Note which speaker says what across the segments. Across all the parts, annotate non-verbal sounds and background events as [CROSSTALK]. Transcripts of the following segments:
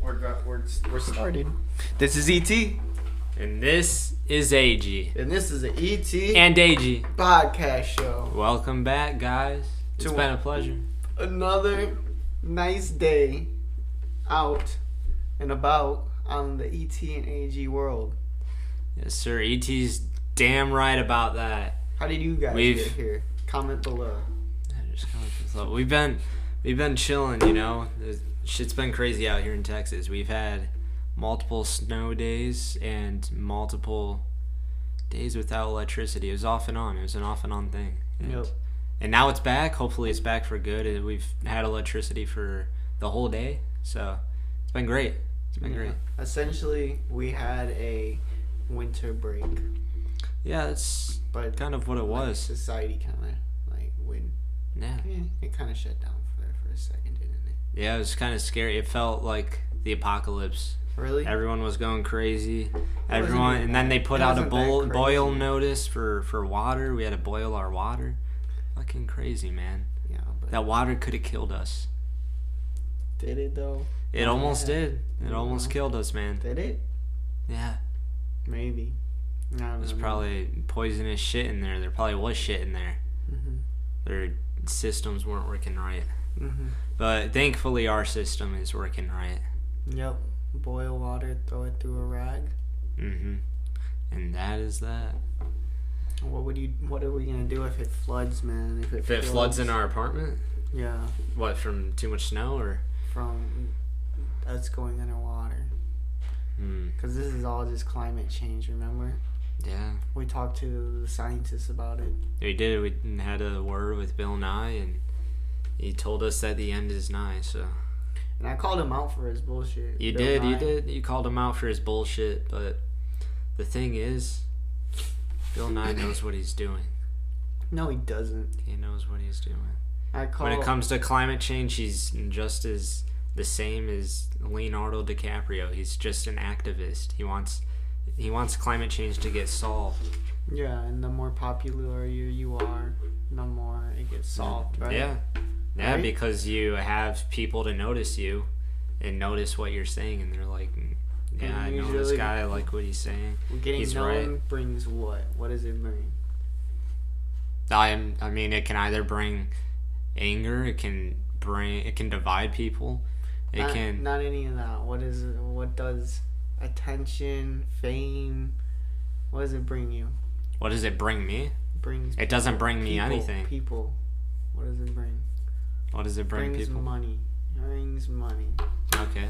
Speaker 1: We're, we're starting. This is E ET,
Speaker 2: And this is AG.
Speaker 1: and this is an ET
Speaker 2: And AG.
Speaker 1: podcast show.
Speaker 2: Welcome back, guys. It's
Speaker 1: To-
Speaker 2: been a pleasure.
Speaker 1: Another nice day out and about on the ET and AG world.
Speaker 2: Yes, sir. ET's damn right about that.
Speaker 1: How did you guys
Speaker 2: We've-
Speaker 1: get here? Comment below.
Speaker 2: I just kinda thought- We've been we've been chilling, you know. There's- Shit's been crazy out here in Texas. We've had multiple snow days and multiple days without electricity. It was off and on. It was an off and on thing. And-
Speaker 1: Yep.
Speaker 2: and now it's back. Hopefully, it's back for good. And We've had electricity for the whole day, so it's been great. It's been great.
Speaker 1: Yeah. Essentially, we had a winter break,
Speaker 2: Yeah, that's
Speaker 1: but
Speaker 2: kind of what it
Speaker 1: like,
Speaker 2: was.
Speaker 1: society kind of like when
Speaker 2: Yeah,
Speaker 1: eh, it kind of shut down for there for a second, didn't it?
Speaker 2: yeah, it was kind of scary. It felt like the apocalypse.
Speaker 1: Really?
Speaker 2: Everyone was going crazy. Everyone,
Speaker 1: even
Speaker 2: and then they put
Speaker 1: it
Speaker 2: out a
Speaker 1: wasn't that
Speaker 2: boil,
Speaker 1: crazy.
Speaker 2: boil notice for for water. We had to boil our water. Fucking crazy, man.
Speaker 1: yeah, but
Speaker 2: That water could have killed us.
Speaker 1: did it though?
Speaker 2: It almost
Speaker 1: Yeah.
Speaker 2: did. It almost killed us, man.
Speaker 1: Did it?
Speaker 2: Yeah.
Speaker 1: Maybe. No,
Speaker 2: There's probably poisonous shit in there. There probably was shit in there.
Speaker 1: Mhm.
Speaker 2: Their systems weren't working right.
Speaker 1: hmm
Speaker 2: But thankfully, our system is working right.
Speaker 1: Yep. Boil water, throw it through a rag.
Speaker 2: hmm And that is that.
Speaker 1: What would you? What are we gonna do if it floods, man? If it,
Speaker 2: If it floods in our apartment,
Speaker 1: yeah,
Speaker 2: what from too much snow or?
Speaker 1: from us going underwater,
Speaker 2: Hmm,
Speaker 1: because this is all just climate change. Remember,
Speaker 2: yeah,
Speaker 1: we talked to the scientists about it.
Speaker 2: we did. We had a word with Bill Nye, and he told us that the end is nigh. So
Speaker 1: And I called him out for his bullshit.
Speaker 2: you
Speaker 1: Bill
Speaker 2: did, you
Speaker 1: Nye.
Speaker 2: did, you called him out for his bullshit. But the thing is, Bill Nye knows what he's doing.
Speaker 1: No, he doesn't.
Speaker 2: He knows what he's doing.
Speaker 1: I called.
Speaker 2: When it comes to climate change, he's just as the same as Leonardo DiCaprio. He's just an activist. He wants he wants climate change to get solved.
Speaker 1: yeah, and the more popular you you are, the more it gets solved, right?
Speaker 2: Mm, Yeah. Yeah,
Speaker 1: Right?
Speaker 2: because you have people to notice you and notice what you're saying and they're like yeah, I
Speaker 1: And
Speaker 2: know this
Speaker 1: usually-
Speaker 2: guy, I like what he's saying.
Speaker 1: Getting
Speaker 2: He's
Speaker 1: known brings what? What does it bring?
Speaker 2: I am I mean it can either bring anger, it can bring it can divide people. It
Speaker 1: not,
Speaker 2: can
Speaker 1: not any of that. What is it? What does attention, fame? What does it bring you?
Speaker 2: what does it bring me?
Speaker 1: It brings
Speaker 2: It doesn't bring me
Speaker 1: people,
Speaker 2: anything.
Speaker 1: People. What does it bring?
Speaker 2: What does it bring
Speaker 1: brings
Speaker 2: people?
Speaker 1: money. Brings money.
Speaker 2: Okay.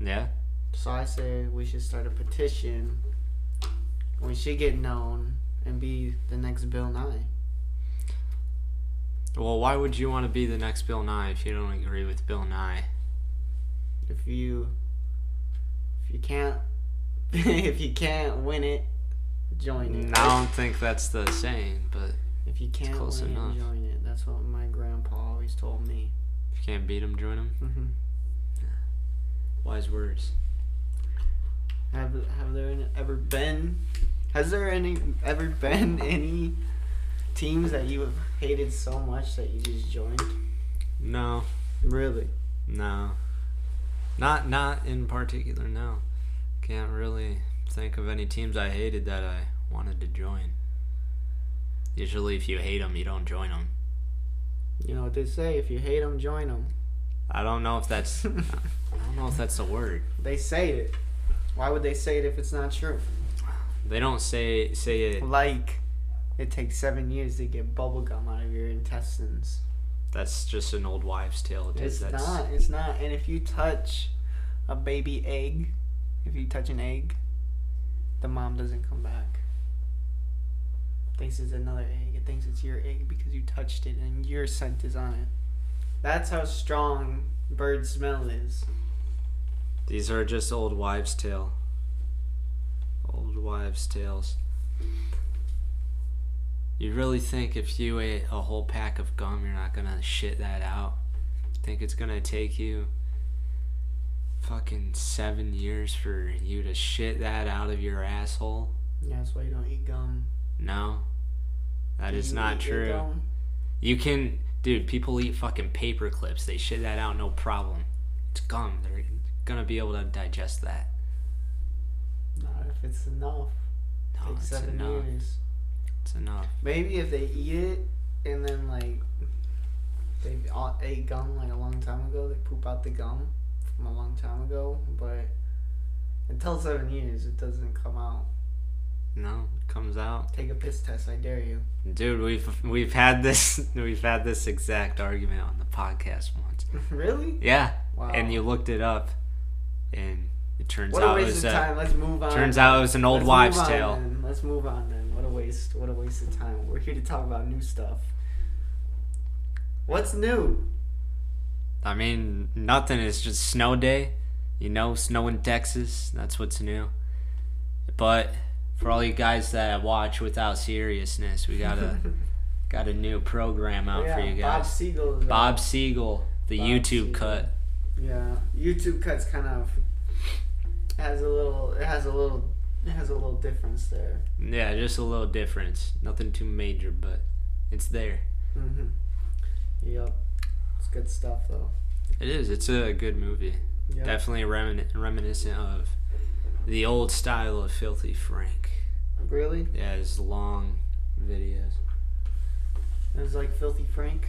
Speaker 2: Yeah.
Speaker 1: So I say we should start a petition. We should get known and be the next Bill Nye.
Speaker 2: Well, why would you want to be the next Bill Nye if you don't agree with Bill Nye?
Speaker 1: If you if you can't [LAUGHS] if you can't win it, join it.
Speaker 2: I don't think that's the saying, but
Speaker 1: If you can't
Speaker 2: close
Speaker 1: win
Speaker 2: enough.
Speaker 1: it, join it. That's what my grandpa always told me.
Speaker 2: if you can't beat him, join him.
Speaker 1: hmm
Speaker 2: Wise words.
Speaker 1: Have Have there any- ever been? Has there any ever [LAUGHS] been any teams that you have hated so much that you just joined?
Speaker 2: No,
Speaker 1: Really?
Speaker 2: no. Not not in particular, no. Can't really think of any teams I hated that I wanted to join. Usually if you hate them, you don't join them.
Speaker 1: You know what they say: if you hate them, join them.
Speaker 2: I don't know if that's
Speaker 1: [LAUGHS]
Speaker 2: I don't know if that's a word.
Speaker 1: They say it. Why would they say it if it's not true?
Speaker 2: They don't say say it.
Speaker 1: Like, it takes seven years to get bubble gum out of your intestines.
Speaker 2: That's just an old wives' tale. dude.
Speaker 1: It's
Speaker 2: that's,
Speaker 1: not. It's not. And if you touch a baby egg, if you touch an egg, the mom doesn't come back. Thinks it's another egg. It thinks it's your egg because you touched it and your scent is on it. That's how strong bird smell is.
Speaker 2: These are just old wives' tale. Old wives' tales. You really think if you ate a whole pack of gum, you're not gonna shit that out? Think it's gonna take you fucking seven years for you to shit that out of your asshole?
Speaker 1: Yeah, that's why you don't eat gum.
Speaker 2: No. That
Speaker 1: Do
Speaker 2: is
Speaker 1: you
Speaker 2: not
Speaker 1: eat your
Speaker 2: true.
Speaker 1: gum?
Speaker 2: You can, dude, people eat fucking paper clips. They shit that out no problem. It's gum. They're gonna be able to digest that.
Speaker 1: Not if it's enough.
Speaker 2: No,
Speaker 1: Takes
Speaker 2: it's
Speaker 1: seven
Speaker 2: enough.
Speaker 1: years.
Speaker 2: It's enough.
Speaker 1: Maybe if they eat it and then like they all ate gum like a long time ago, they poop out the gum from a long time ago. But until seven years, it doesn't come out.
Speaker 2: No, it comes out.
Speaker 1: Take a piss test, I dare you. [LAUGHS]
Speaker 2: Dude, we've we've had this [LAUGHS] we've had this exact argument on the podcast once.
Speaker 1: really?
Speaker 2: Yeah,
Speaker 1: Wow.
Speaker 2: and you looked it up, and it turns
Speaker 1: what a
Speaker 2: out it
Speaker 1: waste
Speaker 2: was
Speaker 1: of
Speaker 2: a,
Speaker 1: time. Let's move on.
Speaker 2: turns out it was an old
Speaker 1: Let's move
Speaker 2: wives'
Speaker 1: on
Speaker 2: tale.
Speaker 1: then. Let's move on then. What a waste. What a waste of time. We're here to talk about new stuff. What's new?
Speaker 2: I mean, nothing. It's just snow day. You know, snow in Texas. That's what's new. But for all you guys that watch without seriousness, we
Speaker 1: [LAUGHS]
Speaker 2: got a got a new program out
Speaker 1: yeah,
Speaker 2: for you
Speaker 1: Bob
Speaker 2: guys.
Speaker 1: Siegel.
Speaker 2: Bob, Siegel, the
Speaker 1: Bob
Speaker 2: YouTube
Speaker 1: Seger.
Speaker 2: cut.
Speaker 1: Yeah, YouTube cuts kind of has a little. It has a little. It has a little difference there.
Speaker 2: Yeah, just a little difference. Nothing too major, but it's there.
Speaker 1: Mm-hmm. Yep, it's good stuff though.
Speaker 2: It is. It's a good movie.
Speaker 1: Yep.
Speaker 2: Definitely remin- reminiscent of the old style of Filthy Frank.
Speaker 1: really,
Speaker 2: Yeah, his long videos.
Speaker 1: it was like Filthy Frank.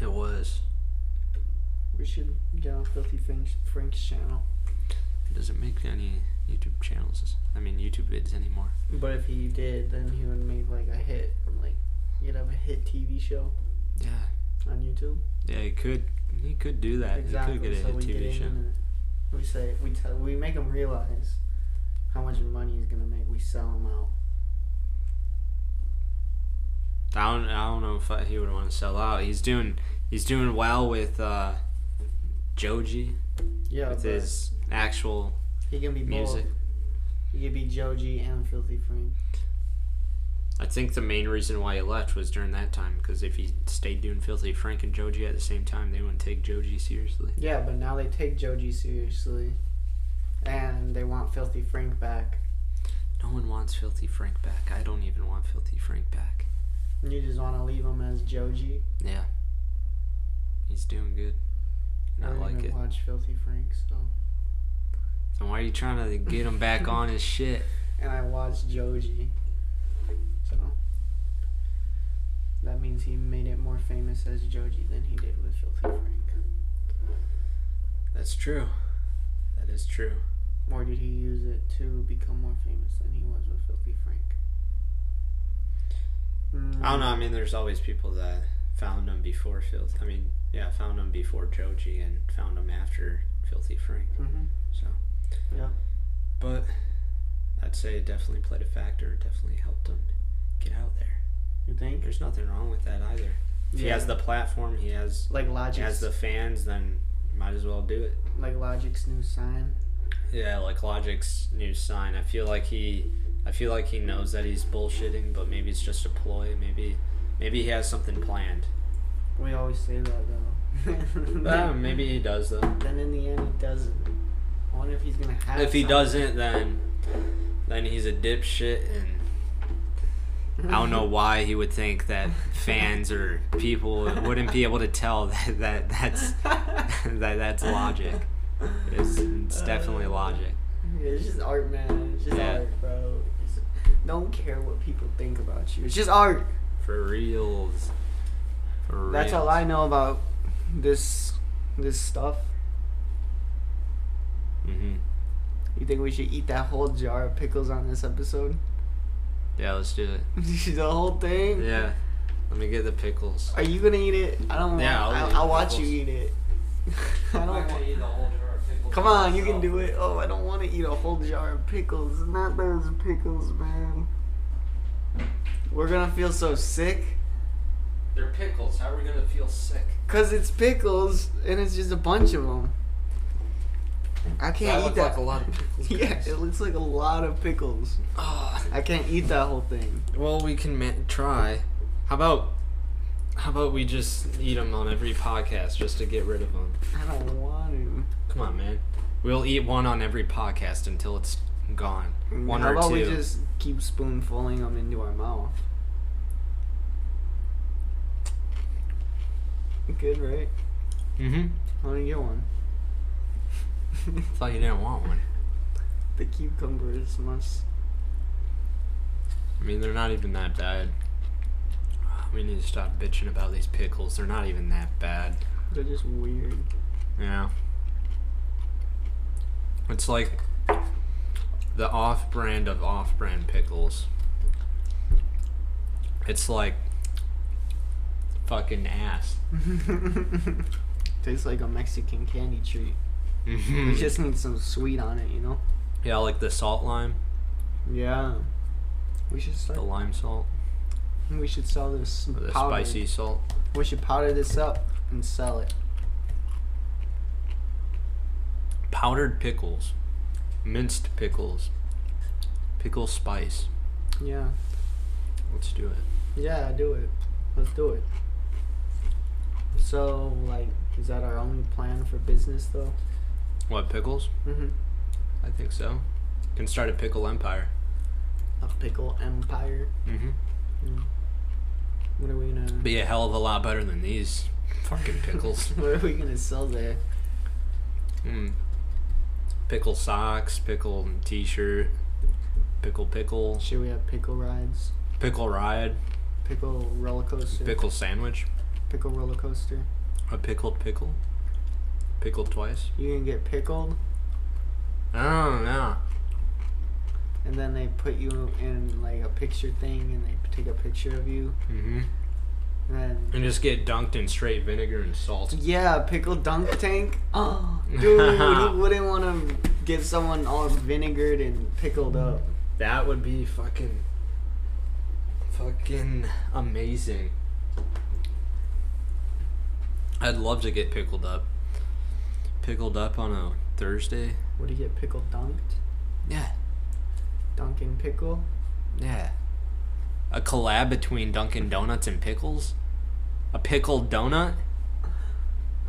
Speaker 2: It was.
Speaker 1: We should get on Filthy Frank, Frank's channel.
Speaker 2: He doesn't make any YouTube channels. I mean, YouTube vids anymore.
Speaker 1: But if he did, then he would make like a hit. Like you'd have a hit TV show
Speaker 2: Yeah.
Speaker 1: on YouTube.
Speaker 2: Yeah, he could. He could do that.
Speaker 1: exactly.
Speaker 2: He could get
Speaker 1: so
Speaker 2: a
Speaker 1: we get
Speaker 2: TV
Speaker 1: in
Speaker 2: show.
Speaker 1: and we say we tell we make him realize how much money he's gonna make. We sell him out.
Speaker 2: I don't. I don't know if I, he would want to sell out. He's doing. He's doing well with uh, Joji
Speaker 1: Yeah,
Speaker 2: with
Speaker 1: but-
Speaker 2: his actual
Speaker 1: He can be
Speaker 2: music.
Speaker 1: both. He could be Joji and Filthy Frank.
Speaker 2: I think the main reason why he left was during that time because if he stayed doing Filthy Frank and Joji at the same time, they wouldn't take Joji seriously.
Speaker 1: Yeah, but now they take Joji seriously, and they want Filthy Frank back.
Speaker 2: No one wants Filthy Frank back. I don't even want Filthy Frank back.
Speaker 1: And you just want to leave him as Joji.
Speaker 2: Yeah, he's doing good. And I
Speaker 1: don't
Speaker 2: like
Speaker 1: even
Speaker 2: it.
Speaker 1: Watch Filthy Frank. So,
Speaker 2: So why are you trying to get him
Speaker 1: [LAUGHS]
Speaker 2: back on his shit?
Speaker 1: and I watched Joji. So that means he made it more famous as Joji than he did with Filthy Frank.
Speaker 2: That's true. That is true.
Speaker 1: Or did he use it to become more famous than he was with Filthy Frank? Mm,
Speaker 2: I don't know. I mean, there's always people that found him before Filth. I mean, yeah, found him before Joji and found him after Filthy Frank.
Speaker 1: hmm
Speaker 2: So
Speaker 1: Yeah.
Speaker 2: but I'd say it definitely played a factor. It definitely helped him get out there.
Speaker 1: You think?
Speaker 2: There's nothing wrong with that either. If He
Speaker 1: Yeah.
Speaker 2: has the platform. He has
Speaker 1: like
Speaker 2: he
Speaker 1: Logic's
Speaker 2: has the fans. Then might as well do it.
Speaker 1: like Logic's new sign.
Speaker 2: Yeah, like Logic's new sign. I feel like he, I feel like he knows that he's bullshitting, but maybe it's just a ploy. Maybe, maybe he has something planned.
Speaker 1: We always say that
Speaker 2: [LAUGHS]
Speaker 1: though.
Speaker 2: Uh, maybe he does though.
Speaker 1: Then in the end, he doesn't. I wonder if he's gonna have.
Speaker 2: If he
Speaker 1: something.
Speaker 2: doesn't, then, then he's a dipshit, and I don't know why he would think that fans or people wouldn't be able to tell [LAUGHS] that, that that's [LAUGHS] that that's logic. It's, it's definitely logic.
Speaker 1: Yeah, [LAUGHS] it's just art, man. It's just
Speaker 2: Yeah.
Speaker 1: art, bro. Just don't care what people think about you. It's just art.
Speaker 2: For reals. For reals.
Speaker 1: That's all I know about this this stuff.
Speaker 2: Mm-hmm.
Speaker 1: You think we should eat that whole jar of pickles on this episode? [LAUGHS]
Speaker 2: Yeah, let's do it.
Speaker 1: the whole thing.
Speaker 2: Yeah. Let me get the pickles.
Speaker 1: Are you gonna eat it? I don't.
Speaker 2: Yeah, I'll
Speaker 1: want,
Speaker 2: eat
Speaker 1: I'll,
Speaker 2: it.
Speaker 1: I'll, watch you eat
Speaker 2: Pickles.
Speaker 1: it. [LAUGHS] I don't. want-
Speaker 2: eat the whole jar of pickles.
Speaker 1: [LAUGHS] Come on, you can do it. Oh, I don't want to eat a whole jar of pickles. Not those pickles, man. We're gonna feel so sick.
Speaker 2: They're pickles. How are we gonna feel sick?
Speaker 1: Cause it's pickles and it's just a bunch of them. I can't eat that.
Speaker 2: lot
Speaker 1: [LAUGHS]
Speaker 2: of pickles. Ah.
Speaker 1: yeah, it looks like a lot of pickles. I can't eat that whole thing.
Speaker 2: Well, we can ma- try. How about how about we just eat them on every podcast just to get rid of them?
Speaker 1: I don't want to.
Speaker 2: Come on, man. We'll eat one on every podcast until it's gone.
Speaker 1: Mm,
Speaker 2: One
Speaker 1: How
Speaker 2: or
Speaker 1: about
Speaker 2: two.
Speaker 1: we just keep spoonfuling them into our mouth? Good, right?
Speaker 2: Mm-hmm.
Speaker 1: Let me get one.
Speaker 2: Thought you didn't want one.
Speaker 1: the cucumbers must.
Speaker 2: I mean, they're not even that bad. We need to stop bitching about these pickles. They're not even that bad.
Speaker 1: They're just
Speaker 2: [LAUGHS]
Speaker 1: weird.
Speaker 2: Yeah. It's like the off brand of off brand pickles. It's like fucking ass.
Speaker 1: Tastes like a Mexican candy treat.
Speaker 2: Mm-hmm.
Speaker 1: We just need some sweet on it, you know?
Speaker 2: yeah, like the salt lime,
Speaker 1: Yeah. We should
Speaker 2: the
Speaker 1: start.
Speaker 2: lime salt,
Speaker 1: We should sell this
Speaker 2: or the
Speaker 1: powder.
Speaker 2: spicy salt.
Speaker 1: We should powder this up and sell it.
Speaker 2: Powdered pickles, minced pickles, pickle spice.
Speaker 1: Yeah.
Speaker 2: Let's do it.
Speaker 1: Yeah, do it. Let's do it. So, like, is that our only plan for business, though?
Speaker 2: What pickles?
Speaker 1: Mm-hmm.
Speaker 2: I think so. Can start a pickle empire.
Speaker 1: A pickle empire.
Speaker 2: Mm-hmm.
Speaker 1: Mm. What are we gonna?
Speaker 2: Be a hell of a lot better than these fucking pickles.
Speaker 1: [LAUGHS] what are we gonna sell there?
Speaker 2: mm. Pickle socks, pickle t-shirt, pickle pickle,
Speaker 1: Should we have pickle rides?
Speaker 2: pickle ride,
Speaker 1: Pickle roller coaster.
Speaker 2: pickle sandwich,
Speaker 1: pickle roller coaster.
Speaker 2: a pickled pickle, pickled twice.
Speaker 1: You can get pickled,
Speaker 2: Oh no.
Speaker 1: and then they put you in like a picture thing, and they take a picture of you,
Speaker 2: Mm-hmm.
Speaker 1: and then.
Speaker 2: And just get dunked in straight vinegar and salt.
Speaker 1: Yeah, pickle dunk tank.
Speaker 2: [LAUGHS]
Speaker 1: Oh, dude, who wouldn't want to give someone all vinegared and pickled up?
Speaker 2: That would be fucking, fucking amazing. I'd love to get pickled up. Pickled up on a Thursday.
Speaker 1: Would he get pickle dunked?
Speaker 2: Yeah,
Speaker 1: Dunkin' pickle?
Speaker 2: yeah. A collab between Dunkin' Donuts and pickles. A pickled donut.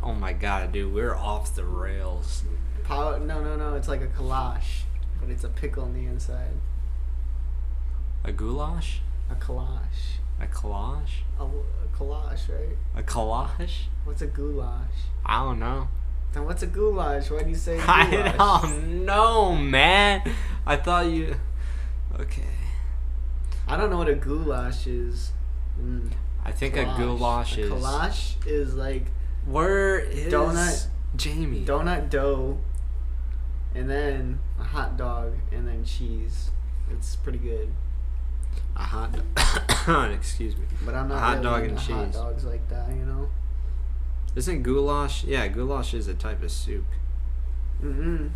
Speaker 2: Oh my god, dude, we're off the rails.
Speaker 1: Pow- no, no, no. It's like a collage, but it's a pickle on the inside.
Speaker 2: A goulash?
Speaker 1: A collage.
Speaker 2: A collage?
Speaker 1: A, a collage, right?
Speaker 2: A collage?
Speaker 1: What's a goulash?
Speaker 2: I don't know.
Speaker 1: Then what's a goulash? Why do you say goulash?
Speaker 2: [LAUGHS] I don't know, man. I thought you. Okay.
Speaker 1: I don't know what a goulash is. Mm,
Speaker 2: I think
Speaker 1: collage.
Speaker 2: a goulash
Speaker 1: A
Speaker 2: is.
Speaker 1: collage is like
Speaker 2: Where is
Speaker 1: Donut.
Speaker 2: Jamie?
Speaker 1: donut dough, and then a hot dog, and then cheese. It's pretty good,
Speaker 2: A hot dog. [COUGHS] Excuse me.
Speaker 1: but I'm not
Speaker 2: A hot
Speaker 1: really
Speaker 2: dog
Speaker 1: into
Speaker 2: and
Speaker 1: hot
Speaker 2: cheese.
Speaker 1: dogs like that, you know.
Speaker 2: Isn't goulash? Yeah, goulash is a type of soup.
Speaker 1: Mm-mm.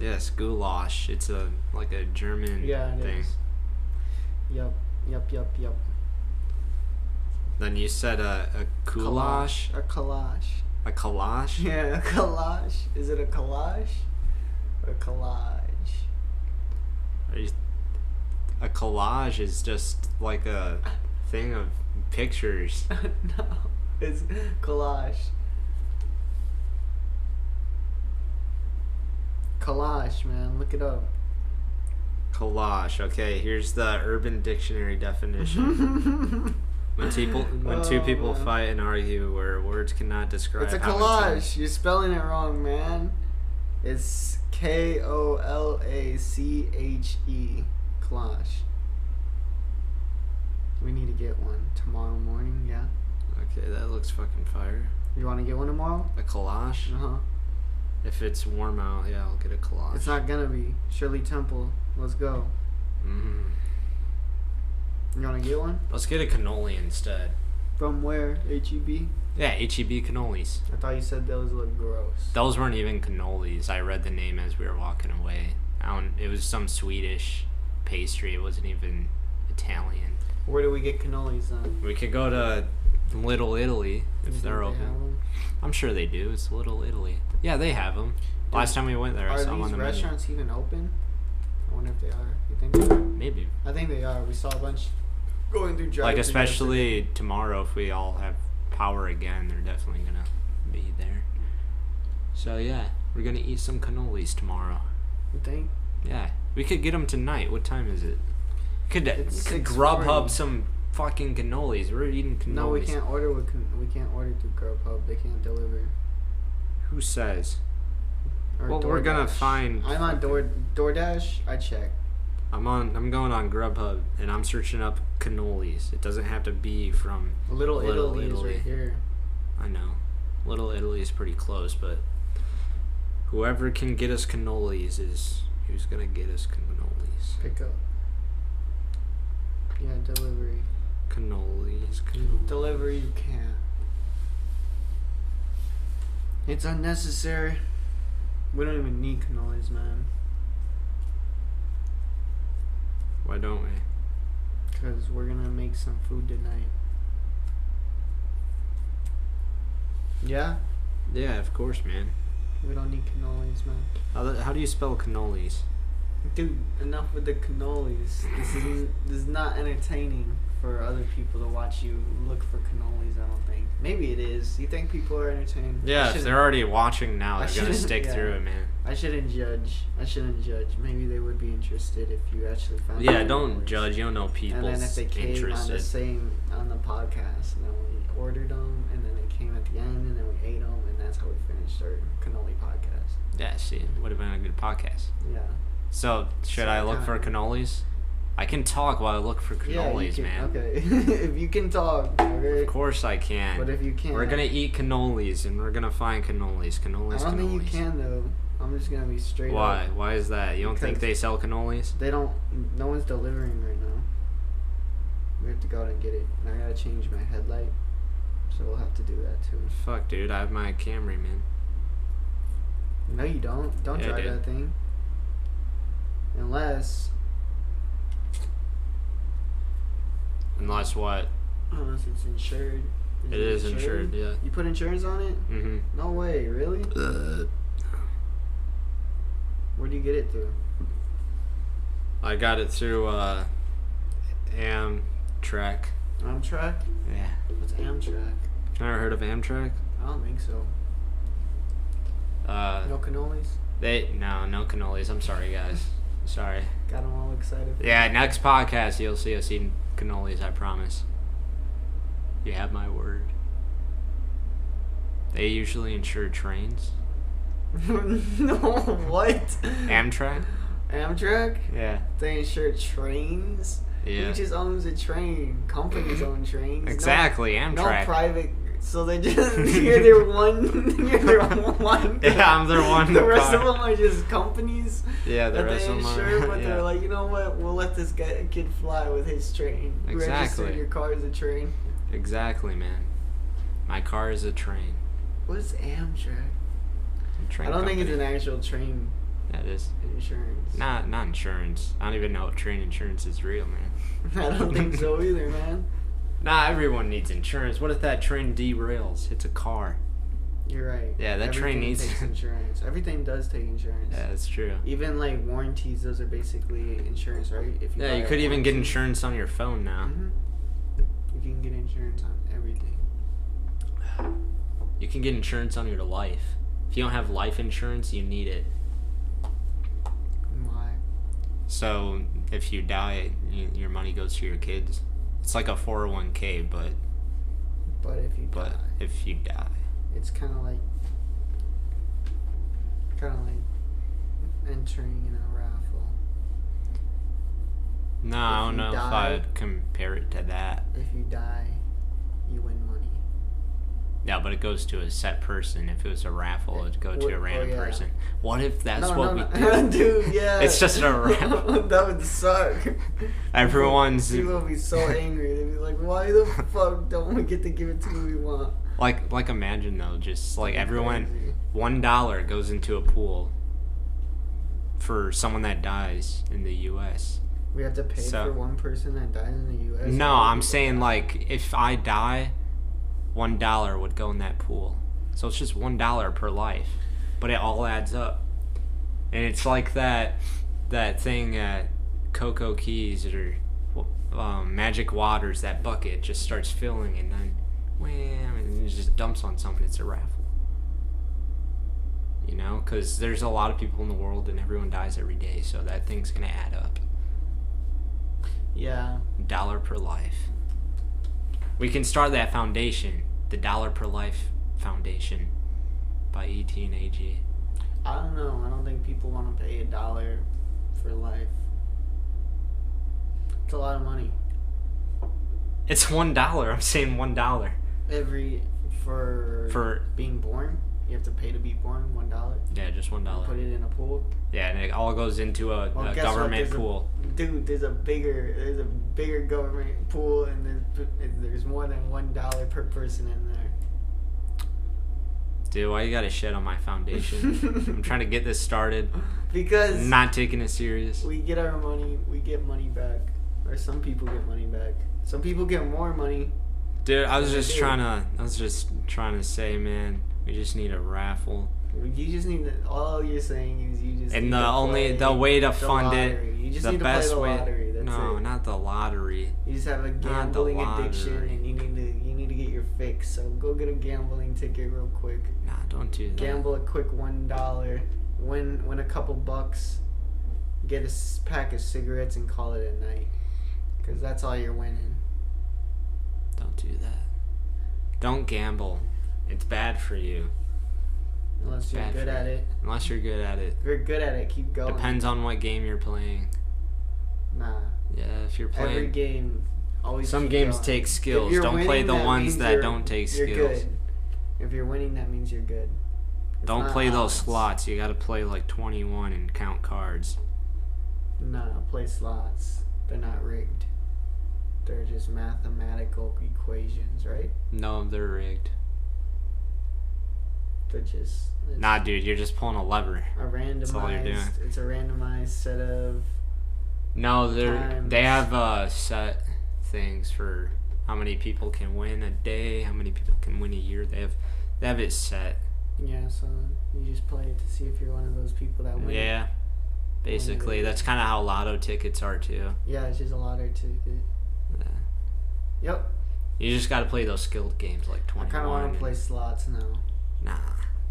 Speaker 2: Yes, goulash. It's a like a German
Speaker 1: Yeah, it is.
Speaker 2: thing.
Speaker 1: Yup, yup, yup, yup.
Speaker 2: Then you said a a goulash,
Speaker 1: A collage. [LAUGHS]
Speaker 2: a collage.
Speaker 1: Yeah, a collage. Is it a collage? Or collage? [LAUGHS]
Speaker 2: Are you- A collage is just like a thing of pictures.
Speaker 1: no, it's collage. Collage, man. Look it
Speaker 2: [LAUGHS]
Speaker 1: up. [LAUGHS]
Speaker 2: Collage. Okay, here's the Urban Dictionary definition.
Speaker 1: [LAUGHS]
Speaker 2: when people, when two
Speaker 1: Oh,
Speaker 2: people
Speaker 1: man.
Speaker 2: fight and argue, where words cannot describe.
Speaker 1: It's a
Speaker 2: how
Speaker 1: collage. You're spelling it wrong, man. It's K O L A C H E. Collage. We need to get one tomorrow morning, yeah?
Speaker 2: intense- Okay, that looks fucking fire.
Speaker 1: You want to get one tomorrow?
Speaker 2: A collage.
Speaker 1: Uh huh.
Speaker 2: If it's warm out, yeah, I'll get a collage.
Speaker 1: It's not gonna be. Shirley Temple. Let's go.
Speaker 2: Mm.
Speaker 1: You want to get one?
Speaker 2: Let's get a cannoli instead.
Speaker 1: From where? HEB?
Speaker 2: Yeah, H-E-B cannolis.
Speaker 1: I thought you said those look gross.
Speaker 2: Those weren't even cannolis. I read the name as we were walking away. I don't, it was some Swedish pastry. It wasn't even Italian.
Speaker 1: Where do we get cannolis then?
Speaker 2: We could go to Little Italy
Speaker 1: You
Speaker 2: if
Speaker 1: think
Speaker 2: they're
Speaker 1: they
Speaker 2: open.
Speaker 1: have 'em?
Speaker 2: I'm sure they do. It's Little Italy. Yeah, they have them. Last time we went there, I saw 'em
Speaker 1: Are
Speaker 2: on
Speaker 1: these
Speaker 2: the
Speaker 1: restaurants even open? I wonder if they are. You think? They are?
Speaker 2: menu. Maybe.
Speaker 1: I think they are. We saw a bunch going through drive.
Speaker 2: like especially tomorrow, if we all have power again, they're definitely gonna be there. So yeah, we're gonna eat some cannolis tomorrow.
Speaker 1: You think?
Speaker 2: Yeah, we could get them tonight. What time is it? Could uh,
Speaker 1: It's 6:40.
Speaker 2: could Grubhub some fucking cannolis? We're eating cannolis.
Speaker 1: No, we can't order. We can. We can't order through Grubhub. They can't deliver.
Speaker 2: Who says?
Speaker 1: Or
Speaker 2: Well, we're gonna
Speaker 1: DoorDash.
Speaker 2: find
Speaker 1: I'm on Door DoorDash. I check.
Speaker 2: I'm on. I'm going on Grubhub and I'm searching up cannolis. It doesn't have to be from.
Speaker 1: Little,
Speaker 2: Little
Speaker 1: Italy,
Speaker 2: Italy.
Speaker 1: is right here.
Speaker 2: I know, Little Italy is pretty close, but whoever can get us cannolis is who's gonna get us cannolis.
Speaker 1: Pick up. Yeah, delivery.
Speaker 2: Cannolis. cannolis.
Speaker 1: Delivery, you can't. It's unnecessary. We don't even need cannolis, man.
Speaker 2: Why don't we?
Speaker 1: Because we're gonna make some food tonight. Yeah?
Speaker 2: Yeah, of course, man.
Speaker 1: We don't need cannolis, man.
Speaker 2: How, the, how do you spell cannolis?
Speaker 1: Dude, enough with the cannolis. This is [LAUGHS] this is not entertaining for other people to watch you look for cannolis. I don't think. Maybe it is. You think people are entertained? I
Speaker 2: Yeah, if
Speaker 1: shouldn't-
Speaker 2: they're already watching
Speaker 1: I
Speaker 2: now, they're gonna
Speaker 1: shouldn't-
Speaker 2: stick
Speaker 1: yeah.
Speaker 2: through it, man.
Speaker 1: I shouldn't judge. I shouldn't judge. Maybe they would be interested if you actually found.
Speaker 2: Yeah,
Speaker 1: the
Speaker 2: don't
Speaker 1: cannolis.
Speaker 2: judge. You don't know
Speaker 1: And then if
Speaker 2: people's
Speaker 1: they came on the
Speaker 2: interested.
Speaker 1: same on the podcast, and then we ordered them, and then they came at the end, and then we ate them, and that's how we finished our cannoli podcast.
Speaker 2: Yeah, shit. Would have been a good podcast.
Speaker 1: Yeah.
Speaker 2: So should I look for
Speaker 1: Sometime.
Speaker 2: cannolis? I can talk while I look for
Speaker 1: yeah, you
Speaker 2: cannolis,
Speaker 1: can,
Speaker 2: man.
Speaker 1: Okay, [LAUGHS] if you can talk, okay?
Speaker 2: Of course I can.
Speaker 1: but if you can't,
Speaker 2: we're gonna eat cannolis and we're gonna find cannolis. Cannolis.
Speaker 1: I don't
Speaker 2: cannolis.
Speaker 1: think you can though. I'm just gonna be straight.
Speaker 2: Why?
Speaker 1: Up.
Speaker 2: Why is that? You don't think
Speaker 1: Because-
Speaker 2: they sell cannolis?
Speaker 1: They don't. No one's delivering right now. We have to go out and get it. And I gotta change my headlight, so we'll have to do that too.
Speaker 2: Fuck, dude. I have my Camry, man.
Speaker 1: No, you don't. Don't
Speaker 2: Yeah, I
Speaker 1: drive
Speaker 2: did.
Speaker 1: that thing. Unless,
Speaker 2: Unless what?
Speaker 1: unless it's insured.
Speaker 2: It is insured. Yeah.
Speaker 1: You put insurance on it?
Speaker 2: Mm-hmm.
Speaker 1: No way, really?
Speaker 2: Uh,
Speaker 1: Where do you get it through?
Speaker 2: I got it through uh, Amtrak.
Speaker 1: Amtrak?
Speaker 2: Yeah.
Speaker 1: What's Amtrak?
Speaker 2: Never heard of Amtrak?
Speaker 1: I don't think so.
Speaker 2: Uh,
Speaker 1: No cannolis?
Speaker 2: They no, no cannolis. I'm sorry, guys. Sorry.
Speaker 1: Got them all excited.
Speaker 2: Yeah, next podcast you'll see us eating cannolis. I promise. You have my word. They usually insure trains.
Speaker 1: [LAUGHS] no, what?
Speaker 2: Amtrak.
Speaker 1: Amtrak?
Speaker 2: Yeah.
Speaker 1: They insure trains?
Speaker 2: Yeah.
Speaker 1: Who just owns a train? Companies own trains. No-
Speaker 2: Exactly.
Speaker 1: No,
Speaker 2: Amtrak.
Speaker 1: private. So they
Speaker 2: [LAUGHS]
Speaker 1: just [LAUGHS] you're their one. You're their one.
Speaker 2: Yeah, I'm their one
Speaker 1: The rest of
Speaker 2: car.
Speaker 1: them are just companies.
Speaker 2: yeah, the
Speaker 1: that
Speaker 2: rest
Speaker 1: they
Speaker 2: of them. are-
Speaker 1: insure,
Speaker 2: [LAUGHS]
Speaker 1: but
Speaker 2: yeah.
Speaker 1: they're like, you know what? We'll let this guy, kid fly with his train. Register
Speaker 2: Exactly.
Speaker 1: your car as a train.
Speaker 2: exactly, man. My car is a train.
Speaker 1: What's Amtrak?
Speaker 2: A train
Speaker 1: I don't think it's an
Speaker 2: company.
Speaker 1: actual train
Speaker 2: That is
Speaker 1: insurance.
Speaker 2: not not insurance. I don't even know if train insurance is real, man.
Speaker 1: [LAUGHS] I don't think so
Speaker 2: [LAUGHS]
Speaker 1: either, man.
Speaker 2: Nah, everyone needs insurance. What if that train derails? Hits a car.
Speaker 1: You're right.
Speaker 2: Yeah, that train
Speaker 1: Everything
Speaker 2: needs- [LAUGHS]
Speaker 1: takes insurance. Everything does take insurance.
Speaker 2: Yeah, that's true.
Speaker 1: Even like warranties, those are basically insurance, right? If
Speaker 2: Yeah,
Speaker 1: buy
Speaker 2: you
Speaker 1: a
Speaker 2: could even get
Speaker 1: warranty.
Speaker 2: insurance on your phone now.
Speaker 1: Mhm. You can get insurance on everything.
Speaker 2: You can get insurance on your life. If you don't have life insurance, you need it.
Speaker 1: Why?
Speaker 2: So if you die, you, your money goes to your kids. It's like a 401k, but
Speaker 1: But if you
Speaker 2: but
Speaker 1: die,
Speaker 2: if you die,
Speaker 1: it's kind of like, kind of like entering in a raffle.
Speaker 2: no, I
Speaker 1: If
Speaker 2: don't
Speaker 1: you
Speaker 2: know
Speaker 1: die-
Speaker 2: if I'd compare it to that.
Speaker 1: If you die, you win money.
Speaker 2: Yeah, but it goes to a set person. If it was a raffle, it'd go to
Speaker 1: What-
Speaker 2: a
Speaker 1: oh,
Speaker 2: random
Speaker 1: yeah.
Speaker 2: person. What if that's
Speaker 1: no,
Speaker 2: what
Speaker 1: no,
Speaker 2: we
Speaker 1: no. [LAUGHS]
Speaker 2: do? [LAUGHS]
Speaker 1: dude. Yeah,
Speaker 2: It's just a [LAUGHS] raffle.
Speaker 1: that would
Speaker 2: [LAUGHS]
Speaker 1: suck.
Speaker 2: Everyone's
Speaker 1: People would be so angry. They'd be like, "Why the fuck don't we get to give it to who we want?"
Speaker 2: like like imagine though, just like
Speaker 1: It'd be
Speaker 2: everyone.
Speaker 1: crazy.
Speaker 2: one dollar goes into a pool for someone that dies in the U.S.
Speaker 1: We have to pay for
Speaker 2: So-
Speaker 1: one person that dies in the U.S.
Speaker 2: No,
Speaker 1: or
Speaker 2: I'm
Speaker 1: people
Speaker 2: saying
Speaker 1: die?
Speaker 2: like if I die, one dollar would go in that pool. So it's just one dollar per life, but it all adds up, and it's like that that thing at Coco Keys or um, Magic Waters. That bucket just starts filling, and then wham, and it just dumps on something. It's a raffle. You know, because there's a lot of people in the world, and everyone dies every day, so that thing's gonna add up
Speaker 1: Yeah.
Speaker 2: dollar per life. We can start that E foundation, the dollar per life foundation, by ET and AG.
Speaker 1: I don't know. I don't think people want to pay a dollar for life. It's a lot of money.
Speaker 2: It's one dollar. I'm saying one dollar
Speaker 1: Every for
Speaker 2: for
Speaker 1: being born, you have to pay to be born one dollar.
Speaker 2: yeah, just one
Speaker 1: Put
Speaker 2: dollar.
Speaker 1: it in a pool.
Speaker 2: Yeah, and it all goes into a,
Speaker 1: Well,
Speaker 2: a
Speaker 1: guess what?
Speaker 2: government
Speaker 1: There's a-
Speaker 2: pool.
Speaker 1: Dude, there's a bigger there's a bigger government pool, and there's there's more than one dollar per person in there.
Speaker 2: [LAUGHS] Dude, why you gotta shit on my
Speaker 1: [LAUGHS]
Speaker 2: foundation? I'm trying to get this started.
Speaker 1: because
Speaker 2: Not taking it serious.
Speaker 1: we get our money, we get money back, or some people get money back. Some people get more money.
Speaker 2: Dude, I was
Speaker 1: Yeah,
Speaker 2: just
Speaker 1: dude.
Speaker 2: trying to. I was just trying to say, man, we just need a raffle.
Speaker 1: You just need to. All you're saying is you just.
Speaker 2: And
Speaker 1: need
Speaker 2: the
Speaker 1: to
Speaker 2: only
Speaker 1: play
Speaker 2: the way to fund it,
Speaker 1: lottery. You just
Speaker 2: the
Speaker 1: need to
Speaker 2: best
Speaker 1: play the
Speaker 2: way.
Speaker 1: lottery. That's
Speaker 2: no,
Speaker 1: it.
Speaker 2: not the lottery.
Speaker 1: you just have a
Speaker 2: the
Speaker 1: gambling addiction,
Speaker 2: lottery.
Speaker 1: and you need to you need to get your fix. So go get a gambling ticket real quick.
Speaker 2: Nah, don't do that.
Speaker 1: Gamble a quick one dollar. Win win a couple bucks. Get a s- pack of cigarettes and call it a night. Cause that's all you're winning.
Speaker 2: Don't do that. Don't gamble. It's bad for you
Speaker 1: Unless you're
Speaker 2: Bad
Speaker 1: good
Speaker 2: for
Speaker 1: at it.
Speaker 2: unless you're good at it.
Speaker 1: If you're good at it, keep going.
Speaker 2: Depends on what game you're playing.
Speaker 1: Nah.
Speaker 2: Yeah, if you're
Speaker 1: Every
Speaker 2: playing
Speaker 1: game always
Speaker 2: some
Speaker 1: keep
Speaker 2: games
Speaker 1: going.
Speaker 2: take
Speaker 1: If
Speaker 2: skills.
Speaker 1: you're
Speaker 2: Don't play
Speaker 1: winning,
Speaker 2: the ones
Speaker 1: means
Speaker 2: that
Speaker 1: you're-
Speaker 2: don't take
Speaker 1: you're
Speaker 2: skills.
Speaker 1: good. If you're winning, that means you're good. It's
Speaker 2: Don't
Speaker 1: not
Speaker 2: play those
Speaker 1: odds.
Speaker 2: slots. You got to play like 21 and count cards.
Speaker 1: Nah, play slots. They're not rigged. They're just mathematical equations, right?
Speaker 2: No, they're rigged.
Speaker 1: They're just it's
Speaker 2: Nah, dude, you're just pulling a lever.
Speaker 1: a randomized.
Speaker 2: all you're doing.
Speaker 1: It's a randomized set of.
Speaker 2: No, they're they
Speaker 1: Times.
Speaker 2: have uh, set things for how many people can win a day, how many people can win a year. They have they have it set.
Speaker 1: Yeah, so you just play it to see if you're one of those people that win.
Speaker 2: Yeah, basically
Speaker 1: Win.
Speaker 2: that's kind of how lotto tickets are too.
Speaker 1: Yeah, it's just a lottery ticket.
Speaker 2: Yeah.
Speaker 1: Yep.
Speaker 2: You just got to play those skilled games like
Speaker 1: I
Speaker 2: twenty.
Speaker 1: kind of want to play slots now.
Speaker 2: Nah,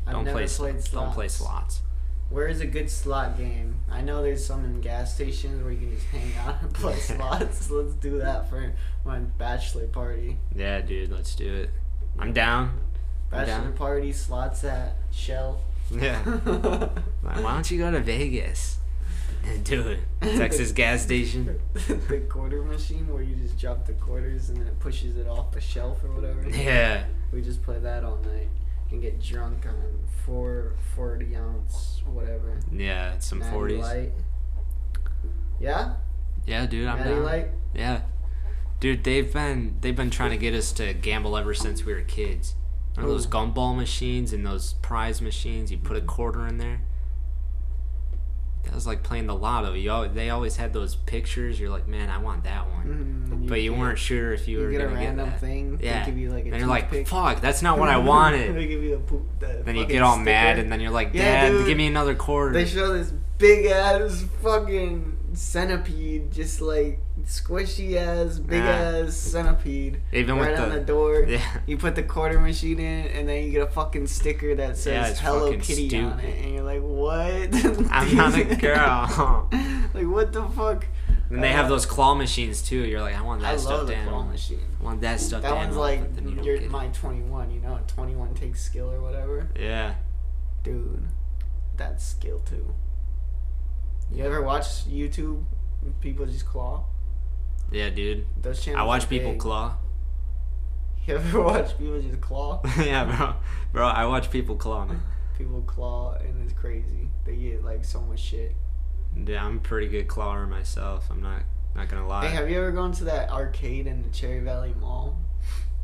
Speaker 1: I've
Speaker 2: don't
Speaker 1: never
Speaker 2: play.
Speaker 1: played
Speaker 2: Slots. Don't play
Speaker 1: slots.
Speaker 2: slots.
Speaker 1: Where is a good slot game? I know there's some in gas stations where you can just [LAUGHS] hang out and
Speaker 2: [LAUGHS]
Speaker 1: play slots. Let's do that for my bachelor party.
Speaker 2: Yeah, dude, let's do it.
Speaker 1: [LAUGHS]
Speaker 2: I'm down. I'm
Speaker 1: Bachelor
Speaker 2: down.
Speaker 1: party slots at Shell. [LAUGHS]
Speaker 2: Yeah. Like, why don't you go to Vegas and
Speaker 1: [LAUGHS]
Speaker 2: do it?
Speaker 1: The-
Speaker 2: Texas gas
Speaker 1: [LAUGHS]
Speaker 2: station.
Speaker 1: the quarter machine where you just drop the quarters and then it pushes it off a shelf or whatever.
Speaker 2: Yeah.
Speaker 1: We just play that all night and get drunk on four forty ounce whatever.
Speaker 2: Yeah, it's some
Speaker 1: Natty
Speaker 2: forties.
Speaker 1: Light. Yeah,
Speaker 2: Yeah, dude, I'm
Speaker 1: Natty
Speaker 2: down.
Speaker 1: Light.
Speaker 2: Yeah, dude, they've been they've been trying to get us to gamble ever since we were kids. Remember those
Speaker 1: Ooh. Mm-hmm.
Speaker 2: gumball machines and those prize machines? You put a quarter in there. That was like playing the lotto. You always, they always had those pictures. You're like, man, I want that one,
Speaker 1: Mm,
Speaker 2: but you
Speaker 1: can't-
Speaker 2: weren't sure if you,
Speaker 1: You
Speaker 2: were
Speaker 1: get a
Speaker 2: gonna get
Speaker 1: random
Speaker 2: that.
Speaker 1: thing.
Speaker 2: Yeah.
Speaker 1: They give you like a
Speaker 2: And you're like,
Speaker 1: toothpick.
Speaker 2: fuck, that's not
Speaker 1: [LAUGHS]
Speaker 2: what I wanted.
Speaker 1: they give you a poop. the
Speaker 2: then you
Speaker 1: fucking
Speaker 2: get all
Speaker 1: sticker.
Speaker 2: mad, and then you're like,
Speaker 1: Yeah,
Speaker 2: Dad,
Speaker 1: dude.
Speaker 2: give me another quarter.
Speaker 1: they show this big ass fucking centipede, just like squishy ass, big
Speaker 2: Yeah.
Speaker 1: ass centipede,
Speaker 2: Even
Speaker 1: right
Speaker 2: with
Speaker 1: on the,
Speaker 2: the,
Speaker 1: door.
Speaker 2: [LAUGHS] yeah,
Speaker 1: You put the quarter machine in, and then you get a fucking sticker that says
Speaker 2: it's
Speaker 1: Hello
Speaker 2: fucking
Speaker 1: Kitty on
Speaker 2: stupid.
Speaker 1: it, and you're like, "What?
Speaker 2: I'm
Speaker 1: [LAUGHS]
Speaker 2: not a girl.
Speaker 1: like, what the fuck?"
Speaker 2: And they
Speaker 1: Uh,
Speaker 2: have those claw machines too. You're like, I want
Speaker 1: I
Speaker 2: that
Speaker 1: love
Speaker 2: stuffed
Speaker 1: the
Speaker 2: animal.
Speaker 1: claw machine.
Speaker 2: I want that stuffed
Speaker 1: That one's
Speaker 2: animal.
Speaker 1: like
Speaker 2: but then you don't
Speaker 1: you're
Speaker 2: get it.
Speaker 1: my 21. You know, 21 takes skill or whatever.
Speaker 2: Yeah.
Speaker 1: Dude, that's skill too. You ever watch YouTube? when People just claw.
Speaker 2: Yeah, dude.
Speaker 1: Those channels.
Speaker 2: I watch
Speaker 1: are
Speaker 2: people
Speaker 1: big.
Speaker 2: claw.
Speaker 1: [LAUGHS]
Speaker 2: [LAUGHS]
Speaker 1: You ever watch people just claw?
Speaker 2: yeah, bro. Bro, I watch people claw, man.
Speaker 1: people claw and it's crazy. They get like so much shit.
Speaker 2: Yeah, I'm a pretty good clawer myself. I'm not not gonna lie.
Speaker 1: Hey, have you ever gone to that arcade in the Cherry Valley Mall?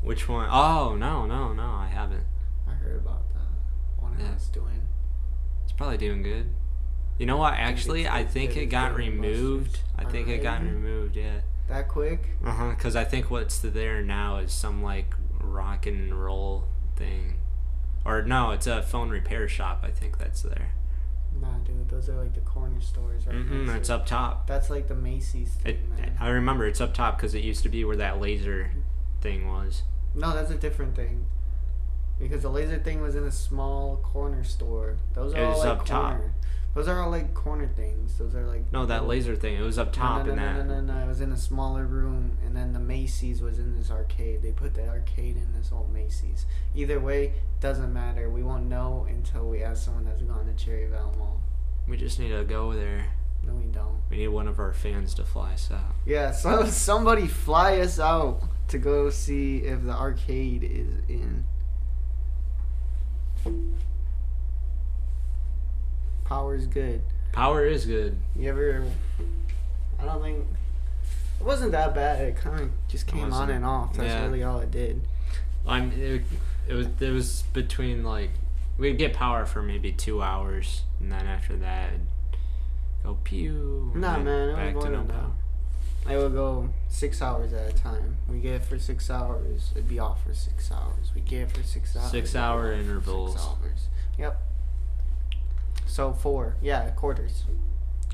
Speaker 2: Which one? Oh no, no, no, I haven't.
Speaker 1: I heard about that. I wonder
Speaker 2: Yeah.
Speaker 1: how it's doing.
Speaker 2: It's probably doing good. You know what? Actually,
Speaker 1: it's-
Speaker 2: I
Speaker 1: it's
Speaker 2: think
Speaker 1: good.
Speaker 2: it
Speaker 1: It's
Speaker 2: got
Speaker 1: good.
Speaker 2: removed. I think it got
Speaker 1: Alright.
Speaker 2: removed. Yeah.
Speaker 1: That quick?
Speaker 2: Uh huh. Because I think what's there now is some like rock and roll thing, or no, it's a phone repair shop. I think that's there.
Speaker 1: Nah, dude. Those are like the corner stores right
Speaker 2: Mm-mm,
Speaker 1: next
Speaker 2: Mm-hmm, it's
Speaker 1: to it.
Speaker 2: up top.
Speaker 1: That's like the Macy's thing,
Speaker 2: It,
Speaker 1: man.
Speaker 2: I remember it's up top because it used to be where that laser thing was.
Speaker 1: No, that's a different thing. Because the laser thing was in a small corner store. Those are
Speaker 2: It
Speaker 1: all
Speaker 2: was
Speaker 1: like
Speaker 2: up top.
Speaker 1: corner. Those are all like corner things. Those are like
Speaker 2: No, that laser thing. It was up top
Speaker 1: Mm-hmm. No, no,
Speaker 2: in
Speaker 1: no,
Speaker 2: that.
Speaker 1: no, no, no, It was in a smaller room, and then the Macy's was in this arcade. They put that arcade in this old Macy's. Either way, doesn't matter. We won't know until we ask someone that's gone to Cherry Valley Mall.
Speaker 2: We just need to go there.
Speaker 1: No, we don't.
Speaker 2: We need one of our fans to fly us out.
Speaker 1: Yeah, [LAUGHS] so somebody fly us out to go see if the arcade is in. Power's good.
Speaker 2: Power is good.
Speaker 1: You ever? I don't think it wasn't that bad. It kind of just
Speaker 2: It
Speaker 1: came on
Speaker 2: wasn't-
Speaker 1: and off. That's
Speaker 2: yeah.
Speaker 1: really all it did.
Speaker 2: I'm. It, it was. It was between like we'd get power for maybe two hours, and then after that, it'd go pew. and
Speaker 1: Nah,
Speaker 2: then
Speaker 1: man, it was more than that. I would go six hours at a time. We get it for six hours. It'd be off for six hours. We get it for six hours. it'd be
Speaker 2: Six-hour
Speaker 1: off for
Speaker 2: intervals.
Speaker 1: Six hours. Yep. So four. Yeah, quarters.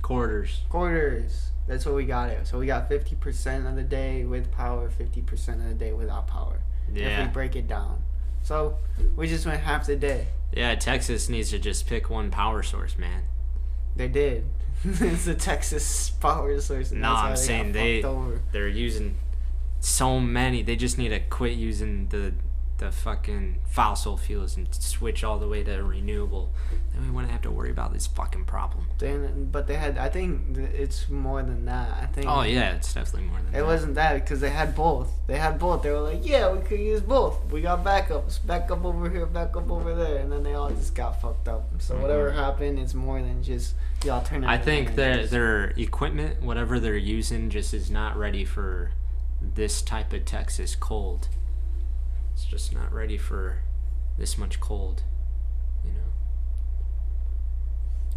Speaker 2: Quarters.
Speaker 1: Quarters. That's what we got it. So we got fifty percent of the day with power, fifty percent of the day without power. If
Speaker 2: Yeah.
Speaker 1: we break it down. So we just went half the day.
Speaker 2: Yeah. Texas needs to just pick one power source, man.
Speaker 1: They did. [LAUGHS] it's the Texas [LAUGHS] power source. and
Speaker 2: Nah,
Speaker 1: that's
Speaker 2: I'm
Speaker 1: how
Speaker 2: saying
Speaker 1: got
Speaker 2: they-
Speaker 1: fucked Over.
Speaker 2: They're using so many. They just need to quit using the the fucking fossil fuels and switch all the way to renewable. Then we wouldn't have to worry about this fucking problem.
Speaker 1: Then, but they had. I think th- it's more than that. I think.
Speaker 2: Oh yeah, it's definitely more than that.
Speaker 1: It wasn't that because they had both. They had both. They were like, yeah, we could use both. We got backups. Backup over here, backup over there, and then they all just got fucked up. So whatever
Speaker 2: Mhm.
Speaker 1: happened, it's more than just the alternative.
Speaker 2: I think their
Speaker 1: energies.
Speaker 2: their equipment, whatever they're using, just is not ready for this type of Texas cold. It's just not ready for this much cold, you know.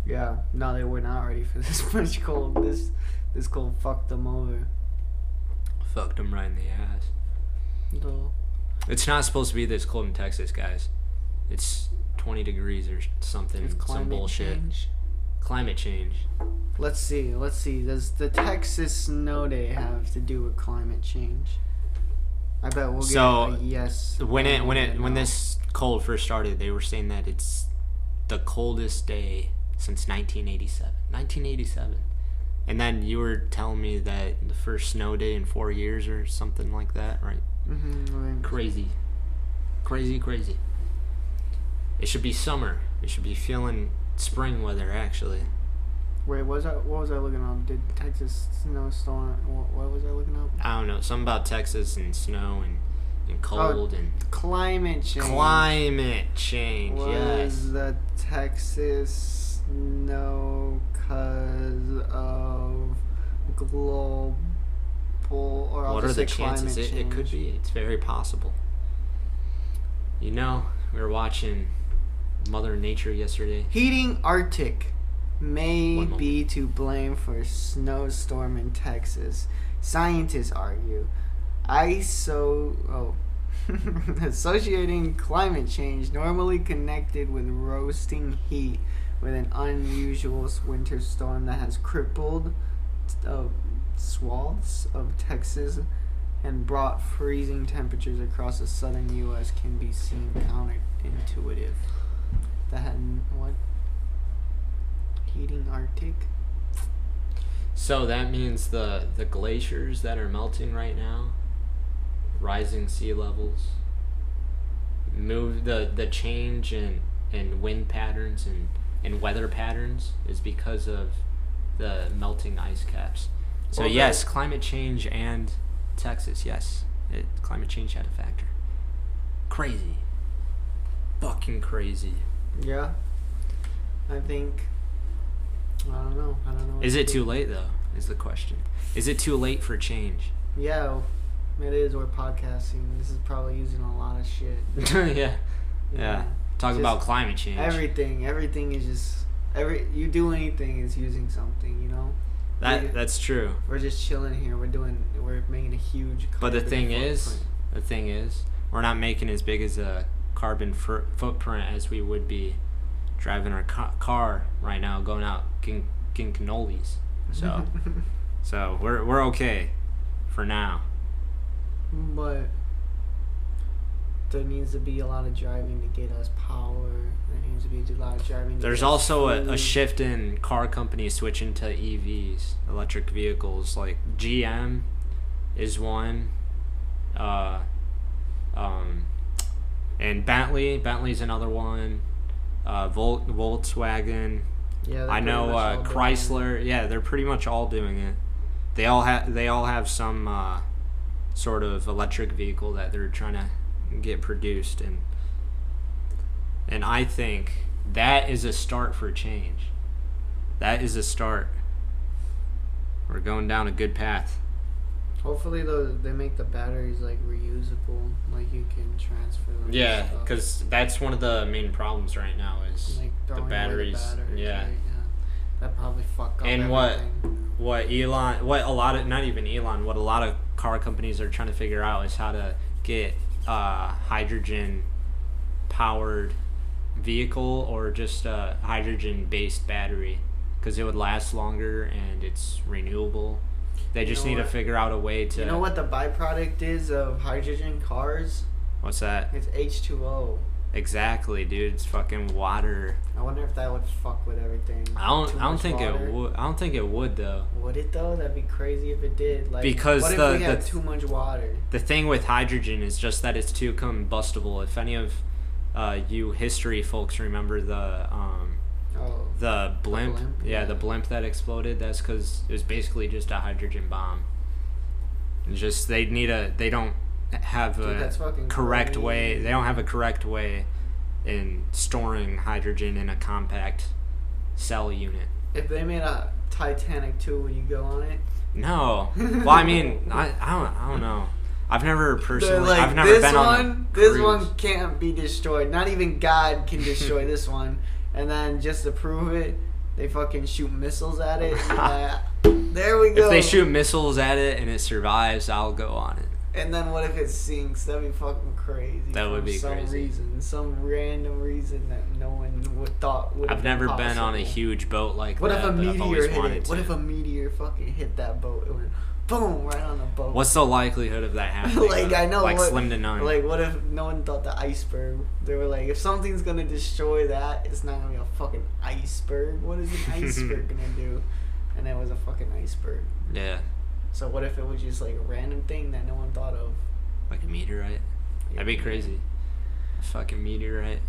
Speaker 1: Yeah. No, they were not ready for [LAUGHS] this much cold. This this cold fucked them over.
Speaker 2: Fucked them right in the ass.
Speaker 1: Though.
Speaker 2: It's not supposed to be this cold in Texas, guys. It's 20 degrees or something,
Speaker 1: It's
Speaker 2: some
Speaker 1: climate
Speaker 2: bullshit.
Speaker 1: change.
Speaker 2: Climate change.
Speaker 1: Let's see. Let's see. Does the Texas snow day have to do with climate change? I bet we'll get
Speaker 2: So,
Speaker 1: a yes.
Speaker 2: When it when
Speaker 1: and a
Speaker 2: it when
Speaker 1: no.
Speaker 2: this cold first started, they were saying that it's the coldest day since 1987. 1987. And then you were telling me that the first snow day in 4 years or something like that, right?
Speaker 1: Mhm, right.
Speaker 2: Crazy. Crazy, crazy. It should be summer. It should be feeling spring weather actually.
Speaker 1: Wait, what was I what was I looking up? Did Texas snowstorm? What, what was I looking up?
Speaker 2: I don't know, something about Texas and snow and and cold and
Speaker 1: Climate Oh, change.
Speaker 2: climate change.
Speaker 1: Was
Speaker 2: Yes.
Speaker 1: the Texas snow cause of global or I'll
Speaker 2: What are
Speaker 1: just
Speaker 2: the
Speaker 1: say climate
Speaker 2: chances? It, it could
Speaker 1: change.
Speaker 2: be. It's very possible. You know, we were watching Mother Nature yesterday.
Speaker 1: Heating Arctic may
Speaker 2: One moment.
Speaker 1: be to blame for snowstorm in Texas. Scientists argue. ISO oh [LAUGHS] associating climate change normally connected with roasting heat with an unusual winter storm that has crippled uh, swaths of Texas and brought freezing temperatures across the southern U.S. can be seen counterintuitive. That had n- what? Heating Arctic?
Speaker 2: So that means the the glaciers that are melting right now, rising sea levels, move the the change in in wind patterns and and weather patterns is because of the melting ice caps. So
Speaker 1: Well,
Speaker 2: yes, climate change and Texas, yes. It, climate change had a factor. Crazy. Fucking crazy.
Speaker 1: Yeah. I think. I don't know. I don't know. what
Speaker 2: Is
Speaker 1: to
Speaker 2: it
Speaker 1: do.
Speaker 2: too late though? Is the question. Is it too late for change? [LAUGHS]
Speaker 1: Yeah, it is. We're podcasting. This is probably using a lot of shit. [LAUGHS]
Speaker 2: yeah.
Speaker 1: you
Speaker 2: Yeah.
Speaker 1: know?
Speaker 2: Talk
Speaker 1: Just
Speaker 2: about climate change.
Speaker 1: Everything. Everything is just. Every you do anything is using something. You know.
Speaker 2: that
Speaker 1: Yeah.
Speaker 2: that's true.
Speaker 1: We're just chilling here. We're doing. We're making a huge.
Speaker 2: But the
Speaker 1: carbon
Speaker 2: thing is,
Speaker 1: footprint.
Speaker 2: the thing is, we're not making as big as a carbon fr- footprint as we would be driving our ca- car right now, going out getting, getting cannolis.
Speaker 1: Mm-hmm.
Speaker 2: So
Speaker 1: [LAUGHS]
Speaker 2: so we're we're okay for now.
Speaker 1: but there needs to be a lot of driving to get us power. There needs to be a lot of driving. To
Speaker 2: There's
Speaker 1: get us
Speaker 2: also a, a
Speaker 1: food.
Speaker 2: shift in car companies switching to EVs, electric vehicles. Like GM is one, uh, um, and Bentley. Bentley's another one. Uh, Vol- Volkswagen.
Speaker 1: Yeah, they're
Speaker 2: I know
Speaker 1: pretty much all
Speaker 2: uh,
Speaker 1: doing it.
Speaker 2: Chrysler. Yeah, they're pretty much all doing it. They all have they all have some uh, sort of electric vehicle that they're trying to get produced, and and I think that is a start for change. That is a start. We're going down a good path.
Speaker 1: Hopefully, though, they make the batteries like reusable, like you can transfer them. and
Speaker 2: Yeah,
Speaker 1: stuff.
Speaker 2: because that's one of the main problems right now is
Speaker 1: like
Speaker 2: the
Speaker 1: throwing away
Speaker 2: batteries. yeah.
Speaker 1: right? that probably fuck up.
Speaker 2: And what-
Speaker 1: everything.
Speaker 2: what Elon, what a lot of not even Elon, what a lot of car companies are trying to figure out is how to get uh, hydrogen powered vehicle or just a hydrogen based battery because it would last longer and it's renewable. They
Speaker 1: You
Speaker 2: just
Speaker 1: know
Speaker 2: need
Speaker 1: what?
Speaker 2: to figure out a way to
Speaker 1: You know what the byproduct is of hydrogen cars?
Speaker 2: what's that
Speaker 1: It's H two O.
Speaker 2: exactly, dude? It's fucking water.
Speaker 1: I wonder if that would fuck with everything.
Speaker 2: I don't,
Speaker 1: Too
Speaker 2: I don't
Speaker 1: much
Speaker 2: think
Speaker 1: water.
Speaker 2: it would. I don't think it would though.
Speaker 1: Would it though? That'd be crazy if it did. Like
Speaker 2: Because
Speaker 1: what
Speaker 2: the-
Speaker 1: if we had
Speaker 2: the-
Speaker 1: too much water?
Speaker 2: the thing with hydrogen is just that it's too combustible. If any of uh, you history folks remember the um,
Speaker 1: Oh,
Speaker 2: the blimp,
Speaker 1: blimp,
Speaker 2: yeah,
Speaker 1: yeah.
Speaker 2: the blimp that exploded, that's because it was basically just a hydrogen bomb. It's just they need a they don't have
Speaker 1: dude,
Speaker 2: a
Speaker 1: that's fucking
Speaker 2: correct
Speaker 1: crazy.
Speaker 2: way. They don't have a correct way in storing hydrogen in a compact cell unit.
Speaker 1: If they made a Titanic two, would you go on it?
Speaker 2: No, well,
Speaker 1: [LAUGHS]
Speaker 2: I mean, I, I don't I don't know. I've never
Speaker 1: They're
Speaker 2: personally.
Speaker 1: like,
Speaker 2: I've never
Speaker 1: this
Speaker 2: been
Speaker 1: one,
Speaker 2: on a
Speaker 1: this
Speaker 2: cruise."
Speaker 1: one can't be destroyed. Not even God can destroy this one. And then just to prove it, they fucking shoot missiles at
Speaker 2: [LAUGHS]
Speaker 1: it. and, uh, there we go.
Speaker 2: If they shoot missiles at it and it survives, I'll go on it.
Speaker 1: And then what if it sinks? That'd be fucking crazy.
Speaker 2: That would
Speaker 1: for
Speaker 2: be
Speaker 1: some
Speaker 2: crazy.
Speaker 1: reason, some random reason that no one would thought would.
Speaker 2: I've
Speaker 1: have
Speaker 2: never
Speaker 1: been,
Speaker 2: been on a
Speaker 1: possible.
Speaker 2: huge boat like
Speaker 1: What if
Speaker 2: that.
Speaker 1: a
Speaker 2: but I've
Speaker 1: meteor
Speaker 2: always
Speaker 1: hit
Speaker 2: wanted
Speaker 1: it? What
Speaker 2: to.
Speaker 1: if a meteor fucking hit that boat? It went boom right on the boat.
Speaker 2: What's the likelihood
Speaker 1: [LAUGHS]
Speaker 2: of that happening?
Speaker 1: Like, I know
Speaker 2: like
Speaker 1: what-
Speaker 2: slim to none.
Speaker 1: Like, what if no one thought the iceberg? They were like, if something's gonna destroy that, it's not gonna be a fucking iceberg. What is
Speaker 2: [LAUGHS]
Speaker 1: an iceberg gonna do? And it was a fucking iceberg.
Speaker 2: yeah,
Speaker 1: So what if it was just like a random thing that no one thought of?
Speaker 2: like a meteorite. That'd be crazy. A fucking meteorite.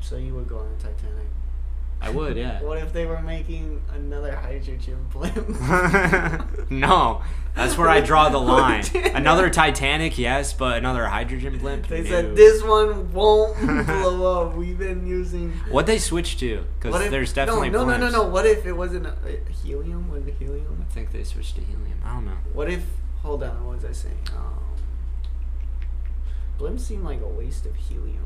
Speaker 1: So you would go on the Titanic.
Speaker 2: I would, yeah.
Speaker 1: [LAUGHS] What if they were making another hydrogen [LAUGHS] blimp?
Speaker 2: [LAUGHS] no, that's where I
Speaker 1: [LAUGHS]
Speaker 2: draw the line.
Speaker 1: Damn.
Speaker 2: Another Titanic, yes, but another hydrogen blimp.
Speaker 1: They
Speaker 2: no.
Speaker 1: said this one won't [LAUGHS]
Speaker 2: [LAUGHS]
Speaker 1: blow up. We've been using.
Speaker 2: What they switch to?
Speaker 1: What
Speaker 2: Because
Speaker 1: if-
Speaker 2: there's definitely
Speaker 1: no, no, no, no,
Speaker 2: blimps.
Speaker 1: no. What if it wasn't a, a helium? Was it helium?
Speaker 2: I think they switched to helium. I don't know.
Speaker 1: What if? Hold on. What was I saying? Um, blimps seem like a waste of helium.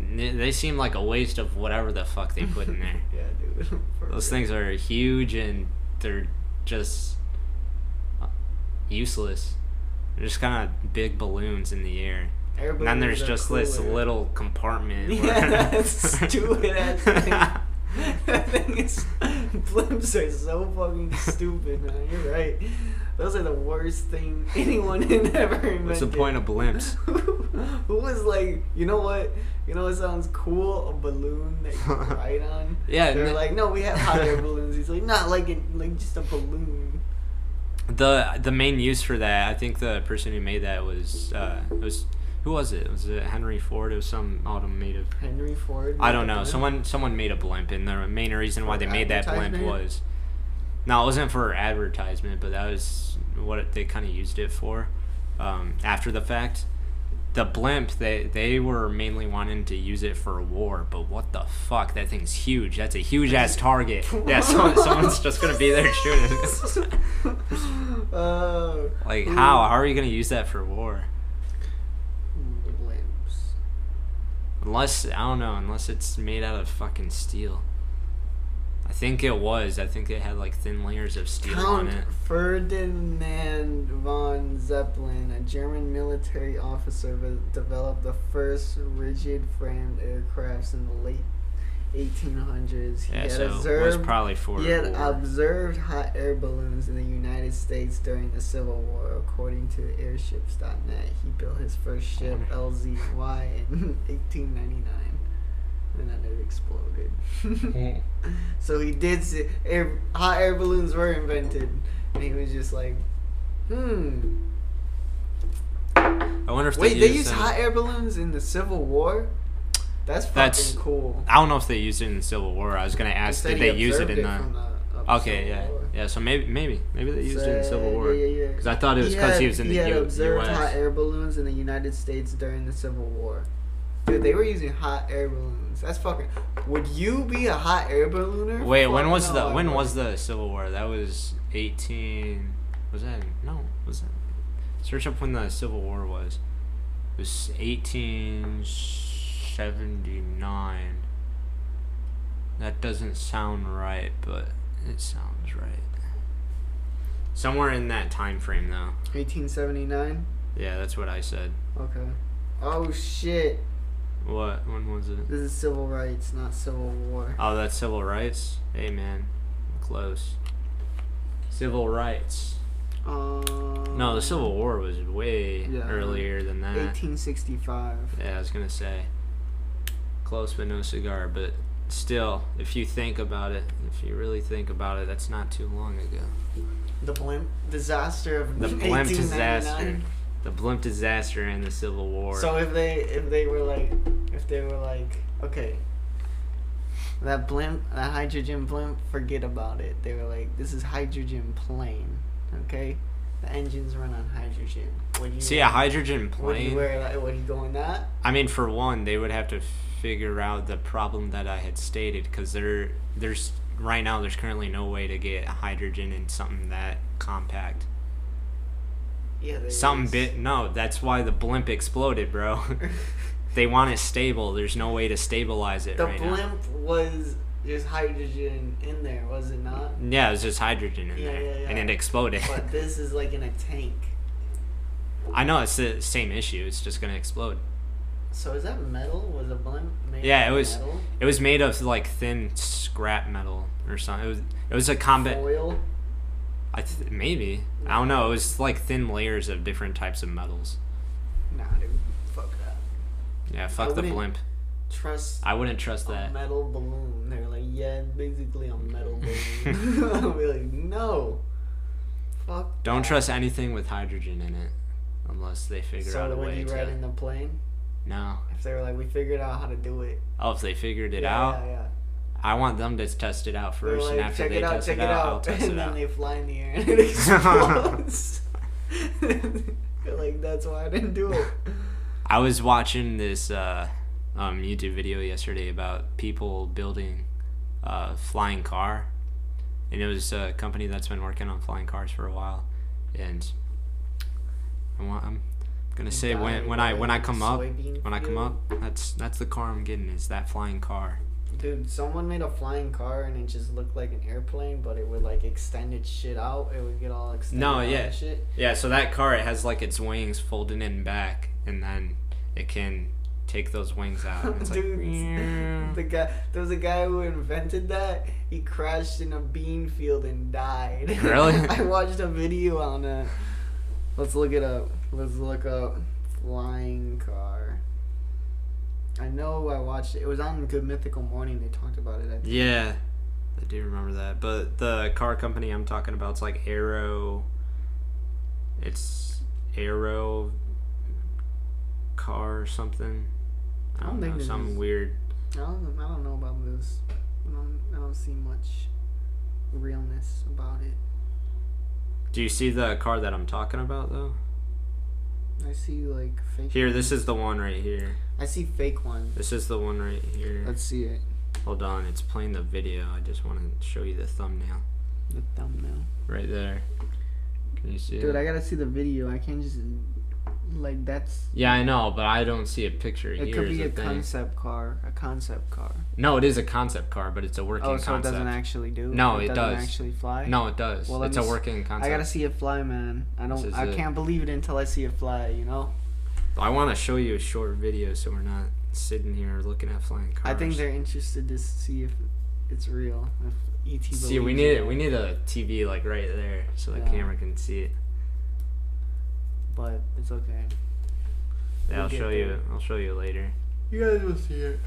Speaker 2: N- They seem like a waste of whatever the fuck they put in there.
Speaker 1: [LAUGHS] yeah, dude. for
Speaker 2: Those
Speaker 1: real.
Speaker 2: things are huge and they're just uh, useless. They're just kind of big balloons in the air.
Speaker 1: Everybody
Speaker 2: and then there's
Speaker 1: knows they're
Speaker 2: just this
Speaker 1: cooler.
Speaker 2: little
Speaker 1: [LAUGHS]
Speaker 2: compartment.
Speaker 1: Yeah,
Speaker 2: where- [LAUGHS]
Speaker 1: that stupid ass thing. that thing is. Blimps are so fucking stupid, man. You're right. Those are the worst thing anyone had ever invented.
Speaker 2: What's the point of blimps?
Speaker 1: [LAUGHS] Who was like, you know what? You know what sounds cool? A balloon that you
Speaker 2: [LAUGHS]
Speaker 1: ride on.
Speaker 2: Yeah,
Speaker 1: They're
Speaker 2: n-
Speaker 1: like, no, we have hot
Speaker 2: [LAUGHS]
Speaker 1: air balloons. He's like, not like it, like just a balloon.
Speaker 2: [LAUGHS] The the main use for that, I think the person who made that was uh, it was who was it? Was it Henry Ford? It was some automotive
Speaker 1: Henry Ford.
Speaker 2: I don't know.
Speaker 1: Like,
Speaker 2: Someone someone made a blimp, and the main reason why
Speaker 1: For
Speaker 2: they made that blimp
Speaker 1: advertisement?
Speaker 2: was no, it wasn't for advertisement, but that was what it- they kind of used it for um, after the fact. The blimp, they they were mainly wanting to use it for war, but what the fuck? That thing's huge. That's a
Speaker 1: [LAUGHS]
Speaker 2: huge ass target. Yeah, [LAUGHS] someone, someone's just gonna be there
Speaker 1: [LAUGHS]
Speaker 2: shooting.
Speaker 1: Oh.
Speaker 2: like how? How are you gonna use that for war?
Speaker 1: Blimps.
Speaker 2: Unless I don't know, unless it's made out of fucking steel. I think it was. I think it had like thin layers of steel on
Speaker 1: Count
Speaker 2: it.
Speaker 1: Ferdinand von Zeppelin, a German military officer, ve- developed the first rigid framed aircrafts in the late 1800s. He
Speaker 2: Yeah,
Speaker 1: had
Speaker 2: so it was
Speaker 1: observed
Speaker 2: probably for
Speaker 1: he had
Speaker 2: war.
Speaker 1: observed hot air balloons in the United States during the Civil War, according to airships.net. He built his first ship, LZY, in [LAUGHS] 1899, and then it exploded. [LAUGHS]
Speaker 2: Mm.
Speaker 1: so he did see air, hot air balloons were invented, and he was just like, hmm.
Speaker 2: I wonder if
Speaker 1: Wait,
Speaker 2: they,
Speaker 1: they
Speaker 2: used,
Speaker 1: used
Speaker 2: it-
Speaker 1: hot air balloons in the Civil War? That's fucking
Speaker 2: That's-
Speaker 1: cool.
Speaker 2: I don't know if they used it in the Civil War. I was gonna
Speaker 1: They
Speaker 2: ask,
Speaker 1: said
Speaker 2: did
Speaker 1: he
Speaker 2: they use it
Speaker 1: observed
Speaker 2: in
Speaker 1: from
Speaker 2: the?
Speaker 1: uh, Civil
Speaker 2: Okay, yeah,
Speaker 1: War.
Speaker 2: yeah. So maybe, maybe, maybe they used it in the Civil
Speaker 1: Said-
Speaker 2: War.
Speaker 1: Yeah, yeah, yeah.
Speaker 2: 'Cause I thought it was 'cause he
Speaker 1: had-
Speaker 2: was in the
Speaker 1: he had
Speaker 2: U-
Speaker 1: observed
Speaker 2: US.
Speaker 1: hot air balloons in the United States during the Civil War. Dude, they were using hot air balloons. That's fucking. Would you be a hot air ballooner?
Speaker 2: Wait,
Speaker 1: Fuck
Speaker 2: when was
Speaker 1: no,
Speaker 2: the
Speaker 1: I
Speaker 2: when
Speaker 1: wouldn't.
Speaker 2: was the Civil War? That was eighteen. Was that no? Was that search up when the Civil War was? It was eighteen seventy nine. That doesn't sound right, but it sounds right. Somewhere in that time frame, though.
Speaker 1: 1879?
Speaker 2: Yeah, that's what I said.
Speaker 1: Okay. Oh shit!
Speaker 2: What? When was it?
Speaker 1: This is civil rights, not civil war.
Speaker 2: Oh, that's civil rights. Hey, man, close. Civil rights.
Speaker 1: Um,
Speaker 2: No, the Civil War was way
Speaker 1: Yeah.
Speaker 2: earlier than that.
Speaker 1: 1865.
Speaker 2: Yeah, I was gonna say close but no cigar, but still, if you think about it, if you really think about it, that's not too long ago.
Speaker 1: The blimp disaster of
Speaker 2: The blimp disaster,
Speaker 1: 1899.
Speaker 2: the blimp disaster, and the Civil War.
Speaker 1: So if they if they were like if they were like okay that blimp that hydrogen blimp forget about it they were like this is hydrogen plane okay the engines run on hydrogen would you
Speaker 2: See a hydrogen
Speaker 1: would you
Speaker 2: plane.
Speaker 1: wear like would you go in that
Speaker 2: I mean, for one, they would have to figure out the problem that I had stated, because there, there's right now there's currently no way to get hydrogen in something that compact.
Speaker 1: yeah there
Speaker 2: Something
Speaker 1: is.
Speaker 2: bit no. That's why the blimp exploded, bro.
Speaker 1: [LAUGHS]
Speaker 2: they want it stable. There's no way to stabilize it
Speaker 1: the
Speaker 2: right now.
Speaker 1: blimp was just hydrogen in there was it not
Speaker 2: [LAUGHS] Yeah, it was just hydrogen in
Speaker 1: Yeah,
Speaker 2: there,
Speaker 1: yeah, yeah.
Speaker 2: and it exploded.
Speaker 1: but this is like in a tank
Speaker 2: [LAUGHS] I know it's the same issue. It's just gonna explode.
Speaker 1: so is that metal was a blimp made
Speaker 2: Yeah,
Speaker 1: of
Speaker 2: it was-
Speaker 1: metal?
Speaker 2: It was made of like thin scrap metal or something. It was it was a combat.
Speaker 1: foil
Speaker 2: I th- maybe I don't know. It was like thin layers of different types of metals.
Speaker 1: nah dude fuck that
Speaker 2: Yeah, fuck the
Speaker 1: wouldn't-
Speaker 2: blimp.
Speaker 1: trust
Speaker 2: I wouldn't trust
Speaker 1: a
Speaker 2: that.
Speaker 1: metal balloon. They're like, yeah, it's basically a
Speaker 2: [LAUGHS]
Speaker 1: metal balloon. [LAUGHS] I'll be like, no. Fuck.
Speaker 2: Don't
Speaker 1: that.
Speaker 2: trust anything with hydrogen in it, unless they figure
Speaker 1: So
Speaker 2: out a
Speaker 1: when
Speaker 2: way
Speaker 1: you ride in
Speaker 2: to.
Speaker 1: the plane,
Speaker 2: No.
Speaker 1: if they were like, we figured out how to do it.
Speaker 2: Oh, if they figured it
Speaker 1: yeah,
Speaker 2: out.
Speaker 1: Yeah, yeah.
Speaker 2: I want them to test it out
Speaker 1: They're
Speaker 2: first,
Speaker 1: like,
Speaker 2: and after
Speaker 1: check
Speaker 2: they
Speaker 1: it out,
Speaker 2: test
Speaker 1: check
Speaker 2: it out,
Speaker 1: [LAUGHS]
Speaker 2: I'll test
Speaker 1: and
Speaker 2: it
Speaker 1: then
Speaker 2: out.
Speaker 1: they fly in the air
Speaker 2: [LAUGHS]
Speaker 1: and [LAUGHS] it explodes. [LAUGHS] They're like, that's why I didn't do it.
Speaker 2: I was watching this uh, um, YouTube video yesterday about people building a flying car, and it was a company that's been working on flying cars for a while, and I want, I'm gonna say when when I when I come up
Speaker 1: Soybean
Speaker 2: when I come
Speaker 1: field.
Speaker 2: up that's that's the car I'm getting is that flying car.
Speaker 1: Dude, someone made a flying car and it just looked like an airplane, but it would like extend its shit out. It would get all extended
Speaker 2: No,
Speaker 1: out
Speaker 2: yeah.
Speaker 1: and shit.
Speaker 2: Yeah, so that car it has like its wings folded in back, and then it can take those wings out. and It's like,
Speaker 1: Dude,
Speaker 2: "Meow."
Speaker 1: [LAUGHS] the guy there was a guy who invented that. He crashed in a bean field and died.
Speaker 2: Really?
Speaker 1: [LAUGHS] I watched a video on it. Let's look it up. Let's look up flying car. I know I watched it. It was on Good Mythical Morning. They talked about it. I think.
Speaker 2: [LAUGHS] yeah, I do remember that. But the car company I'm talking about, it's like Aero. It's Aero car or something. I
Speaker 1: I
Speaker 2: don't
Speaker 1: don't think
Speaker 2: know
Speaker 1: this
Speaker 2: some
Speaker 1: is-
Speaker 2: weird.
Speaker 1: I don't, I don't know about this. I don't, I don't see much realness about it.
Speaker 2: Do you see the car that I'm talking about though?
Speaker 1: I see like fake.
Speaker 2: Here, this is the one right here.
Speaker 1: I see fake one.
Speaker 2: This is the one right here.
Speaker 1: Let's see it.
Speaker 2: Hold on, it's playing the video. I just want to show you the thumbnail.
Speaker 1: The thumbnail.
Speaker 2: Right there. Can you see
Speaker 1: Dude,
Speaker 2: it?
Speaker 1: I gotta see the video. I can't just like that's.
Speaker 2: yeah, I know, but I don't see a picture
Speaker 1: It
Speaker 2: here.
Speaker 1: could
Speaker 2: is
Speaker 1: be
Speaker 2: the
Speaker 1: a
Speaker 2: thing.
Speaker 1: concept car. A concept car.
Speaker 2: no, it is a concept car, but it's a working
Speaker 1: oh, so
Speaker 2: concept.
Speaker 1: it doesn't actually do.
Speaker 2: No, it
Speaker 1: doesn't
Speaker 2: does.
Speaker 1: actually fly.
Speaker 2: no, it does.
Speaker 1: Well, let
Speaker 2: it's
Speaker 1: me
Speaker 2: a
Speaker 1: s-
Speaker 2: working
Speaker 1: I
Speaker 2: concept.
Speaker 1: gotta see it fly, man. I
Speaker 2: This
Speaker 1: don't.
Speaker 2: is
Speaker 1: I
Speaker 2: it.
Speaker 1: can't believe it until I see it fly. You know.
Speaker 2: I want to show you a short video, so we're not sitting here looking at flying cars.
Speaker 1: I think they're interested to see if it's real. If ET.
Speaker 2: See, we
Speaker 1: believes
Speaker 2: need
Speaker 1: it.
Speaker 2: we need a TV like right there so the
Speaker 1: Yeah.
Speaker 2: camera can see it.
Speaker 1: But it's okay.
Speaker 2: Yeah,
Speaker 1: We'll
Speaker 2: I'll
Speaker 1: get
Speaker 2: show
Speaker 1: there.
Speaker 2: you. I'll show you later.
Speaker 1: You guys will see it.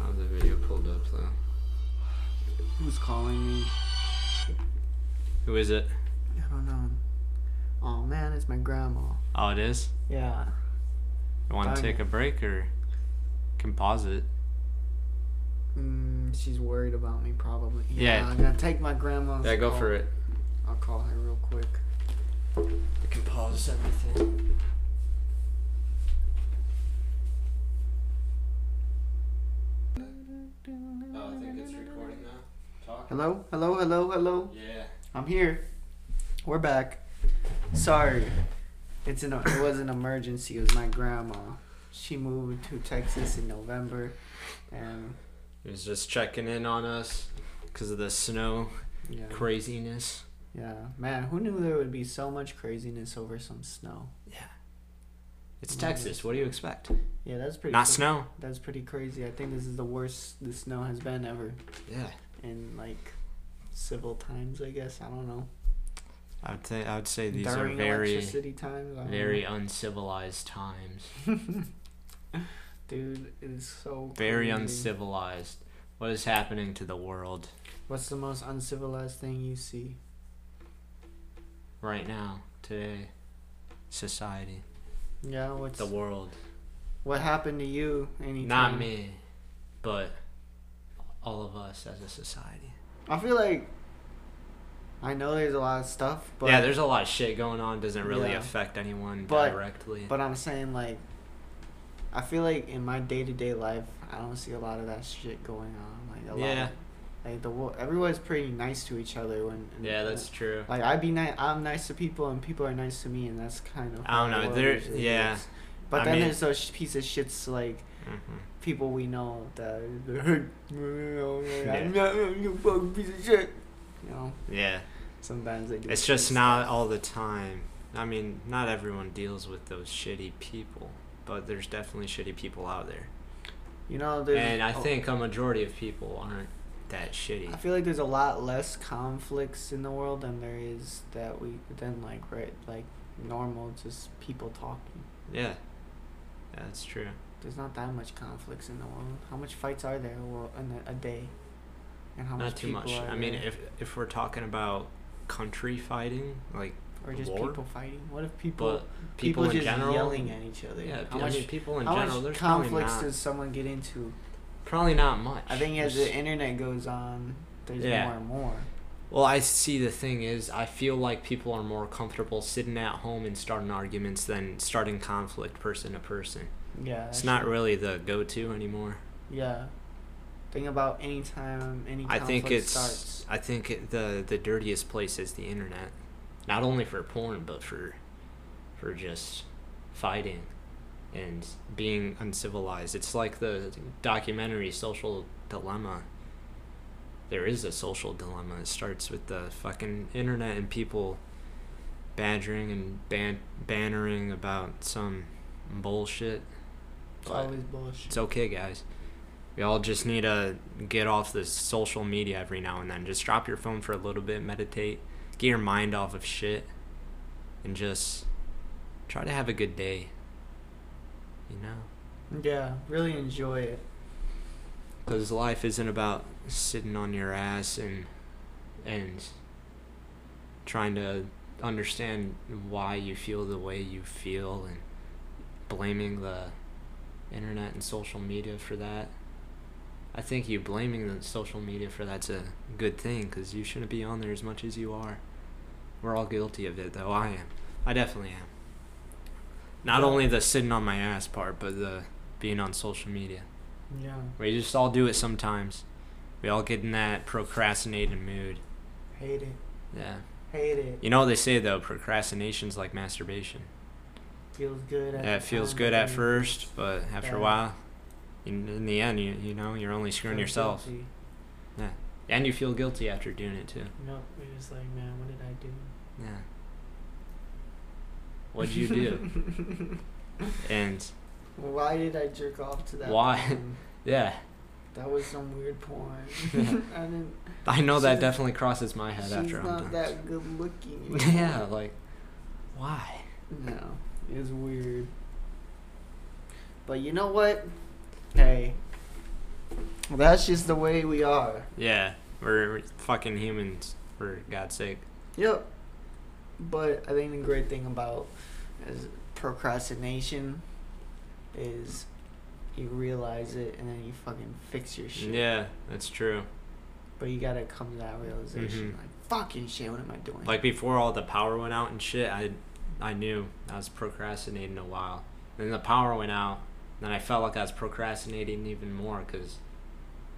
Speaker 2: I have the video pulled up though.
Speaker 1: Who's calling me?
Speaker 2: Who is it?
Speaker 1: I don't know. Oh man, it's my grandma.
Speaker 2: Oh, it is.
Speaker 1: Yeah.
Speaker 2: You want to
Speaker 1: Done.
Speaker 2: take a break or can pause it?
Speaker 1: Mm, she's worried about me probably.
Speaker 2: Yeah.
Speaker 1: I'm gonna take my grandma's.
Speaker 2: Yeah, go
Speaker 1: call.
Speaker 2: for it.
Speaker 1: I'll call her real quick.
Speaker 2: I can pause everything. Oh, I think it's recording now. Talk.
Speaker 1: Hello, hello, hello, hello.
Speaker 2: Yeah.
Speaker 1: I'm here. We're back. Sorry, it's an it was an emergency. It was my grandma. She moved to Texas in November, and
Speaker 2: He was just checking in on us because of the snow
Speaker 1: yeah,
Speaker 2: craziness.
Speaker 1: yeah, man, who knew there would be so much craziness over some snow?
Speaker 2: It's
Speaker 1: Mhm.
Speaker 2: Texas. What do you expect?
Speaker 1: Yeah, that's pretty.
Speaker 2: Not
Speaker 1: cra-
Speaker 2: snow.
Speaker 1: That's pretty crazy. I think this is the worst the snow has been ever
Speaker 2: Yeah.
Speaker 1: in like civil times. I guess I don't know.
Speaker 2: I would say I would say these
Speaker 1: During
Speaker 2: are very
Speaker 1: electricity times. I don't
Speaker 2: very uncivilized times.
Speaker 1: know. dude, it is so
Speaker 2: Very
Speaker 1: crazy.
Speaker 2: uncivilized. What is happening to the world
Speaker 1: What's the most uncivilized thing you see?
Speaker 2: right now, today? Society.
Speaker 1: Yeah, what's
Speaker 2: The world.
Speaker 1: what happened to you? Anytime?
Speaker 2: Not me, but all of us as a society.
Speaker 1: I feel like I know there's a lot of stuff, but
Speaker 2: yeah, there's a lot of shit going on. Doesn't really
Speaker 1: Yeah.
Speaker 2: affect anyone
Speaker 1: But-
Speaker 2: directly.
Speaker 1: But I'm saying like, I feel like in my day to day life, I don't see a lot of that shit going on. Like a lot.
Speaker 2: Yeah.
Speaker 1: Of, like the wo- everyone's pretty nice to each other when. and-
Speaker 2: yeah, that's true.
Speaker 1: Like I be nice. I'm nice to people, and people are nice to me, and that's kind of.
Speaker 2: I
Speaker 1: how the
Speaker 2: don't know,
Speaker 1: world
Speaker 2: there-
Speaker 1: usually
Speaker 2: yeah.
Speaker 1: works. But
Speaker 2: I
Speaker 1: then
Speaker 2: mean-
Speaker 1: there's those sh- piece of shits like
Speaker 2: Mhm.
Speaker 1: people we know that they're you fucking piece of shit. You know,
Speaker 2: Yeah.
Speaker 1: sometimes they do.
Speaker 2: It's
Speaker 1: shit
Speaker 2: just not all the time. I mean, not everyone deals with those shitty people, but there's definitely shitty people out there.
Speaker 1: You know, there's.
Speaker 2: And I
Speaker 1: oh,
Speaker 2: think a majority of people aren't that
Speaker 1: I
Speaker 2: shitty.
Speaker 1: feel like there's a lot less conflicts in the world than there is that we than like right like normal just people talking.
Speaker 2: Yeah. That's true.
Speaker 1: There's not that much conflicts in the world. How much fights are there in the world- in a, a day? And how
Speaker 2: Not too
Speaker 1: people
Speaker 2: much.
Speaker 1: are
Speaker 2: I mean,
Speaker 1: there?
Speaker 2: if if we're talking about country fighting, like
Speaker 1: or just
Speaker 2: war?
Speaker 1: people fighting. What if people
Speaker 2: but people, in
Speaker 1: just
Speaker 2: general,
Speaker 1: yelling at each other?
Speaker 2: yeah,
Speaker 1: how
Speaker 2: I
Speaker 1: much
Speaker 2: mean, people in
Speaker 1: how
Speaker 2: general,
Speaker 1: much
Speaker 2: there's probably
Speaker 1: conflicts
Speaker 2: not,
Speaker 1: does someone get into?
Speaker 2: probably not much.
Speaker 1: I think as
Speaker 2: There's-
Speaker 1: the internet goes on, there's
Speaker 2: Yeah.
Speaker 1: more and more.
Speaker 2: Well, I see the thing is, I feel like people are more comfortable sitting at home and starting arguments than starting conflict person to person.
Speaker 1: Yeah,
Speaker 2: It's not really the go to anymore.
Speaker 1: Yeah, think about any time any
Speaker 2: I
Speaker 1: conflict
Speaker 2: think it's
Speaker 1: starts.
Speaker 2: I think it, the the dirtiest place is the internet. Not only for porn, but for for just fighting and being uncivilized. It's like the documentary Social Dilemma. There is a social dilemma. It starts with the fucking internet and people badgering and ban- bannering about some bullshit.
Speaker 1: It's
Speaker 2: But-
Speaker 1: always bullshit.
Speaker 2: it's okay, guys. We all just need to get off the social media every now and then. Just drop your phone for a little bit, meditate, get your mind off of shit, and just try to have a good day. You know?
Speaker 1: Yeah, really enjoy it.
Speaker 2: Because life isn't about sitting on your ass and and trying to understand why you feel the way you feel and blaming the internet and social media for that. I think you blaming the social media for that's a good thing because you shouldn't be on there as much as you are. We're all guilty of it, though. I am. I definitely am. Not
Speaker 1: Yeah.
Speaker 2: only the sitting on my ass part, but the being on social media.
Speaker 1: Yeah,
Speaker 2: We just all do it sometimes. We all get in that procrastinated mood.
Speaker 1: hate it,
Speaker 2: Yeah.
Speaker 1: hate it.
Speaker 2: You know what they say though, procrastination's like masturbation.
Speaker 1: Feels good. At
Speaker 2: Yeah,
Speaker 1: the
Speaker 2: it feels
Speaker 1: time,
Speaker 2: good at
Speaker 1: then
Speaker 2: first, but after
Speaker 1: Yeah.
Speaker 2: a while, in, in the end, you you know you're only screwing
Speaker 1: feel
Speaker 2: yourself,
Speaker 1: guilty.
Speaker 2: and you feel guilty after doing it too.
Speaker 1: Nope, you're just like, man, what did I do?
Speaker 2: Yeah.
Speaker 1: [LAUGHS]
Speaker 2: What'd you do? and
Speaker 1: Why did I jerk off to that?
Speaker 2: Why?
Speaker 1: porn?
Speaker 2: Yeah,
Speaker 1: That was some weird
Speaker 2: [LAUGHS]
Speaker 1: porn. [LAUGHS] I didn't.
Speaker 2: I know that
Speaker 1: She's-
Speaker 2: definitely crosses my head
Speaker 1: She's
Speaker 2: after I'm
Speaker 1: not
Speaker 2: done. [LAUGHS]
Speaker 1: that good looking.
Speaker 2: yeah, like why?
Speaker 1: No, it's weird. But you know what? Hey, that's just the way we are.
Speaker 2: Yeah, we're, we're fucking humans. For God's sake.
Speaker 1: Yep. But I think the great thing about is procrastination is you realize it and then you fucking fix your shit.
Speaker 2: Yeah, that's true.
Speaker 1: But you gotta come to that realization,
Speaker 2: Mhm.
Speaker 1: like fucking shit, what am I doing?
Speaker 2: Like before all the power went out and shit, I I knew I was procrastinating a while. Then the power went out, then I felt like I was procrastinating even more because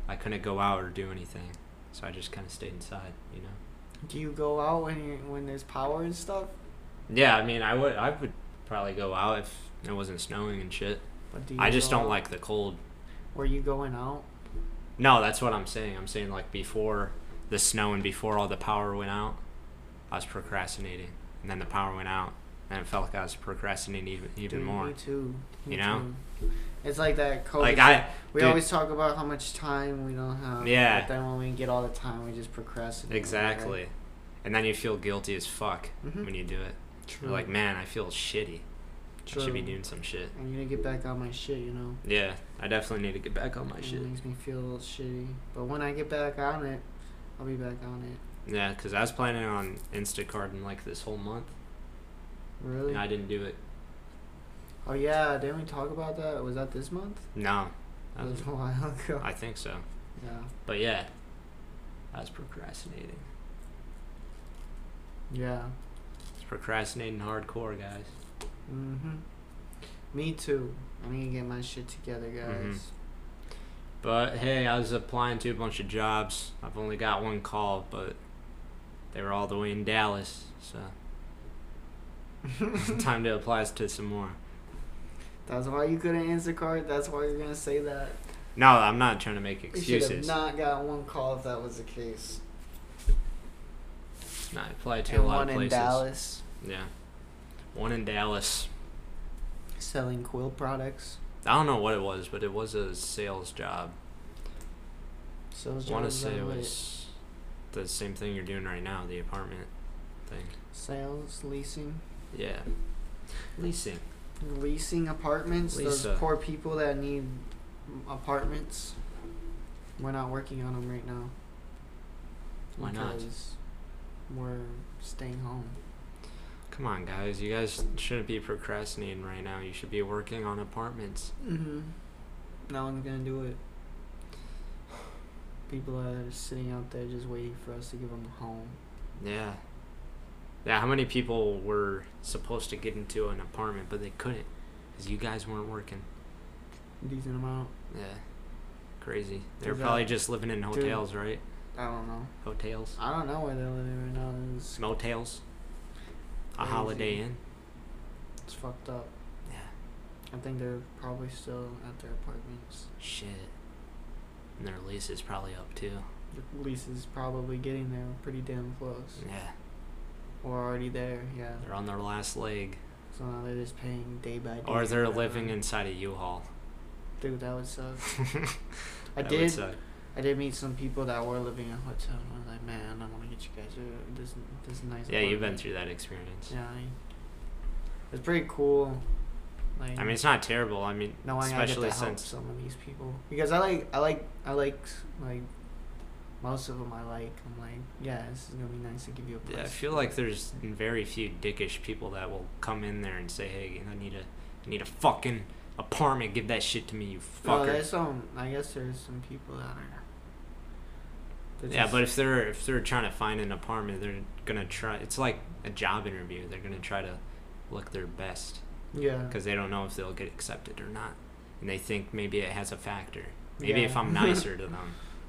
Speaker 2: I couldn't go out or do anything. So I just kind of stayed inside, you know.
Speaker 1: do you go out when you when there's power and stuff?
Speaker 2: Yeah, I mean, I would I would probably go out if it wasn't snowing and shit.
Speaker 1: But do you
Speaker 2: I just
Speaker 1: go
Speaker 2: don't
Speaker 1: out-
Speaker 2: like the cold.
Speaker 1: Were you going out?
Speaker 2: No, that's what I'm saying. I'm saying like before the snow and before all the power went out, I was procrastinating, and then the power went out, and it felt like I was procrastinating even even
Speaker 1: Dude,
Speaker 2: more.
Speaker 1: Me too. Me
Speaker 2: You know?
Speaker 1: too. It's like that COVID.
Speaker 2: Like I,
Speaker 1: we
Speaker 2: dude.
Speaker 1: always talk about how much time we don't have.
Speaker 2: Yeah.
Speaker 1: But then when we get all the time, we just procrastinate.
Speaker 2: Exactly. And then you feel guilty as fuck
Speaker 1: Mm-hmm.
Speaker 2: when you do it.
Speaker 1: True.
Speaker 2: You're like, man, I feel shitty. I should be
Speaker 1: True.
Speaker 2: doing some shit.
Speaker 1: I need to get back on my shit, you know.
Speaker 2: Yeah, I definitely need to get back on my
Speaker 1: It
Speaker 2: shit.
Speaker 1: makes me feel shitty. But when I get back on it, I'll be back on it.
Speaker 2: Yeah, 'cause I was planning on Instacarting like this whole month,
Speaker 1: Really?
Speaker 2: and I didn't do it.
Speaker 1: oh yeah, didn't we talk about that? Was that this month?
Speaker 2: No. I,
Speaker 1: That was a [LAUGHS]
Speaker 2: don't-
Speaker 1: while ago.
Speaker 2: I think so.
Speaker 1: yeah.
Speaker 2: But yeah, I was procrastinating.
Speaker 1: Yeah.
Speaker 2: It's procrastinating hardcore, guys.
Speaker 1: Mhm. Me too. I need to get my shit together, guys.
Speaker 2: Mhm. But hey, I was applying to a bunch of jobs. I've only got one call, but they were all the way in Dallas,
Speaker 1: [LAUGHS]
Speaker 2: so time to apply to some more.
Speaker 1: That's why you couldn't answer card. That's why you're gonna say that.
Speaker 2: No, I'm not trying to make
Speaker 1: You should have
Speaker 2: excuses.
Speaker 1: not got one call if that was the case.
Speaker 2: No, I applied to
Speaker 1: And
Speaker 2: a lot
Speaker 1: one
Speaker 2: of
Speaker 1: in
Speaker 2: places.
Speaker 1: Dallas
Speaker 2: Yeah, one in Dallas.
Speaker 1: selling quill products.
Speaker 2: I don't know what it was, but it was a sales job.
Speaker 1: So those
Speaker 2: I want to
Speaker 1: jobs
Speaker 2: say it
Speaker 1: are lit.
Speaker 2: was the same thing you're doing right now, the apartment thing.
Speaker 1: sales, leasing,
Speaker 2: Yeah, leasing.
Speaker 1: leasing apartments.
Speaker 2: Lisa.
Speaker 1: Those poor people that need apartments. We're not working on them right now.
Speaker 2: Why not?
Speaker 1: Because We're staying home.
Speaker 2: Come on, guys. You guys shouldn't be procrastinating right now. You should be working on apartments.
Speaker 1: Mm-hmm. No one's gonna do it. People are sitting out there just waiting for us to give them a home.
Speaker 2: Yeah. Yeah, how many people were supposed to get into an apartment, but they couldn't? Because you guys weren't working.
Speaker 1: Decent amount.
Speaker 2: Yeah. Crazy. They were
Speaker 1: Dude,
Speaker 2: probably
Speaker 1: that-
Speaker 2: just living in hotels, right?
Speaker 1: I don't know.
Speaker 2: Hotels?
Speaker 1: I don't know where they're living right now. It's,
Speaker 2: Motels? A
Speaker 1: Crazy.
Speaker 2: Holiday Inn?
Speaker 1: it's fucked up.
Speaker 2: Yeah.
Speaker 1: I think they're probably still at their apartments.
Speaker 2: Shit. And their lease is probably up too.
Speaker 1: The lease is probably getting there pretty damn close.
Speaker 2: Yeah.
Speaker 1: Or already there, yeah.
Speaker 2: They're on their last leg.
Speaker 1: So now they're just paying day by day.
Speaker 2: Or they're
Speaker 1: for it.
Speaker 2: living inside a U-Haul.
Speaker 1: Dude, that would suck. I
Speaker 2: [LAUGHS] That would
Speaker 1: did.
Speaker 2: suck.
Speaker 1: I did meet some people that were living in a hotel, and I was like, man, I want to get you guys a, this this nice.
Speaker 2: Yeah, you've been
Speaker 1: apartment."
Speaker 2: through that experience.
Speaker 1: Yeah, I, it's pretty cool. Like
Speaker 2: I mean, it's not terrible. I mean,
Speaker 1: knowing
Speaker 2: especially
Speaker 1: I get to help
Speaker 2: since
Speaker 1: some of these people because I like I like I like like most of them I like. I'm like, yeah, this is gonna be nice to give you a. Place.
Speaker 2: Yeah, I feel like there's very few dickish people that will come in there and say, "Hey, I need a, I need a fucking apartment. Give that shit to me, you
Speaker 1: Oh,
Speaker 2: fucker."
Speaker 1: there's some. I guess there's some people that are. they're
Speaker 2: yeah,
Speaker 1: just-
Speaker 2: but if they're if they're trying to find an apartment, they're gonna try. It's like a job interview. They're gonna try to look their best
Speaker 1: yeah,
Speaker 2: because they don't know if they'll get accepted or not, and they think maybe it has a factor. Maybe
Speaker 1: Yeah. [LAUGHS]
Speaker 2: if I'm nicer to them,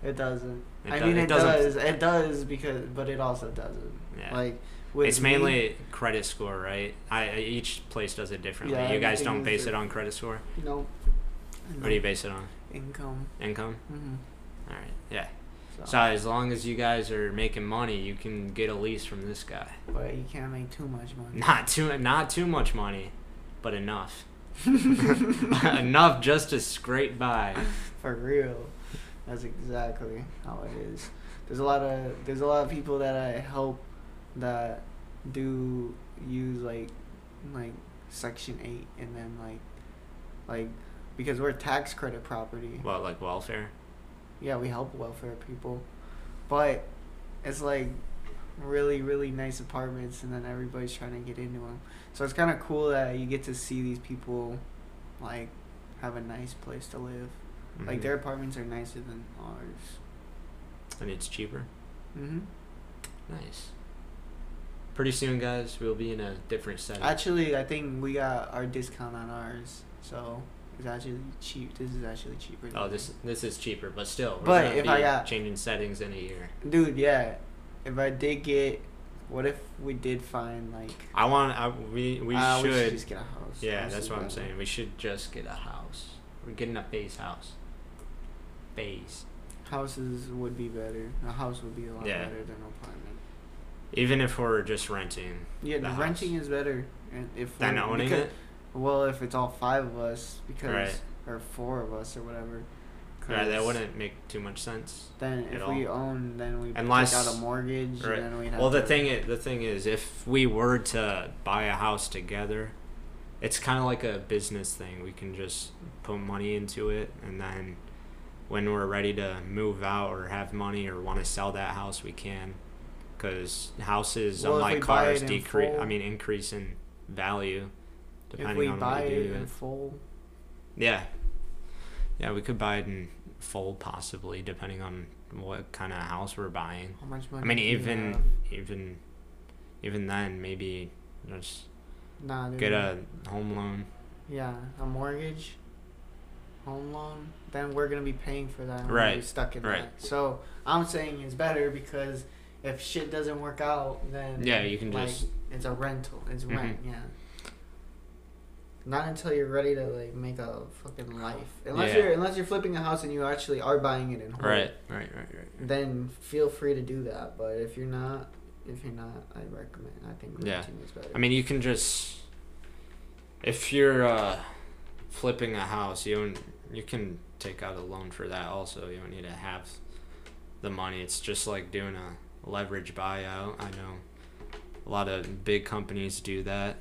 Speaker 1: it doesn't.
Speaker 2: it,
Speaker 1: I
Speaker 2: do-
Speaker 1: mean,
Speaker 2: it
Speaker 1: it,
Speaker 2: doesn't.
Speaker 1: does. It does because, but it also doesn't.
Speaker 2: Yeah.
Speaker 1: Like with
Speaker 2: it's
Speaker 1: me-
Speaker 2: mainly credit score, right? I I- each place does it differently.
Speaker 1: Yeah,
Speaker 2: you guys
Speaker 1: everything
Speaker 2: don't
Speaker 1: is
Speaker 2: base it
Speaker 1: different.
Speaker 2: on credit score.
Speaker 1: no.
Speaker 2: What do you base it on?
Speaker 1: Income.
Speaker 2: Income.
Speaker 1: Mm-hmm.
Speaker 2: All right. Yeah.
Speaker 1: So,
Speaker 2: So as long as you guys are making money, you can get a lease from this guy. [LAUGHS]
Speaker 1: but you can't make too much money.
Speaker 2: Not too not too much money, but enough. [LAUGHS]
Speaker 1: [LAUGHS]
Speaker 2: Enough just to scrape by.
Speaker 1: For real. That's exactly how it is. There's a lot of there's a lot of people that I help that do use like like section 8 and then like like because we're tax credit property.
Speaker 2: What, like welfare?
Speaker 1: Yeah, we help welfare people. But it's like really really nice apartments and then everybody's trying to get into them. So it's kind of cool that you get to see these people like have a nice place to live. Like
Speaker 2: Mhm.
Speaker 1: their apartments are nicer than ours.
Speaker 2: And it's cheaper.
Speaker 1: hmm
Speaker 2: Nice. Pretty soon, guys, we'll be in a different setting.
Speaker 1: Actually, I think we got our discount on ours, so it's actually cheap. This is actually cheaper.
Speaker 2: oh,
Speaker 1: than-
Speaker 2: this this is cheaper, but still.
Speaker 1: But
Speaker 2: gonna
Speaker 1: if
Speaker 2: be
Speaker 1: I got-
Speaker 2: changing settings in a year,
Speaker 1: Dude, yeah. If I did get, what if we did find like?
Speaker 2: I want. I, we we
Speaker 1: Ah,
Speaker 2: should.
Speaker 1: just get a house.
Speaker 2: yeah, that's
Speaker 1: honestly,
Speaker 2: what I'm
Speaker 1: but-
Speaker 2: saying. We should just get a house. We're getting a base house. Base.
Speaker 1: Houses would be better. A house would be a lot
Speaker 2: Yeah.
Speaker 1: better than an apartment.
Speaker 2: Even if we're just renting.
Speaker 1: Yeah,
Speaker 2: The
Speaker 1: the
Speaker 2: house.
Speaker 1: renting is better, and if
Speaker 2: Than
Speaker 1: we're-
Speaker 2: owning
Speaker 1: because-
Speaker 2: it.
Speaker 1: Well, if it's all five of us, because
Speaker 2: Right.
Speaker 1: or four of us or whatever.
Speaker 2: Yeah, that
Speaker 1: 'cause
Speaker 2: wouldn't make too much sense.
Speaker 1: Then
Speaker 2: at
Speaker 1: if
Speaker 2: all.
Speaker 1: we own, then we
Speaker 2: Unless-
Speaker 1: take out a mortgage,
Speaker 2: right.
Speaker 1: and then we'd have.
Speaker 2: Well, the
Speaker 1: to-
Speaker 2: thing is, the thing is, if we were to buy a house together, it's kind of like a business thing. We can just put money into it, and then when we're ready to move out or have money or want to sell that house, we can. Because houses,
Speaker 1: Well, if we
Speaker 2: unlike
Speaker 1: buy
Speaker 2: cars,
Speaker 1: it in
Speaker 2: decrease. I
Speaker 1: full-
Speaker 2: mean, increase in value depending
Speaker 1: if we
Speaker 2: on
Speaker 1: buy
Speaker 2: what you do.
Speaker 1: it
Speaker 2: to
Speaker 1: in
Speaker 2: it.
Speaker 1: full,
Speaker 2: Yeah, yeah, we could buy it in full, possibly depending on what kind of house we're buying.
Speaker 1: how much money?
Speaker 2: I mean,
Speaker 1: do you
Speaker 2: even
Speaker 1: have?
Speaker 2: even even then, maybe just
Speaker 1: nah, dude.
Speaker 2: get a home loan.
Speaker 1: yeah, a mortgage, home loan. Then we're gonna be paying for that. and We're gonna be
Speaker 2: Right,
Speaker 1: stuck in
Speaker 2: right.
Speaker 1: that. So I'm saying it's better because if shit doesn't work out, then
Speaker 2: Yeah, you can
Speaker 1: like,
Speaker 2: just
Speaker 1: it's a rental. It's
Speaker 2: Mhm.
Speaker 1: rent. Yeah. Not until you're ready to like make a fucking life. Unless
Speaker 2: Yeah.
Speaker 1: you're unless you're flipping a house and you actually are buying it in whole.
Speaker 2: right, right, right, right.
Speaker 1: then feel free to do that. But if you're not, if you're not, I recommend. I think renting
Speaker 2: Yeah.
Speaker 1: is better.
Speaker 2: I mean, you can just if you're uh, flipping a house, you don't, you can take out a loan for that. Also, you don't need to have the money. It's just like doing a leverage buyout. I know a lot of big companies do that,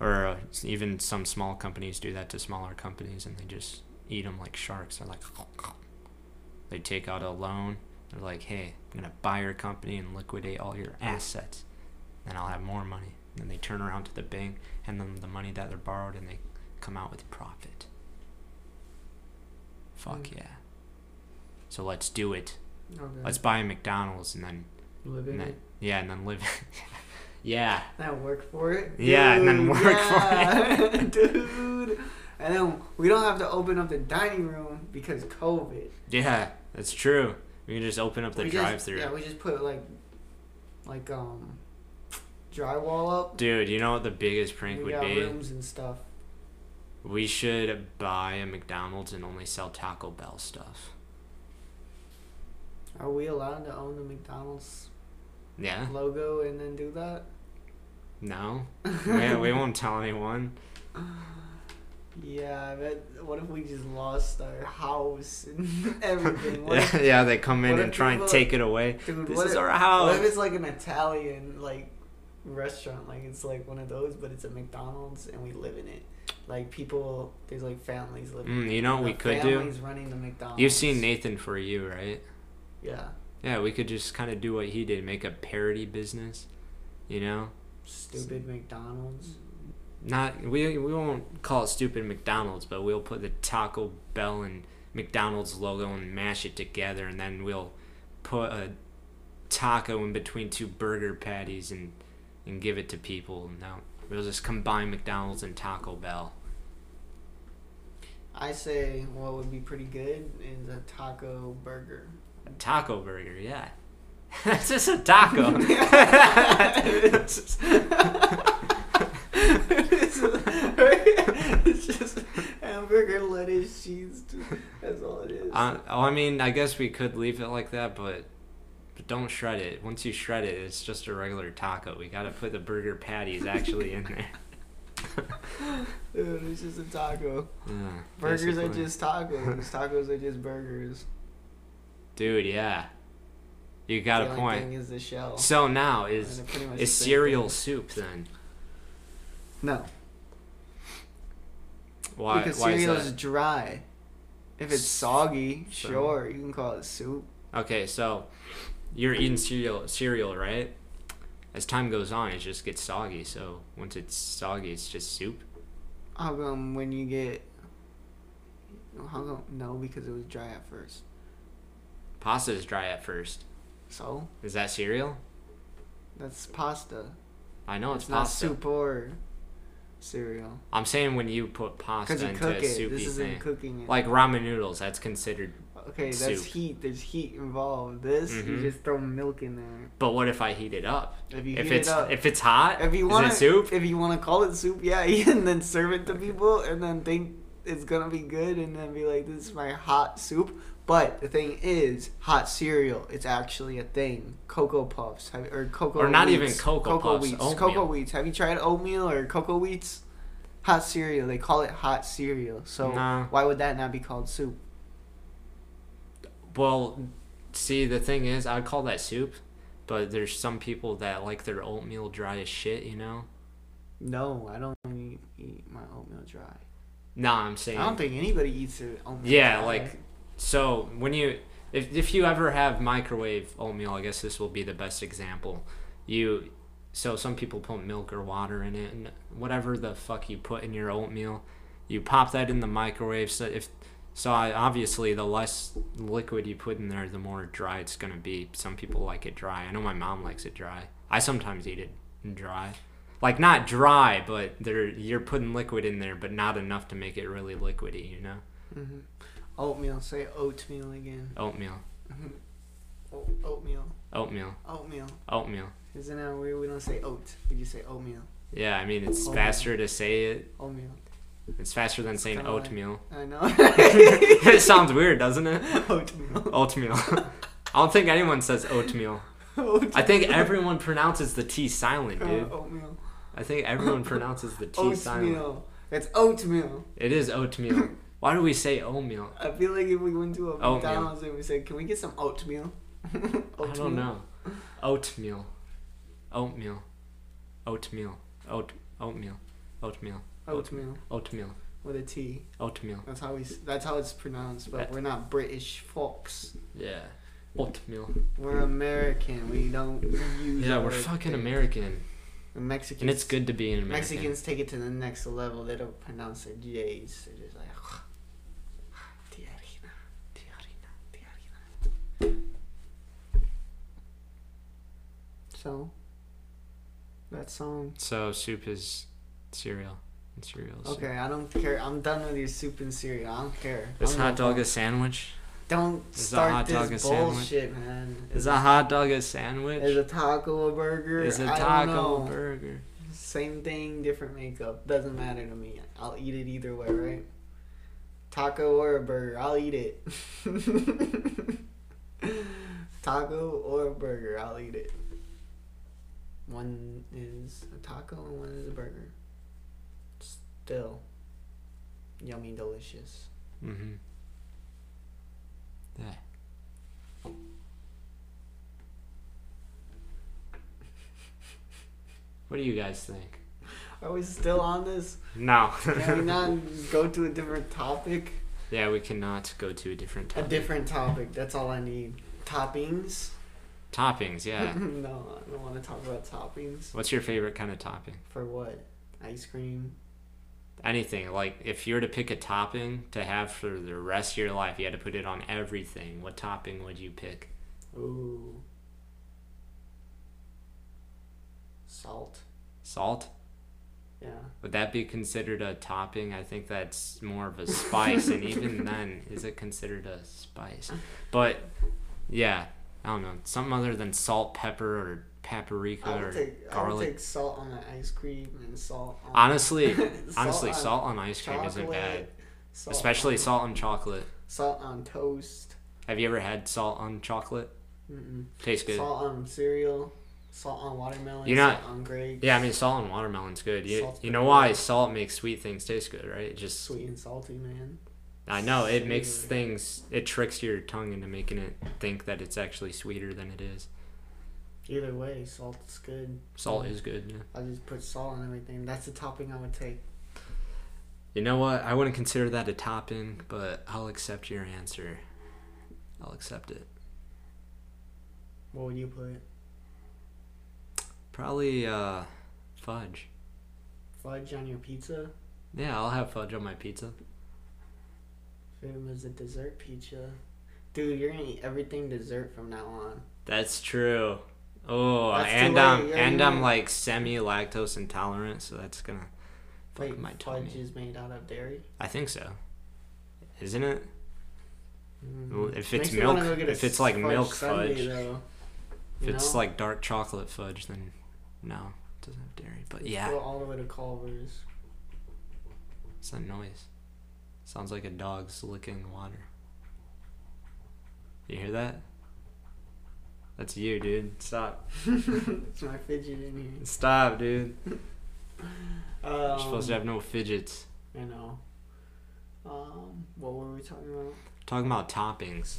Speaker 2: or uh, even some small companies do that to smaller companies, and they just eat them like sharks. They're like, they take out a loan. They're like, hey, I'm gonna buy your company and liquidate all your assets then I'll have more money. And then they turn around to the bank and then the money that they're borrowed and they come out with profit. Fuck
Speaker 1: Mm.
Speaker 2: yeah. So let's do it.
Speaker 1: okay.
Speaker 2: Let's buy a McDonald's and then,
Speaker 1: living
Speaker 2: and then
Speaker 1: it.
Speaker 2: yeah, and then live. [LAUGHS] yeah.
Speaker 1: Then work for it.
Speaker 2: Yeah, and then work for
Speaker 1: for it, [LAUGHS] dude. And then we don't have to open up the dining room because COVID.
Speaker 2: Yeah, that's true. We can just open up the
Speaker 1: We just-
Speaker 2: drive through.
Speaker 1: Yeah, we just put like, like um, drywall up.
Speaker 2: Dude, you know what the biggest prank
Speaker 1: We
Speaker 2: would
Speaker 1: got
Speaker 2: be?
Speaker 1: rooms and stuff.
Speaker 2: We should buy a McDonald's and only sell Taco Bell stuff.
Speaker 1: Are we allowed to own the McDonald's
Speaker 2: Yeah?
Speaker 1: logo and then do that? [LAUGHS]
Speaker 2: No? we, we won't tell anyone.
Speaker 1: Yeah, I bet. What if we just lost our house and [LAUGHS] everything? [LAUGHS] What if,
Speaker 2: yeah, yeah, they come in
Speaker 1: what
Speaker 2: and
Speaker 1: if
Speaker 2: try and
Speaker 1: people-
Speaker 2: take it away.
Speaker 1: dude,
Speaker 2: This
Speaker 1: what
Speaker 2: is
Speaker 1: if,
Speaker 2: our
Speaker 1: what
Speaker 2: house.
Speaker 1: if it's like an Italian like restaurant? Like it's like one of those, but it's a McDonald's and we live in it. Like people, there's like families living.
Speaker 2: Mm, you know what
Speaker 1: the
Speaker 2: we could do?
Speaker 1: families running the McDonald's.
Speaker 2: You've seen Nathan for you, right?
Speaker 1: Yeah.
Speaker 2: Yeah, we could just kind of do what he did, make a parody business. You know,
Speaker 1: Stupid McDonald's.
Speaker 2: not we we won't call it stupid McDonald's, but we'll put the Taco Bell and McDonald's logo and mash it together, and then we'll put a taco in between two burger patties and and give it to people. No, we'll just combine McDonald's and Taco Bell.
Speaker 1: I say what would be pretty good is a taco burger.
Speaker 2: A taco burger, yeah. [LAUGHS] it's just
Speaker 1: [LAUGHS]
Speaker 2: a taco. [LAUGHS]
Speaker 1: it's just hamburger, lettuce, cheese. dude. That's all it is.
Speaker 2: Uh, oh, I mean, I guess we could leave it like that, but but don't shred it.
Speaker 1: [LAUGHS]
Speaker 2: Once you shred it, it's just a regular taco. We gotta put the burger patties actually in there.
Speaker 1: Dude, it's just a taco.
Speaker 2: Yeah,
Speaker 1: Burgers are
Speaker 2: basically.
Speaker 1: just tacos. tacos are just burgers.
Speaker 2: Dude, yeah. You [LAUGHS] got
Speaker 1: the
Speaker 2: a
Speaker 1: only
Speaker 2: point.
Speaker 1: Thing is the shell.
Speaker 2: So now
Speaker 1: And
Speaker 2: is
Speaker 1: they're pretty much the
Speaker 2: is
Speaker 1: same
Speaker 2: cereal
Speaker 1: thing.
Speaker 2: soup then?
Speaker 1: No,
Speaker 2: Why?
Speaker 1: because
Speaker 2: why is
Speaker 1: cereal
Speaker 2: that?
Speaker 1: is dry. If it's
Speaker 2: S-
Speaker 1: soggy,
Speaker 2: so-
Speaker 1: sure, you can call it soup.
Speaker 2: Okay, so you're eating cereal, cereal, right? As time goes on, it just gets soggy. So once it's soggy, it's just soup.
Speaker 1: How come when you get? How come? No, because it was dry at first.
Speaker 2: Pasta is dry at first.
Speaker 1: So
Speaker 2: Is that cereal?
Speaker 1: that's pasta.
Speaker 2: I know it's,
Speaker 1: It's not
Speaker 2: pasta.
Speaker 1: soup or cereal.
Speaker 2: I'm saying when you put
Speaker 1: Because
Speaker 2: pasta
Speaker 1: you
Speaker 2: into
Speaker 1: cook
Speaker 2: a
Speaker 1: it.
Speaker 2: soupy
Speaker 1: This isn't
Speaker 2: thing,
Speaker 1: cooking it.
Speaker 2: like ramen noodles, that's considered.
Speaker 1: okay, that's
Speaker 2: soup.
Speaker 1: heat. There's heat involved. This
Speaker 2: Mhm.
Speaker 1: you just throw milk in there.
Speaker 2: But what if I heat it up?
Speaker 1: If you
Speaker 2: if
Speaker 1: heat
Speaker 2: it's
Speaker 1: it up,
Speaker 2: if it's hot,
Speaker 1: if you
Speaker 2: is
Speaker 1: want
Speaker 2: it soup?
Speaker 1: if you want to call it soup, yeah, [LAUGHS] and then serve it to people, and then think it's gonna be good, and then be like, this is my hot soup. But the thing is, hot cereal. It's actually a thing. Cocoa Puffs have, or cocoa
Speaker 2: Or not even
Speaker 1: Wheats.
Speaker 2: Cocoa Puffs,
Speaker 1: Wheats.
Speaker 2: oatmeal.
Speaker 1: Cocoa Wheats. Have you tried oatmeal or Cocoa Wheats? Hot cereal. They call it hot cereal. So
Speaker 2: Nah.
Speaker 1: why would that not be called soup?
Speaker 2: Well, see, the thing is, I'd call that soup, but there's some people that like their oatmeal dry as shit. You know?
Speaker 1: No, I don't eat, eat my oatmeal dry.
Speaker 2: Nah, I'm saying.
Speaker 1: I don't think anybody eats it oatmeal.
Speaker 2: Yeah,
Speaker 1: dry.
Speaker 2: like so when you if if you ever have microwave oatmeal, I guess this will be the best example. You so some people put milk or water in it and whatever the fuck you put in your oatmeal, you pop that in the microwave so if so I, obviously the less liquid you put in there the more dry it's going to be. Some people like it dry. I know my mom likes it dry. I sometimes eat it dry. Like not dry, but there you're putting liquid in there but not enough to make it really liquidy, you know?
Speaker 1: Mhm. oatmeal. Say oatmeal again.
Speaker 2: Oatmeal.
Speaker 1: O- oatmeal.
Speaker 2: Oatmeal.
Speaker 1: Oatmeal.
Speaker 2: Oatmeal.
Speaker 1: Isn't that weird? We don't say oat. We just say oatmeal.
Speaker 2: Yeah, I mean it's
Speaker 1: Oatmeal.
Speaker 2: faster to say it.
Speaker 1: Oatmeal.
Speaker 2: It's faster than saying
Speaker 1: kinda like- [LAUGHS]
Speaker 2: oatmeal. [LAUGHS]
Speaker 1: I
Speaker 2: it
Speaker 1: know.
Speaker 2: sounds weird, doesn't it?
Speaker 1: oatmeal.
Speaker 2: Oatmeal. [LAUGHS] I don't think anyone says oatmeal.
Speaker 1: Oat-
Speaker 2: I think everyone pronounces the T silent,
Speaker 1: uh,
Speaker 2: dude.
Speaker 1: oatmeal.
Speaker 2: I think everyone pronounces the T silent.
Speaker 1: Oatmeal. It's oatmeal.
Speaker 2: It is oatmeal. Why do we say oatmeal?
Speaker 1: I feel like if we went to a
Speaker 2: Oatmeal.
Speaker 1: McDonald's and we said, "Can we get some oatmeal?" oatmeal.
Speaker 2: [LAUGHS] I don't know. Oatmeal. Oatmeal. Oatmeal. Oat oatmeal. Oatmeal.
Speaker 1: Oatmeal
Speaker 2: Oatmeal.
Speaker 1: with a T.
Speaker 2: Oatmeal.
Speaker 1: That's how we. s- That's how it's pronounced. But
Speaker 2: Uh,
Speaker 1: we're not British folks.
Speaker 2: Yeah. Oatmeal.
Speaker 1: We're American. We don't use.
Speaker 2: Yeah,
Speaker 1: that
Speaker 2: we're
Speaker 1: word
Speaker 2: fucking
Speaker 1: thing.
Speaker 2: American.
Speaker 1: The Mexicans.
Speaker 2: And it's good to be an American.
Speaker 1: Mexicans take it to the next level. They don't pronounce their J's. They're just like. "Tiarina, tiarina, tiarina." So, that song.
Speaker 2: So soup is cereal. And cereal is soup.
Speaker 1: Okay, I don't care. I'm done with your soup and cereal. I don't care.
Speaker 2: This
Speaker 1: I'm
Speaker 2: hot
Speaker 1: gonna
Speaker 2: dog a sandwich?
Speaker 1: vote. Don't
Speaker 2: is a
Speaker 1: start
Speaker 2: hot dog
Speaker 1: this
Speaker 2: a sandwich?
Speaker 1: bullshit, man.
Speaker 2: Is a hot dog a
Speaker 1: Is
Speaker 2: sandwich?
Speaker 1: a taco a burger?
Speaker 2: Is a
Speaker 1: I don't
Speaker 2: taco
Speaker 1: know.
Speaker 2: burger?
Speaker 1: Same thing, different makeup. Doesn't matter to me. I'll eat it either way, right? Taco or a burger, I'll eat it. [LAUGHS] taco or a burger, I'll eat it. One is a taco and one is a burger. Still yummy, delicious.
Speaker 2: Mm-hmm. Yeah. What do you guys think?
Speaker 1: Are we still on this?
Speaker 2: No.
Speaker 1: Can we not go to a different topic?
Speaker 2: yeah, we cannot go to a different
Speaker 1: A
Speaker 2: topic.
Speaker 1: different topic. That's all I need. Toppings.
Speaker 2: Toppings, yeah.
Speaker 1: [LAUGHS] no, I don't want to talk about toppings.
Speaker 2: What's your favorite kind of topping?
Speaker 1: For what? Ice cream?
Speaker 2: anything like if you were to pick a topping to have for the rest of your life you had to put it on everything what topping would you pick
Speaker 1: Ooh. Salt?
Speaker 2: salt
Speaker 1: Yeah.
Speaker 2: would that be considered a topping i think that's more of a spice
Speaker 1: [LAUGHS]
Speaker 2: and even then is it considered a spice but yeah i don't know something other than salt pepper or paprika
Speaker 1: I
Speaker 2: or
Speaker 1: would, take, I would
Speaker 2: garlic
Speaker 1: take salt on my ice cream and salt on [LAUGHS]
Speaker 2: honestly
Speaker 1: Salt
Speaker 2: honestly
Speaker 1: on
Speaker 2: salt on ice cream isn't bad
Speaker 1: chocolate, salt
Speaker 2: especially
Speaker 1: on,
Speaker 2: salt on chocolate
Speaker 1: salt on toast.
Speaker 2: have you ever had salt on chocolate
Speaker 1: Mm-mm.
Speaker 2: tastes good
Speaker 1: Salt on cereal. Salt on watermelon.
Speaker 2: You're not-
Speaker 1: salt on grapes.
Speaker 2: Yeah, I mean salt and watermelon's good. You,
Speaker 1: Salt's
Speaker 2: you
Speaker 1: pretty
Speaker 2: know
Speaker 1: good.
Speaker 2: why salt makes sweet things taste good, right? It just
Speaker 1: sweet and salty, man.
Speaker 2: I know it makes
Speaker 1: Savory.
Speaker 2: things it tricks your tongue into making it think that it's actually sweeter than it is.
Speaker 1: Either way, salt's good.
Speaker 2: Salt is good. Yeah.
Speaker 1: I just put salt on everything. That's the topping I would take.
Speaker 2: You know what? I wouldn't consider that a top in, but I'll accept your answer. I'll accept it.
Speaker 1: What would you put?
Speaker 2: Probably uh, fudge.
Speaker 1: Fudge on your pizza?
Speaker 2: Yeah, I'll have fudge on my pizza.
Speaker 1: If it was a dessert pizza. Dude, you're gonna eat everything dessert from now on.
Speaker 2: That's true. Oh,
Speaker 1: That's too
Speaker 2: and
Speaker 1: late,
Speaker 2: I'm
Speaker 1: yeah,
Speaker 2: and
Speaker 1: you're
Speaker 2: I'm
Speaker 1: right.
Speaker 2: like semi lactose intolerant, so that's gonna fuck
Speaker 1: Wait,
Speaker 2: my
Speaker 1: fudge
Speaker 2: tummy.
Speaker 1: is made out of dairy.
Speaker 2: I think so. Isn't it? Well,
Speaker 1: Mm.
Speaker 2: if it's
Speaker 1: Makes me wanna
Speaker 2: milk-
Speaker 1: go get a
Speaker 2: if it's like milk
Speaker 1: sundae,
Speaker 2: fudge,
Speaker 1: though,
Speaker 2: If
Speaker 1: you
Speaker 2: it's
Speaker 1: know?
Speaker 2: like dark chocolate fudge, then no, it doesn't have dairy. But yeah,
Speaker 1: go all the way to Culver's.
Speaker 2: it's a noise. Sounds like a dog's licking water. You hear that? That's you, dude. Stop.
Speaker 1: it's my fidget in here.
Speaker 2: Stop, dude.
Speaker 1: Um,
Speaker 2: You're supposed to have no fidgets.
Speaker 1: I know. Um, what were we talking about?
Speaker 2: Talking about toppings.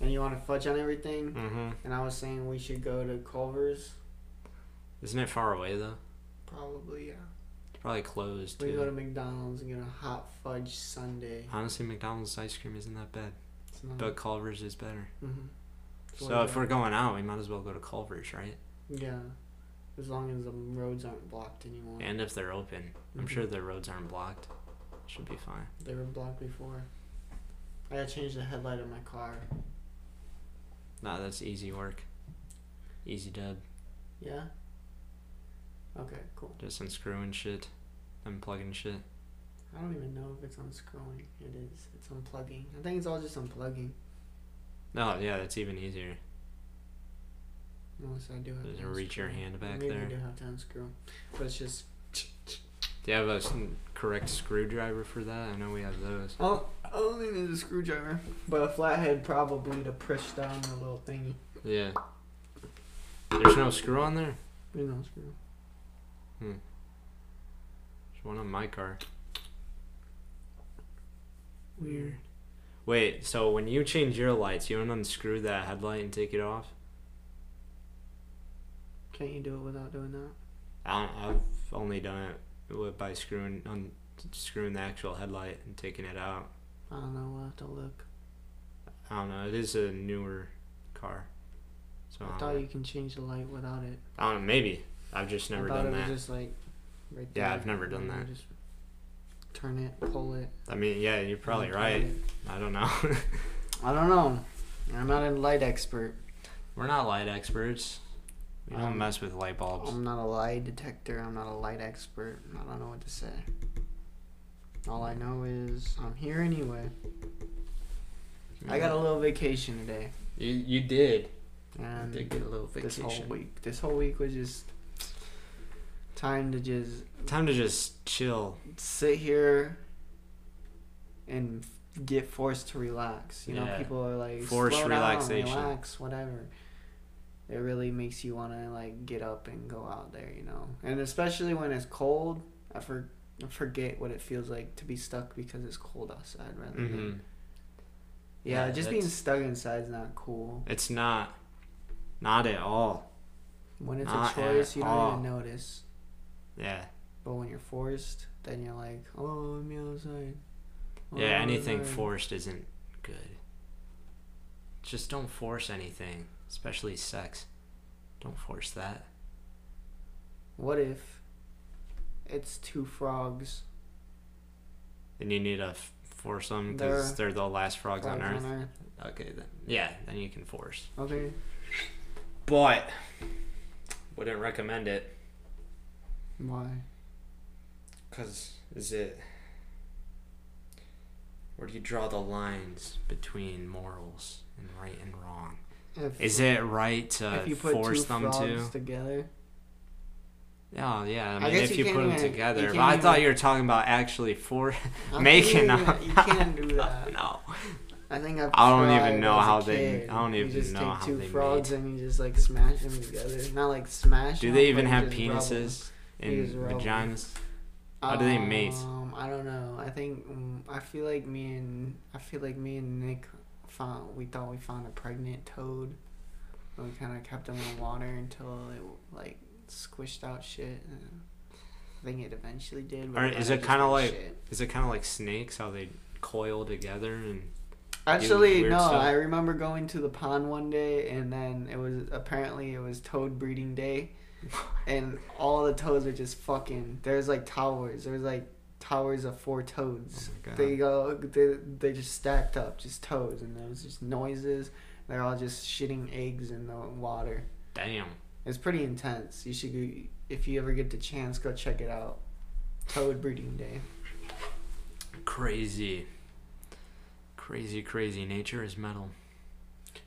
Speaker 1: And you want to fudge on everything?
Speaker 2: Mm-hmm.
Speaker 1: And I was saying we should go to Culver's.
Speaker 2: Isn't it far away though?
Speaker 1: Probably, yeah.
Speaker 2: It's probably closed
Speaker 1: We
Speaker 2: too.
Speaker 1: go to McDonald's and get a hot fudge sundae.
Speaker 2: Honestly, McDonald's ice cream isn't that bad,
Speaker 1: It's not-
Speaker 2: but Culver's is better.
Speaker 1: Mhm.
Speaker 2: So if we're going out, we might as well go to Culver's, right?
Speaker 1: yeah, as long as the roads aren't blocked anymore.
Speaker 2: And if they're open, I'm
Speaker 1: Mhm.
Speaker 2: sure the roads aren't blocked. Should be fine.
Speaker 1: They were blocked before. I gotta change the headlight of my car.
Speaker 2: Nah, that's easy work. Easy dub.
Speaker 1: Yeah. Okay, cool.
Speaker 2: Just unscrewing shit, unplugging shit.
Speaker 1: I don't even know if it's unscrewing. It is. It's unplugging. I think it's all just unplugging.
Speaker 2: No, yeah, that's even easier.
Speaker 1: Unless I do have
Speaker 2: Just
Speaker 1: to
Speaker 2: reach your
Speaker 1: unscrew.
Speaker 2: hand back
Speaker 1: Maybe I
Speaker 2: there.
Speaker 1: do have to unscrew. But it's just.
Speaker 2: Do you have a s- correct screwdriver for that? I know we have those.
Speaker 1: Oh, I don't think there's a screwdriver. But a flathead probably to push down the little thingy.
Speaker 2: Yeah. There's no screw on there.
Speaker 1: There's no screw.
Speaker 2: There's one on my car.
Speaker 1: Weird.
Speaker 2: Wait, so when you change your lights, you don't unscrew that headlight and take it off?
Speaker 1: Can't you do it without doing that?
Speaker 2: I don't, I've only done it with- by screwing unscrewing the actual headlight and taking it out.
Speaker 1: I don't know. We'll have to look.
Speaker 2: I don't know. It is a newer car, so I
Speaker 1: I
Speaker 2: don't
Speaker 1: thought
Speaker 2: know.
Speaker 1: you can change the light without it.
Speaker 2: I don't know. Maybe I've just never
Speaker 1: I thought
Speaker 2: done
Speaker 1: it was
Speaker 2: that.
Speaker 1: just like right there.
Speaker 2: Yeah, I've never done
Speaker 1: and you
Speaker 2: that.
Speaker 1: Just turn it, pull it.
Speaker 2: I mean, yeah, you're probably
Speaker 1: untie
Speaker 2: right.
Speaker 1: it.
Speaker 2: I don't know. [LAUGHS]
Speaker 1: I don't know. I'm not a light expert.
Speaker 2: We're not light experts. We don't
Speaker 1: Um,
Speaker 2: mess with light bulbs.
Speaker 1: I'm not a lie detector. I'm not a light expert. I don't know what to say. All I know is I'm here anyway. I
Speaker 2: Mm.
Speaker 1: got a little vacation today,
Speaker 2: You you did.
Speaker 1: and
Speaker 2: get a little
Speaker 1: this whole week, this whole week was just time to just
Speaker 2: Time to just chill.
Speaker 1: sit here and f- get forced to relax. You know,
Speaker 2: Yeah.
Speaker 1: people are like
Speaker 2: Forced
Speaker 1: "Slow down,
Speaker 2: relaxation.
Speaker 1: relax, whatever. It really makes you want to like get up and go out there, you know. And especially when it's cold, I, for- I forget what it feels like to be stuck because it's cold outside. Rather
Speaker 2: hmm
Speaker 1: than yeah,
Speaker 2: Yeah,
Speaker 1: just being
Speaker 2: that's-
Speaker 1: stuck inside is not cool.
Speaker 2: It's not, not at all.
Speaker 1: When it's
Speaker 2: Not
Speaker 1: a choice,
Speaker 2: at
Speaker 1: you don't
Speaker 2: all.
Speaker 1: even notice.
Speaker 2: Yeah.
Speaker 1: But when you're forced, then you're like, oh, let me outside. Oh,
Speaker 2: Yeah. Anything
Speaker 1: outside."
Speaker 2: forced isn't good. Just don't force anything, especially sex. Don't force that.
Speaker 1: What if it's two frogs,
Speaker 2: Then you need to f- force them because they're, the last frogs,
Speaker 1: frogs
Speaker 2: on Earth. Okay, then. Yeah, then you can force.
Speaker 1: Okay.
Speaker 2: But wouldn't recommend it
Speaker 1: Why?
Speaker 2: because is it? Where do you draw the lines between morals and right and wrong?
Speaker 1: If,
Speaker 2: Is it right to
Speaker 1: if you put
Speaker 2: force
Speaker 1: two
Speaker 2: them to?
Speaker 1: frogs together?
Speaker 2: Oh yeah, I
Speaker 1: I
Speaker 2: mean
Speaker 1: guess
Speaker 2: if
Speaker 1: you
Speaker 2: you, put
Speaker 1: can't
Speaker 2: them
Speaker 1: even- you
Speaker 2: together.
Speaker 1: can't
Speaker 2: But I thought
Speaker 1: even-
Speaker 2: you were talking about actually for [LAUGHS]
Speaker 1: I'm
Speaker 2: making
Speaker 1: kidding,
Speaker 2: them.
Speaker 1: You can't do that.
Speaker 2: no,
Speaker 1: I think I've
Speaker 2: [LAUGHS] I don't
Speaker 1: tried
Speaker 2: even
Speaker 1: as
Speaker 2: know
Speaker 1: a
Speaker 2: how they-
Speaker 1: kid.
Speaker 2: I don't even
Speaker 1: you just
Speaker 2: know
Speaker 1: take
Speaker 2: how
Speaker 1: two
Speaker 2: they made-
Speaker 1: frogs and you just like smash them together. Not like smash.
Speaker 2: Do
Speaker 1: them,
Speaker 2: they
Speaker 1: but
Speaker 2: even
Speaker 1: you
Speaker 2: have
Speaker 1: just rub them.
Speaker 2: penises
Speaker 1: You
Speaker 2: and
Speaker 1: just rub 'em.
Speaker 2: vaginas? How do they mate?
Speaker 1: Um, I don't know. I think mm I feel like me and I feel like me and Nick found we thought we found a pregnant toad, and we kind of kept him in water until it like squished out shit. And I think it eventually did. but
Speaker 2: Or
Speaker 1: then
Speaker 2: is
Speaker 1: I
Speaker 2: it
Speaker 1: just
Speaker 2: kinda
Speaker 1: ate
Speaker 2: like-
Speaker 1: shit.
Speaker 2: Is it kind of like snakes? How they coil together and
Speaker 1: Actually,
Speaker 2: weird
Speaker 1: no.
Speaker 2: stuff?
Speaker 1: I remember going to the pond one day, and then it was apparently it was toad breeding
Speaker 2: [LAUGHS]
Speaker 1: day, and all the toads were just fucking. There's like towers. There's like towers of four toads.
Speaker 2: my God.
Speaker 1: they go. They they just stacked up, just toads, and there was just noises. They're all just shitting eggs in the water.
Speaker 2: damn.
Speaker 1: It's pretty intense. You should go if you ever get the chance, go check it out. Toad breeding day.
Speaker 2: Crazy. Crazy, crazy. Nature is metal.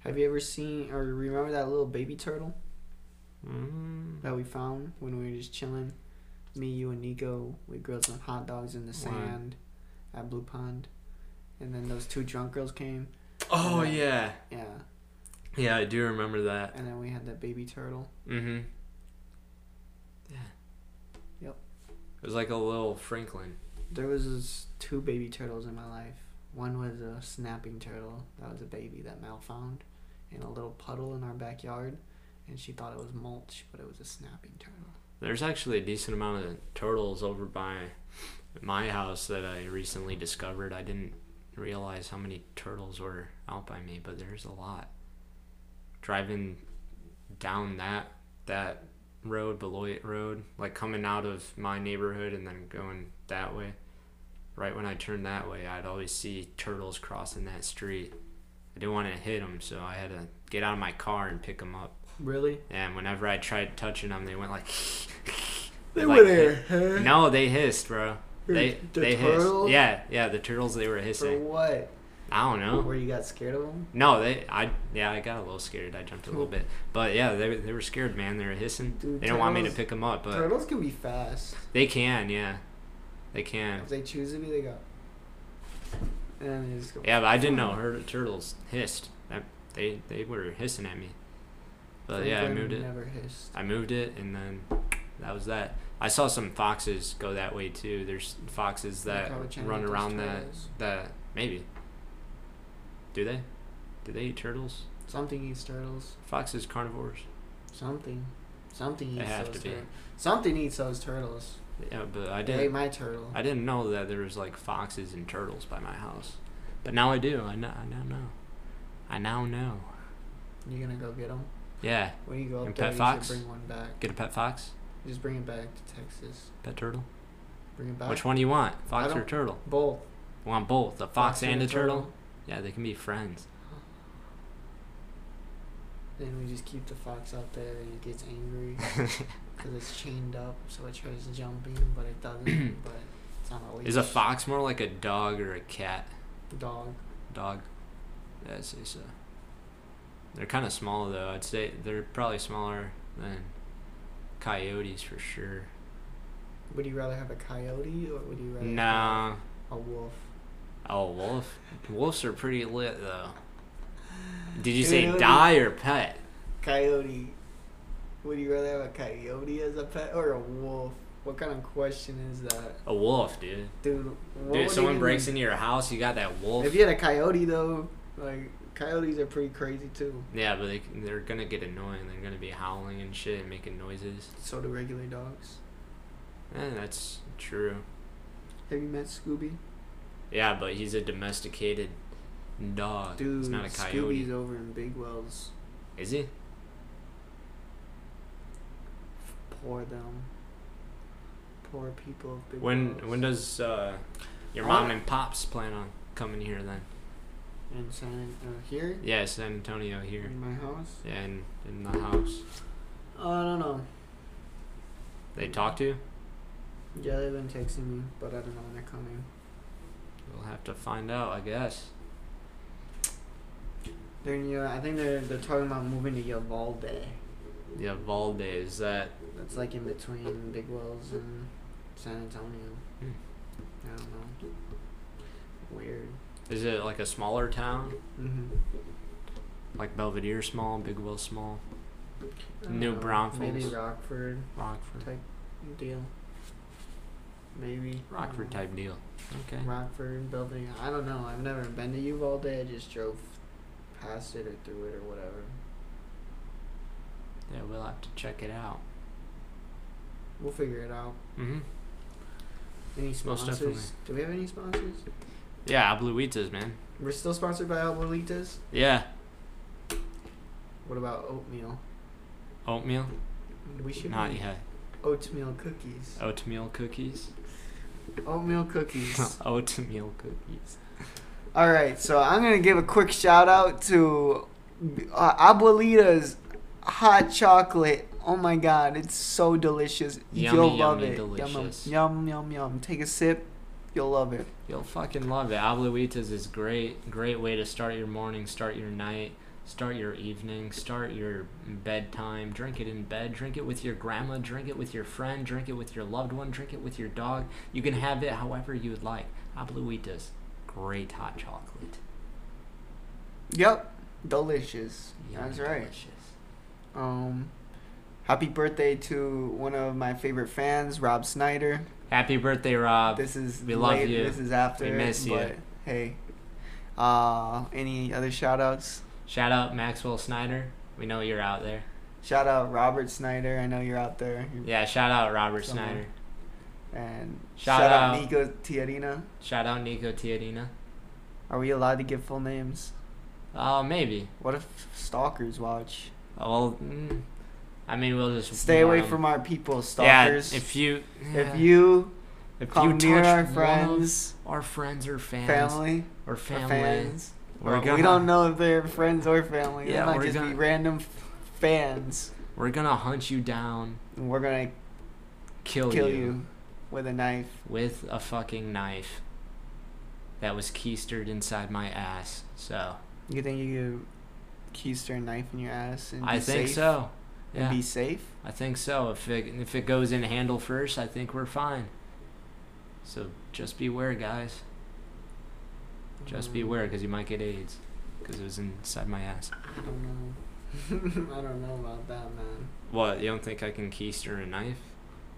Speaker 1: Have you ever seen or remember that little baby turtle?
Speaker 2: Mm.
Speaker 1: that we found when we were just chilling. Me, you, and Nico, we grilled some hot dogs in the sand at Blue Pond. And then those two drunk girls came.
Speaker 2: Oh, yeah.
Speaker 1: Yeah.
Speaker 2: Yeah, I do remember that.
Speaker 1: And then we had that baby turtle.
Speaker 2: Mm-hmm. Yeah.
Speaker 1: Yep.
Speaker 2: It was like a little Franklin.
Speaker 1: There was this two baby turtles in my life. One was a snapping turtle. That was a baby that Mal found in a little puddle in our backyard. And she thought it was mulch, but it was a snapping turtle.
Speaker 2: There's actually a decent amount of turtles over by my house that I recently discovered. I didn't realize how many turtles were out by me, but there's a lot. Driving down that that road, Beloit Road, like coming out of my neighborhood and then going that way. Right when I turned that way, I'd always see turtles crossing that street. I didn't want to hit them, so I had to get out of my car and pick them up.
Speaker 1: Really?
Speaker 2: And whenever I tried touching them, they went like. [LAUGHS]
Speaker 1: They
Speaker 2: like
Speaker 1: were
Speaker 2: hit-
Speaker 1: there. huh?
Speaker 2: No, they hissed, bro. They
Speaker 1: eh, The
Speaker 2: they
Speaker 1: turtles?
Speaker 2: hissed. Yeah, yeah. The turtles they were
Speaker 1: For
Speaker 2: hissing.
Speaker 1: what?
Speaker 2: I don't know.
Speaker 1: Where you got scared of them?
Speaker 2: No, they I yeah I got a little scared. I jumped a
Speaker 1: [LAUGHS]
Speaker 2: little bit, but yeah, they they were scared, man. They were hissing.
Speaker 1: Dude,
Speaker 2: they didn't want me to
Speaker 1: turtles-
Speaker 2: pick them up, but
Speaker 1: Turtles can be fast.
Speaker 2: they can. Yeah, they can.
Speaker 1: If they choose to be, they go. And then they just go.
Speaker 2: Yeah, but I didn't know her turtles hissed. That, they they were hissing at me. But yeah, I
Speaker 1: Franklin
Speaker 2: moved it.
Speaker 1: Never hissed.
Speaker 2: I moved it, and then that was that. I saw some foxes go that way too. There's foxes that
Speaker 1: Probably trying to
Speaker 2: run
Speaker 1: eat those
Speaker 2: around that
Speaker 1: turtles.
Speaker 2: that maybe. Do they? Do they eat turtles?
Speaker 1: Something eats turtles.
Speaker 2: Foxes carnivores.
Speaker 1: Something. Something
Speaker 2: They
Speaker 1: eats
Speaker 2: have
Speaker 1: those
Speaker 2: to be.
Speaker 1: turtles. Something eats those turtles.
Speaker 2: Yeah, but I
Speaker 1: They ate
Speaker 2: didn't.
Speaker 1: my turtle.
Speaker 2: I didn't know that there was like foxes and turtles by my house, but now I do. I now I now know. I now know.
Speaker 1: You're gonna go get them.
Speaker 2: Yeah,
Speaker 1: When you go up
Speaker 2: And
Speaker 1: there,
Speaker 2: pet
Speaker 1: you
Speaker 2: fox?
Speaker 1: should bring one back.
Speaker 2: get a pet fox,
Speaker 1: Just bring it back to Texas.
Speaker 2: pet turtle.
Speaker 1: Bring it back.
Speaker 2: Which one do you want, fox or
Speaker 1: Uh, don't-
Speaker 2: turtle?
Speaker 1: Both.
Speaker 2: I want both, a fox, and a turtle. Yeah, they can be friends.
Speaker 1: Then we just keep the fox out there and it gets
Speaker 2: [LAUGHS]
Speaker 1: angry because it's chained up, so it tries jumping, but it
Speaker 2: [CLEARS THROAT]
Speaker 1: doesn't. but it's on a leash.
Speaker 2: Is a fox more like a dog or a cat?
Speaker 1: dog.
Speaker 2: Dog. Yeah, I'd say so. They're kind of small though. I'd say they're probably smaller than coyotes for sure.
Speaker 1: Would you rather have a coyote or would you rather have
Speaker 2: Nah.
Speaker 1: a wolf?
Speaker 2: Oh, wolf. Wolves are pretty lit though. Did you say
Speaker 1: Coyote.
Speaker 2: die or pet?
Speaker 1: Coyote. Would you rather have a coyote as a pet or a wolf? What kind of question is that,
Speaker 2: A wolf, dude.
Speaker 1: dude? What
Speaker 2: Dude,
Speaker 1: would
Speaker 2: someone
Speaker 1: even-
Speaker 2: breaks into your house, you got that wolf.
Speaker 1: If you had a coyote though, like coyotes are pretty crazy too.
Speaker 2: yeah, but they, they're gonna get annoying. They're gonna be howling and shit and making noises.
Speaker 1: So do regular dogs.
Speaker 2: Eh, that's true.
Speaker 1: Have you met Scooby?
Speaker 2: Yeah, but he's a domesticated dog.
Speaker 1: Dude,
Speaker 2: it's not a coyote.
Speaker 1: Scooby's over in Big Wells.
Speaker 2: Is he?
Speaker 1: Poor them. Poor people of Big
Speaker 2: When
Speaker 1: Wells.
Speaker 2: when does uh, your
Speaker 1: I
Speaker 2: mom
Speaker 1: don't-
Speaker 2: and pops plan on coming here then?
Speaker 1: in San uh, here
Speaker 2: Yeah, San Antonio here.
Speaker 1: in my house.
Speaker 2: Yeah, in, in the house.
Speaker 1: Uh, I don't know.
Speaker 2: They talk to you?
Speaker 1: Yeah, they've been texting me, but I don't know when they're coming.
Speaker 2: We'll have to find out, I guess.
Speaker 1: They're near. I think they're they're talking about moving to Uvalde.
Speaker 2: Yeah, Valde, is that
Speaker 1: That's like in between Big Wells and San Antonio.
Speaker 2: Hmm.
Speaker 1: I don't know. Weird.
Speaker 2: Is it like a smaller town?
Speaker 1: Mm-hmm.
Speaker 2: Like Belvedere small, Big Will small, New Braunfels.
Speaker 1: Uh, Maybe Rockford
Speaker 2: Rockford.
Speaker 1: type deal. Maybe. I
Speaker 2: Rockford
Speaker 1: don't know.
Speaker 2: type deal. Okay.
Speaker 1: Rockford, Belvedere. I don't know. I've never been to Uvalde. I just drove past it or through it or whatever.
Speaker 2: Yeah, we'll have to check it out.
Speaker 1: We'll figure it out.
Speaker 2: hmm
Speaker 1: Any
Speaker 2: Most
Speaker 1: sponsors?
Speaker 2: definitely.
Speaker 1: Do we have any sponsors?
Speaker 2: Yeah, Abluitas, man.
Speaker 1: We're still sponsored by Abuelitas.
Speaker 2: Yeah.
Speaker 1: What about oatmeal?
Speaker 2: Oatmeal?
Speaker 1: We should
Speaker 2: Not
Speaker 1: make
Speaker 2: yet.
Speaker 1: oatmeal cookies.
Speaker 2: Oatmeal cookies? Oh.
Speaker 1: Oatmeal cookies.
Speaker 2: [LAUGHS] Oatmeal cookies.
Speaker 1: All right, so I'm gonna give a quick shout out to uh, Abuelita's hot chocolate. Oh my god, it's so delicious.
Speaker 2: Yummy,
Speaker 1: you'll love
Speaker 2: yummy,
Speaker 1: it. Yum,
Speaker 2: delicious.
Speaker 1: Yum, yum, yum, yum. Take a sip. You'll love it.
Speaker 2: You'll fucking love it. Abuelitas is great. Great way to start your morning, start your night, start your evening, start your bedtime. Drink it in bed. Drink it with your grandma. Drink it with your friend. Drink it with your loved one. Drink it with your dog. You can have it however you would like. Abuelitas, great hot chocolate.
Speaker 1: Yep, delicious.
Speaker 2: Yummy,
Speaker 1: That's right.
Speaker 2: Delicious.
Speaker 1: Um, happy birthday to one of my favorite fans, Rob Snyder.
Speaker 2: Happy birthday, Rob.
Speaker 1: This is
Speaker 2: we love you.
Speaker 1: This is after.
Speaker 2: We miss you.
Speaker 1: but Hey, uh, any other shout outs?
Speaker 2: Shout out Maxwell Snyder. We know you're out there.
Speaker 1: Shout out Robert Snyder. I know you're out there. You're
Speaker 2: Yeah, shout out Robert
Speaker 1: Someone.
Speaker 2: Snyder.
Speaker 1: And
Speaker 2: Shout
Speaker 1: shout, out,
Speaker 2: out.
Speaker 1: Nico Tiarina.
Speaker 2: Shout out Nico Tiadina.
Speaker 1: Are we allowed to give full names?
Speaker 2: Uh, maybe.
Speaker 1: What if stalkers watch?
Speaker 2: Well, mm, I mean, we'll just
Speaker 1: Stay away
Speaker 2: warn 'em.
Speaker 1: from our people, stalkers.
Speaker 2: um, Yeah, if you yeah.
Speaker 1: if you
Speaker 2: if
Speaker 1: come
Speaker 2: you
Speaker 1: near
Speaker 2: touch
Speaker 1: our
Speaker 2: one of
Speaker 1: friends,
Speaker 2: our friends or fans
Speaker 1: family,
Speaker 2: or
Speaker 1: or
Speaker 2: family,
Speaker 1: fans,
Speaker 2: we're
Speaker 1: well,
Speaker 2: gonna
Speaker 1: we don't know if they're friends or family.
Speaker 2: Yeah,
Speaker 1: they might
Speaker 2: we're
Speaker 1: just
Speaker 2: gonna-
Speaker 1: be random f- fans.
Speaker 2: we're gonna hunt you down,
Speaker 1: And we're gonna
Speaker 2: kill,
Speaker 1: kill
Speaker 2: you,
Speaker 1: you with a knife.
Speaker 2: with a fucking knife that was keistered inside my ass. So
Speaker 1: You think you could keister a knife in your ass and be
Speaker 2: I think
Speaker 1: safe?
Speaker 2: so. Yeah,
Speaker 1: And be safe?
Speaker 2: I think so. If it if it goes in handle first, I think we're fine. So just beware, guys. Just
Speaker 1: Mm.
Speaker 2: beware, because you might get AIDS, because it was inside my ass.
Speaker 1: [LAUGHS] I don't know. [LAUGHS] I don't know about that, man.
Speaker 2: What? You don't think I can keister a knife?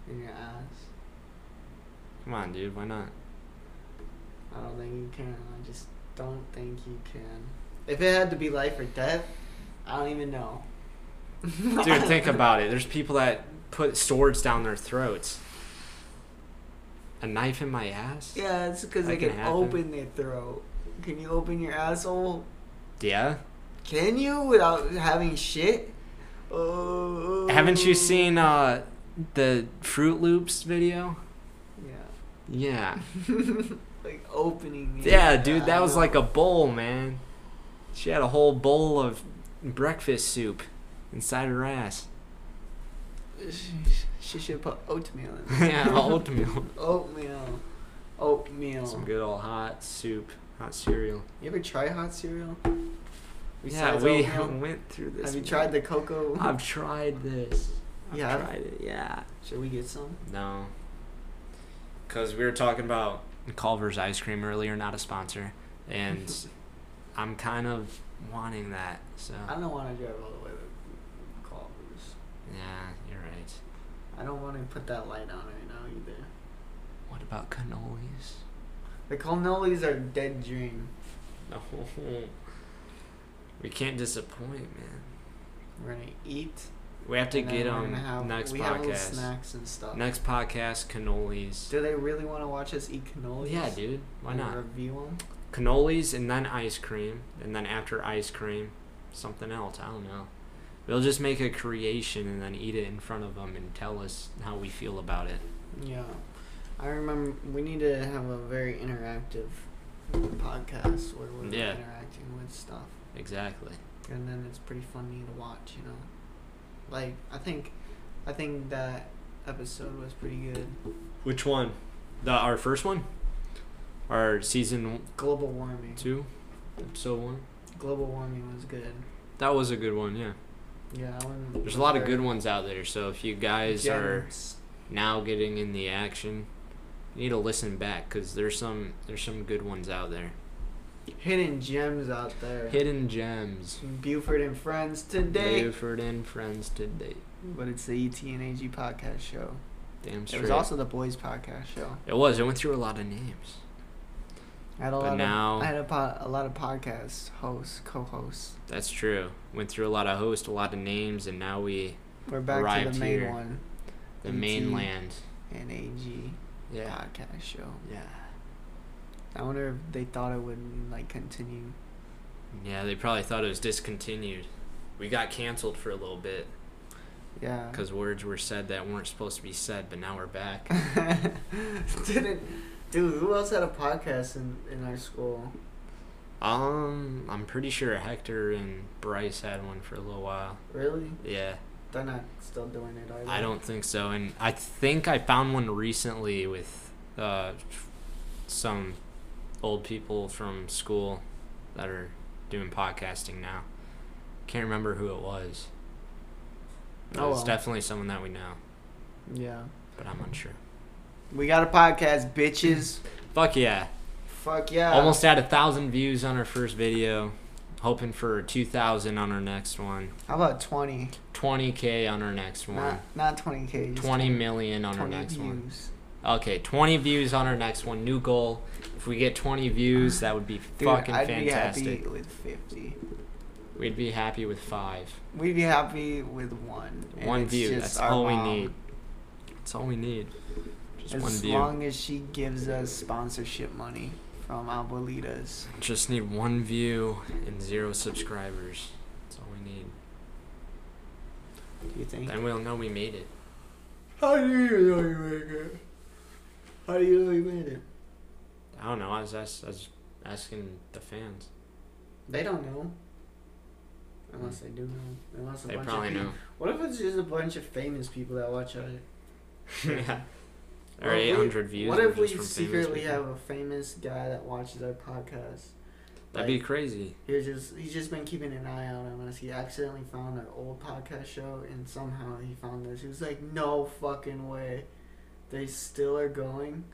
Speaker 1: In your ass.
Speaker 2: Come on, dude. Why [LAUGHS] not?
Speaker 1: I don't think you can. I just don't think you can. If it had to be life or death, I don't even know.
Speaker 2: Dude, think about it. There's people that put swords down their throats. A knife in my ass?
Speaker 1: Yeah, it's because they
Speaker 2: That can
Speaker 1: can,
Speaker 2: happen.
Speaker 1: open their throat. Can you open your asshole?
Speaker 2: Yeah?
Speaker 1: Can you without having shit? Oh.
Speaker 2: Haven't you seen uh, the Fruit Loops video?
Speaker 1: Yeah. [LAUGHS]
Speaker 2: Yeah.
Speaker 1: like opening. it.
Speaker 2: Yeah, dude, that
Speaker 1: I
Speaker 2: was
Speaker 1: know.
Speaker 2: like a bowl, man. She had a whole bowl of breakfast soup inside her ass.
Speaker 1: She should put oatmeal in. there. [LAUGHS]
Speaker 2: yeah, [LAUGHS] oatmeal.
Speaker 1: Oatmeal. Oatmeal.
Speaker 2: Some good old hot soup, hot cereal.
Speaker 1: You ever try hot cereal?
Speaker 2: yeah,
Speaker 1: Besides
Speaker 2: [LAUGHS] we
Speaker 1: oatmeal?
Speaker 2: went through this.
Speaker 1: Have you
Speaker 2: man.
Speaker 1: tried the cocoa?
Speaker 2: I've tried this.
Speaker 1: [LAUGHS]
Speaker 2: I've
Speaker 1: Yeah.
Speaker 2: tried it. Yeah.
Speaker 1: Should we get some?
Speaker 2: No. Cause we were talking about Culver's ice cream earlier, not a sponsor, [LAUGHS] and I'm kind of wanting that. So
Speaker 1: I don't want to drive all the way to Culver's.
Speaker 2: yeah, you're right.
Speaker 1: I don't want to put that light on right now either.
Speaker 2: What about cannolis?
Speaker 1: The cannolis are dead dream.
Speaker 2: No. We can't disappoint, man.
Speaker 1: We're gonna eat.
Speaker 2: We have to
Speaker 1: and then
Speaker 2: get
Speaker 1: we're
Speaker 2: on
Speaker 1: gonna have-
Speaker 2: next
Speaker 1: we have little
Speaker 2: podcast.
Speaker 1: snacks and stuff.
Speaker 2: Next podcast, cannolis.
Speaker 1: Do they really want to watch us eat cannolis?
Speaker 2: Oh, Yeah, dude. Why
Speaker 1: And
Speaker 2: not?
Speaker 1: Review them.
Speaker 2: cannolis and then ice cream and then after ice cream something else i don't know we'll just make a creation and then eat it in front of them and tell us how we feel about it
Speaker 1: Yeah, I remember. We need to have a very interactive podcast where we're
Speaker 2: Yeah.
Speaker 1: interacting with stuff.
Speaker 2: exactly
Speaker 1: and then it's pretty funny to watch, you know. Like I think, I think that episode was pretty good.
Speaker 2: which one the our first one our season
Speaker 1: Global warming,
Speaker 2: two episode one
Speaker 1: global warming was good.
Speaker 2: that was a good one yeah
Speaker 1: Yeah, I wouldn't.
Speaker 2: there's a lot of good ones out there so if you guys are
Speaker 1: Gems.
Speaker 2: now getting in the action you need to listen back because there's some there's some good ones out there
Speaker 1: Hidden gems out there.
Speaker 2: Hidden gems.
Speaker 1: Buford and Friends today.
Speaker 2: Buford and friends today.
Speaker 1: But it's the E ETNAG podcast show.
Speaker 2: Damn
Speaker 1: It
Speaker 2: straight.
Speaker 1: was also the boys podcast show.
Speaker 2: It was. It went through a lot of names.
Speaker 1: I had a
Speaker 2: But
Speaker 1: lot
Speaker 2: now-
Speaker 1: of I had a, po- a lot of podcast hosts, co-hosts.
Speaker 2: That's true. Went through a lot of hosts, a lot of names, and now we
Speaker 1: We're back to
Speaker 2: Arrived
Speaker 1: the main
Speaker 2: here.
Speaker 1: one,
Speaker 2: the
Speaker 1: ET.
Speaker 2: mainland.
Speaker 1: an AG
Speaker 2: Yeah.
Speaker 1: podcast show.
Speaker 2: Yeah.
Speaker 1: I wonder if they thought it would like continue.
Speaker 2: Yeah. They probably thought it was discontinued. We got canceled for a little bit
Speaker 1: Yeah.
Speaker 2: because words were said that weren't supposed to be said, but now we're back.
Speaker 1: [LAUGHS] Didn't dude? Who else had a podcast in in our school?
Speaker 2: Um, I'm pretty sure Hector and Bryce had one for a little while.
Speaker 1: Really?
Speaker 2: Yeah,
Speaker 1: They're not still doing it. Are they?
Speaker 2: I don't think so. And I think I found one recently with uh, some old people from school that are doing podcasting now. Can't remember who it was.
Speaker 1: Oh,
Speaker 2: it's
Speaker 1: well.
Speaker 2: definitely someone that we know,
Speaker 1: Yeah.
Speaker 2: but I'm unsure.
Speaker 1: We got a podcast, bitches.
Speaker 2: Fuck yeah.
Speaker 1: Fuck yeah.
Speaker 2: Almost at a thousand views on our first video. Hoping for 2,000 on our next one.
Speaker 1: How about twenty?
Speaker 2: 20K on our next one.
Speaker 1: Not not twenty k.
Speaker 2: 20 million on our next one.
Speaker 1: views.
Speaker 2: Okay, 20 views on our next one. New goal. If we get 20 views, that would be
Speaker 1: Dude,
Speaker 2: fucking
Speaker 1: I'd
Speaker 2: fantastic.
Speaker 1: be happy with fifty.
Speaker 2: We'd be happy with five.
Speaker 1: We'd be happy with one. and
Speaker 2: one
Speaker 1: it's
Speaker 2: view.
Speaker 1: just
Speaker 2: That's
Speaker 1: our
Speaker 2: all
Speaker 1: mom.
Speaker 2: we need. That's all we need. Just
Speaker 1: as
Speaker 2: one view.
Speaker 1: long as she gives us sponsorship money from Abuelitas.
Speaker 2: Just need one view and zero subscribers. That's all we need.
Speaker 1: Do you think?
Speaker 2: Then we'll know we made it.
Speaker 1: How do you know you made it? How do you know you made it?
Speaker 2: I don't know. I was, ask, I was asking the fans.
Speaker 1: They don't know. Unless they do know. Unless a
Speaker 2: They
Speaker 1: bunch
Speaker 2: probably
Speaker 1: of people.
Speaker 2: know. [LAUGHS]
Speaker 1: What if it's just a bunch of famous people that watch our
Speaker 2: yeah. Or
Speaker 1: Well, if we-
Speaker 2: 800 views.
Speaker 1: What
Speaker 2: were
Speaker 1: if we
Speaker 2: just from famous
Speaker 1: secretly
Speaker 2: people.
Speaker 1: have a famous guy that watches our podcast?
Speaker 2: That'd be crazy.
Speaker 1: He's just he's just been keeping an eye out on us. He accidentally found our old podcast show and somehow he found this. He was like, No fucking way. They still are going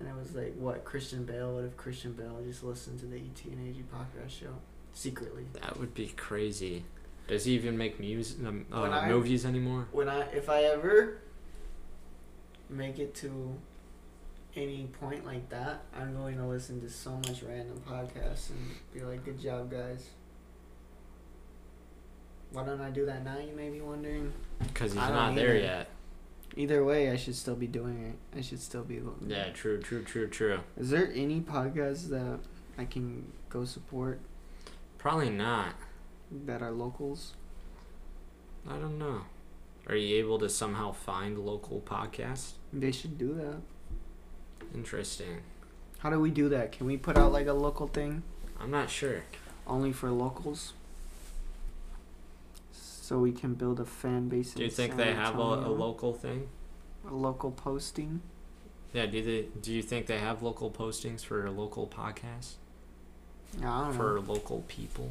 Speaker 1: and it was like what Christian Bale, what if Christian Bale just listened to the ET and AG podcast show? Secretly.
Speaker 2: That would be crazy. Does he even make music, um,
Speaker 1: When
Speaker 2: uh,
Speaker 1: I-
Speaker 2: movies anymore?
Speaker 1: When I if I ever make it to any point like that, I'm going to listen to so much random podcasts and be like, Good job guys. Why don't I do that now, you may be wondering?
Speaker 2: Because he's
Speaker 1: I don't
Speaker 2: not there
Speaker 1: either.
Speaker 2: yet.
Speaker 1: Either way, I should still be doing it. I should still be.
Speaker 2: Yeah, true, true, true, true.
Speaker 1: Is there any podcast that I can go support
Speaker 2: Probably not.
Speaker 1: that are locals?
Speaker 2: I don't know. Are you able to somehow find local podcasts?
Speaker 1: They should do that.
Speaker 2: Interesting.
Speaker 1: How do we do that? Can we put out like a local thing
Speaker 2: I'm not sure.
Speaker 1: only for locals? So we can build a fan base.
Speaker 2: Do you
Speaker 1: in
Speaker 2: think
Speaker 1: San
Speaker 2: they have a, a
Speaker 1: Antonio?
Speaker 2: local thing?
Speaker 1: A local posting?
Speaker 2: Yeah. Do they? Do you think they have local postings for local podcasts
Speaker 1: I don't know.
Speaker 2: for local people?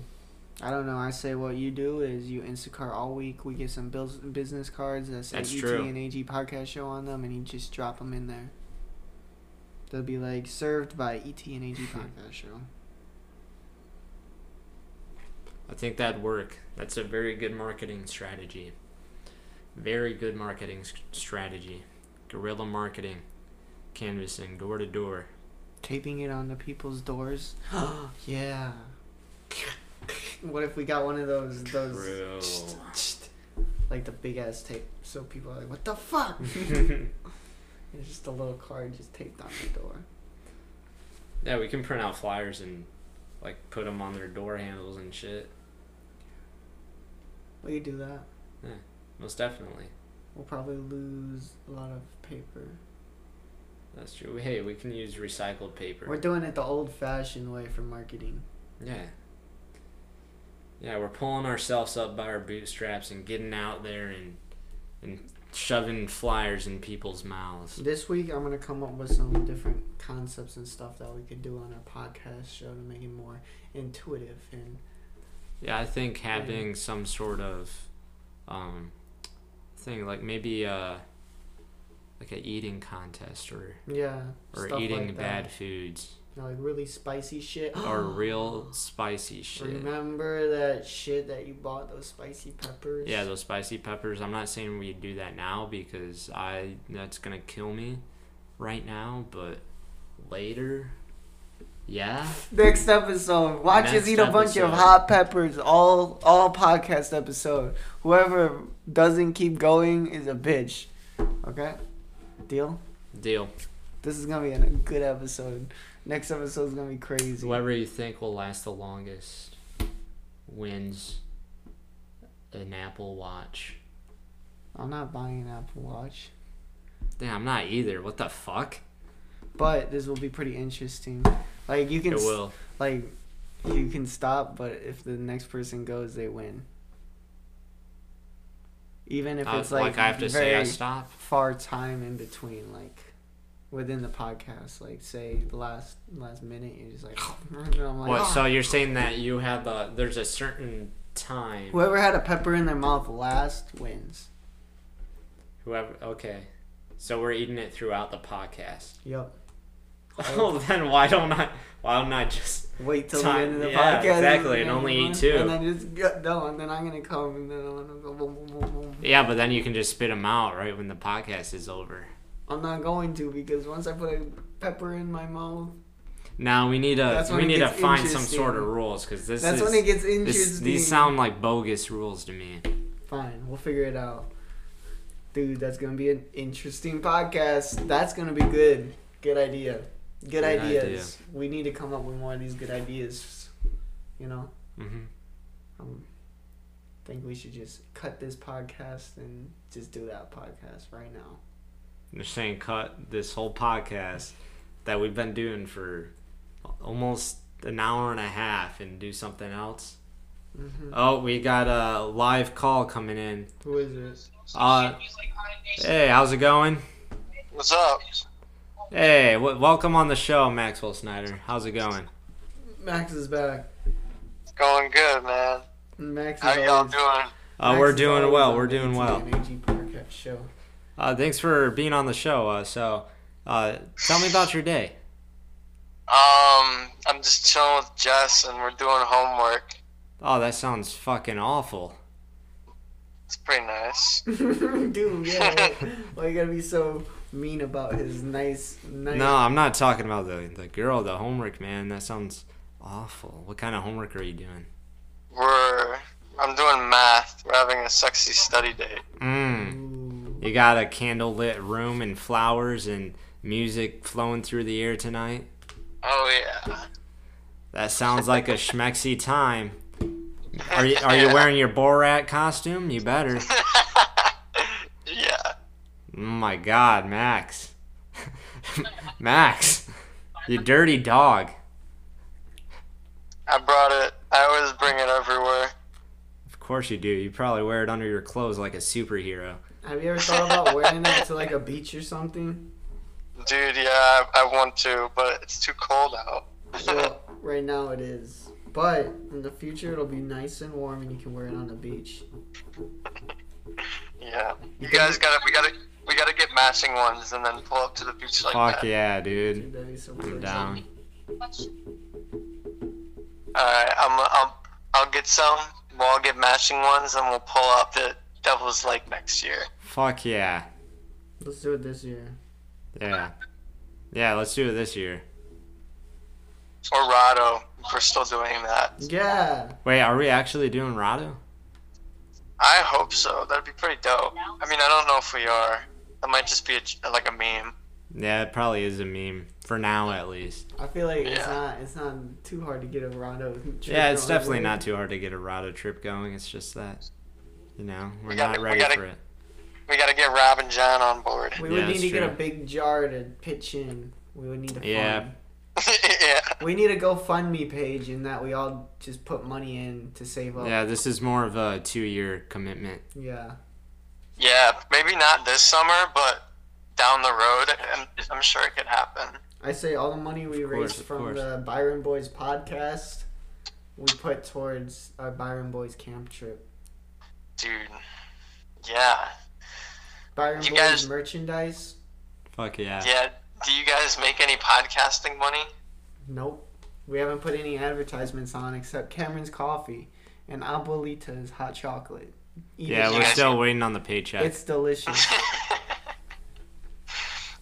Speaker 1: I don't know. I say what you do is you Instacart all week. We get some bills, business cards that say
Speaker 2: That's
Speaker 1: ET
Speaker 2: true.
Speaker 1: and AG podcast show on them, and you just drop them in there. They'll be like served by ET and
Speaker 2: [LAUGHS]
Speaker 1: AG podcast show.
Speaker 2: I think that'd work. That's a very good marketing strategy. Very good marketing s- strategy. Guerrilla marketing, canvassing door to door.
Speaker 1: Taping it on the people's doors.
Speaker 2: [LAUGHS]
Speaker 1: yeah. What if we got one of those those like the big ass tape? So people are like, "What the fuck?" [LAUGHS] it's just a little card just taped on the door.
Speaker 2: Yeah, we can print out flyers and like put them on their door handles and shit.
Speaker 1: We could do that.
Speaker 2: Most definitely.
Speaker 1: We'll probably lose a lot of paper.
Speaker 2: That's true. Hey, we can use recycled paper.
Speaker 1: We're doing it the old fashioned way for marketing.
Speaker 2: Yeah. Yeah, we're pulling ourselves up by our bootstraps and getting out there and and shoving flyers in people's mouths.
Speaker 1: This week, I'm going to come up with some different concepts and stuff that we could do on our podcast show to make it more intuitive. And
Speaker 2: Yeah, I think having some sort of um, thing like maybe uh, like a eating contest or
Speaker 1: yeah,
Speaker 2: or
Speaker 1: stuff
Speaker 2: eating
Speaker 1: like that. [GASPS]
Speaker 2: bad foods.
Speaker 1: You know, like really spicy shit. [GASPS]
Speaker 2: or real spicy shit.
Speaker 1: Remember that shit that you bought those spicy peppers?
Speaker 2: Yeah, those spicy peppers. I'm not saying we do that now because I that's gonna kill me right now, but later, yeah.
Speaker 1: Next episode, watch us
Speaker 2: Next
Speaker 1: eat a bunch of
Speaker 2: episode.
Speaker 1: hot peppers. All all podcast episode. Whoever doesn't keep going is a bitch. Okay, deal.
Speaker 2: Deal.
Speaker 1: This is gonna be a good episode. Next episode is gonna be crazy.
Speaker 2: Whoever you think will last the longest wins an Apple Watch.
Speaker 1: I'm not buying an Apple Watch,
Speaker 2: Damn, I'm not either. What the fuck?
Speaker 1: but this will be pretty interesting. Like you can
Speaker 2: It
Speaker 1: s-
Speaker 2: will.
Speaker 1: like you can stop, but if the next person goes, they win. Even if
Speaker 2: I-
Speaker 1: it's like,
Speaker 2: Uh, I have to say I
Speaker 1: very
Speaker 2: stop.
Speaker 1: far time in between, like within the podcast, like say the last last minute, you're just like, [LAUGHS] and I'm like
Speaker 2: What?
Speaker 1: "Ah."
Speaker 2: So you're saying that you have a there's a certain time.
Speaker 1: whoever had a pepper in their mouth last wins.
Speaker 2: Whoever. Okay. So we're eating it throughout
Speaker 1: [LAUGHS]
Speaker 2: the podcast. [LAUGHS]
Speaker 1: Yep.
Speaker 2: Oh, then why don't I? Why don't I just?
Speaker 1: Wait till the
Speaker 2: Time-
Speaker 1: end of the
Speaker 2: yeah,
Speaker 1: podcast.
Speaker 2: exactly, and
Speaker 1: then
Speaker 2: only
Speaker 1: you
Speaker 2: eat
Speaker 1: win.
Speaker 2: two.
Speaker 1: And then just get done. Then I'm gonna come and then I'm gonna go boom, boom, boom, boom.
Speaker 2: Yeah, but then you can just spit them out right when the podcast is over.
Speaker 1: I'm not going to because once I put a pepper in my mouth,
Speaker 2: Now we need to
Speaker 1: That's when
Speaker 2: we
Speaker 1: it
Speaker 2: need to
Speaker 1: gets
Speaker 2: find some
Speaker 1: interesting.
Speaker 2: sort of rules because this
Speaker 1: that's
Speaker 2: is
Speaker 1: when it gets
Speaker 2: this-
Speaker 1: interesting.
Speaker 2: these sound like bogus rules to me.
Speaker 1: Fine, we'll figure it out. Dude, that's gonna be an interesting podcast. That's gonna be good. Good idea. Good,
Speaker 2: Good
Speaker 1: ideas. We need to come up with more of these good ideas. You know,
Speaker 2: hmm
Speaker 1: um, I think we should just cut this podcast and just do that podcast right now.
Speaker 2: They're saying cut this whole podcast that we've been doing for almost an hour and a half and do something else.
Speaker 1: hmm
Speaker 2: Oh, we got a live call coming in.
Speaker 1: Who is this?
Speaker 2: Uh, hey, how's it going?
Speaker 3: What's up?
Speaker 2: Hey, w- welcome on the show, Maxwell Snyder. How's it going?
Speaker 1: Max is back.
Speaker 3: Going good, man.
Speaker 1: Max is
Speaker 3: How y'all
Speaker 1: always-
Speaker 3: doing?
Speaker 2: Uh,
Speaker 1: Max
Speaker 2: we're
Speaker 1: is
Speaker 2: doing
Speaker 1: always
Speaker 2: well.
Speaker 1: on
Speaker 2: We're
Speaker 1: the
Speaker 2: doing
Speaker 1: ATN
Speaker 2: well.
Speaker 1: AG podcast show. [LAUGHS]
Speaker 2: Uh, thanks for being on the show. Uh, so, uh, tell me about your day.
Speaker 3: Um, I'm just chilling with Jess, and we're doing homework.
Speaker 2: Oh, that sounds fucking awful.
Speaker 3: It's pretty nice.
Speaker 1: Dude,
Speaker 3: [LAUGHS]
Speaker 1: yeah. Why you gotta be so mean about his nice, nice?
Speaker 2: No, I'm not talking about the the girl, the homework, man. That sounds awful. What kind of homework are you doing?
Speaker 3: We're I'm doing math. We're having a sexy study date.
Speaker 2: Mmm.
Speaker 1: Ooh.
Speaker 2: You got a candlelit room and flowers and music flowing through the air tonight.
Speaker 3: Oh yeah. [LAUGHS]
Speaker 2: That sounds like a schmexy time. Are you are you wearing your Borat costume? You better.
Speaker 3: yeah.
Speaker 2: Oh my god, Max. [LAUGHS] Max, you dirty dog.
Speaker 3: I brought it. I always bring it everywhere.
Speaker 2: Of course you do. You probably wear it under your clothes like a superhero.
Speaker 1: Have you ever thought about wearing that to like a beach or something?
Speaker 3: Dude, yeah, I, I want to, but it's too cold out.
Speaker 1: Well, right now it is, but in the future it'll be nice and warm, and you can wear it on the beach.
Speaker 3: [LAUGHS] yeah. You guys gotta we gotta we gotta get matching ones and then pull up to the beach like
Speaker 2: Fuck
Speaker 3: that.
Speaker 2: yeah, dude.
Speaker 1: Dude, that'd be so
Speaker 2: I'm
Speaker 1: cool.
Speaker 2: down.
Speaker 3: Alright, I'm, I'm, I'll get some. We'll all get matching ones and we'll pull up the Devil's Lake next year.
Speaker 2: Fuck yeah.
Speaker 1: Let's do it this year.
Speaker 2: Yeah. Yeah, let's do it this year.
Speaker 3: Or Rado, if we're still doing that.
Speaker 1: Yeah.
Speaker 2: Wait, are we actually doing Rado?
Speaker 3: I hope so. That'd be pretty dope. I mean, I don't know if we are. That might just be a j like a meme.
Speaker 2: Yeah, it probably is a meme. For now, at least.
Speaker 1: I feel like it's
Speaker 3: Yeah.
Speaker 1: not it's not too hard to get a Rondo. trip
Speaker 2: Yeah, it's
Speaker 1: going.
Speaker 2: definitely not too hard to get a Rado trip going. It's just that, you know, we're
Speaker 3: We gotta-
Speaker 2: not
Speaker 3: we
Speaker 2: ready
Speaker 3: gotta-
Speaker 2: for it.
Speaker 3: We gotta get Rob and John on board. [LAUGHS]
Speaker 1: We
Speaker 2: Yeah,
Speaker 1: would need
Speaker 2: that's
Speaker 1: to get a
Speaker 2: true.
Speaker 1: big jar to pitch in. We would need to.
Speaker 2: Yeah.
Speaker 1: fund.
Speaker 3: yeah.
Speaker 1: We need a GoFundMe page in that we all just put money in to save up.
Speaker 2: Yeah, this is more of a two year commitment.
Speaker 1: Yeah.
Speaker 3: Yeah, maybe not this summer, but down the road, I'm, I'm sure it could happen.
Speaker 1: I say all the money we
Speaker 2: Of course,
Speaker 1: raised
Speaker 2: of
Speaker 1: from
Speaker 2: course.
Speaker 1: the Byron Boys podcast, we put towards our Byron Boys camp trip.
Speaker 3: Dude. Yeah.
Speaker 1: Byron
Speaker 3: You
Speaker 1: Boys
Speaker 3: guys-
Speaker 1: merchandise.
Speaker 2: Fuck yeah.
Speaker 3: Yeah. Do you guys make any podcasting money?
Speaker 1: Nope. We haven't put any advertisements on except Cameron's Coffee and Abuelita's Hot Chocolate. Eat
Speaker 2: Yeah,
Speaker 1: it.
Speaker 2: we're still waiting on the paycheck.
Speaker 1: it's delicious.
Speaker 3: [LAUGHS]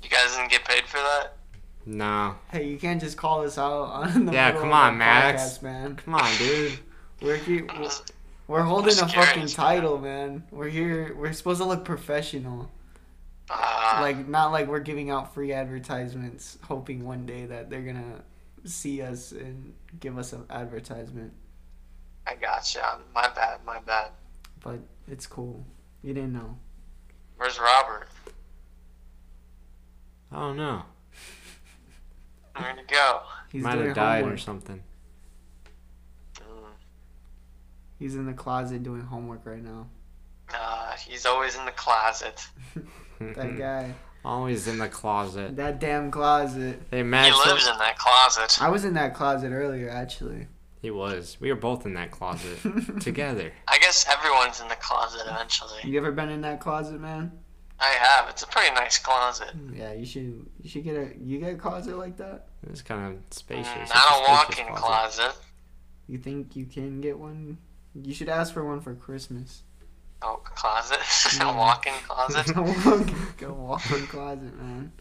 Speaker 3: you guys didn't get paid for that?
Speaker 2: no.
Speaker 1: hey, you can't just call us out on the
Speaker 2: Yeah,
Speaker 1: middle
Speaker 2: come
Speaker 1: of
Speaker 2: on,
Speaker 1: our
Speaker 2: Max.
Speaker 1: podcast, man.
Speaker 2: Come on, dude.
Speaker 1: We're here,
Speaker 3: I'm just-
Speaker 1: we're holding a
Speaker 3: just
Speaker 1: fucking
Speaker 3: curious, man.
Speaker 1: title, man. We're here. We're supposed to look professional,
Speaker 2: Ah.
Speaker 3: uh,
Speaker 1: like not like we're giving out free advertisements, hoping one day that they're gonna see us and give us an advertisement.
Speaker 3: I gotcha. My bad. My bad.
Speaker 1: But it's cool. You didn't know.
Speaker 3: Where's Robert?
Speaker 2: I don't know.
Speaker 3: Where'd he go?
Speaker 1: He's
Speaker 2: Might
Speaker 1: doing
Speaker 2: have died
Speaker 1: homework.
Speaker 2: or something.
Speaker 3: Mm,
Speaker 1: He's in the closet doing homework right now.
Speaker 3: Uh, he's always in the closet.
Speaker 2: Mm-hmm.
Speaker 1: That guy.
Speaker 2: [LAUGHS] Always in the closet.
Speaker 1: That damn closet.
Speaker 2: Hey,
Speaker 3: He
Speaker 2: Max.
Speaker 3: lives in that closet.
Speaker 1: I was in that closet earlier, actually.
Speaker 2: He was. We were both in that
Speaker 1: [LAUGHS]
Speaker 2: closet together.
Speaker 3: I guess everyone's in the closet eventually.
Speaker 1: You ever been in that closet, man?
Speaker 3: I have. It's a pretty nice closet.
Speaker 1: Yeah, you should. You should get a. You get a closet like that?
Speaker 2: It was kind of spacious.
Speaker 3: Mm,
Speaker 2: It's a
Speaker 3: not a
Speaker 2: spacious
Speaker 3: walk-in closet.
Speaker 1: You think you can get one? You should ask for one for Christmas.
Speaker 3: Oh, closet. [LAUGHS] a
Speaker 1: Mm.
Speaker 3: walk-in closet.
Speaker 1: [LAUGHS] Go walk, go walk in closet, man.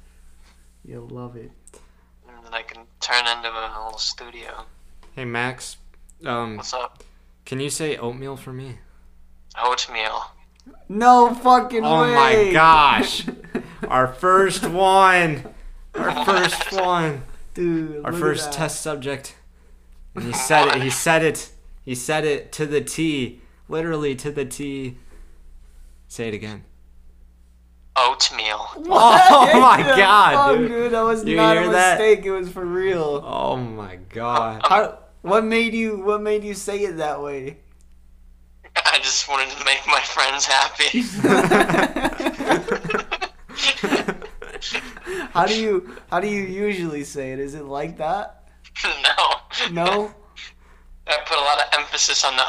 Speaker 1: You'll love it.
Speaker 3: and then Mm, I can turn into a little studio.
Speaker 2: Hey, Max. Um,
Speaker 3: What's up?
Speaker 2: can you say oatmeal for me?
Speaker 3: Oatmeal.
Speaker 1: No fucking
Speaker 2: Oh
Speaker 1: way!
Speaker 2: my gosh. [LAUGHS] Our first one. Our
Speaker 1: [LAUGHS]
Speaker 2: first one.
Speaker 1: [LAUGHS] dude.
Speaker 2: Our
Speaker 1: look at
Speaker 2: first
Speaker 1: that. [LAUGHS]
Speaker 2: test subject. And he said it. He said it. He said it to the T. Literally to the T. Say it again.
Speaker 3: Oatmeal.
Speaker 1: [LAUGHS]
Speaker 3: [LAUGHS]
Speaker 1: What
Speaker 2: Oh my
Speaker 1: the
Speaker 2: God,
Speaker 1: fuck,
Speaker 2: dude.
Speaker 1: That was
Speaker 2: You
Speaker 1: not a
Speaker 2: hear that?
Speaker 1: mistake. It was for real.
Speaker 2: Oh my god. [LAUGHS]
Speaker 1: How, what made you? What made you say it that way? [LAUGHS]
Speaker 3: I just wanted to make my friends happy.
Speaker 1: How do you? How do you usually say it? Is it like that?
Speaker 3: [LAUGHS] no.
Speaker 1: No.
Speaker 3: [LAUGHS] I put a lot of emphasis on the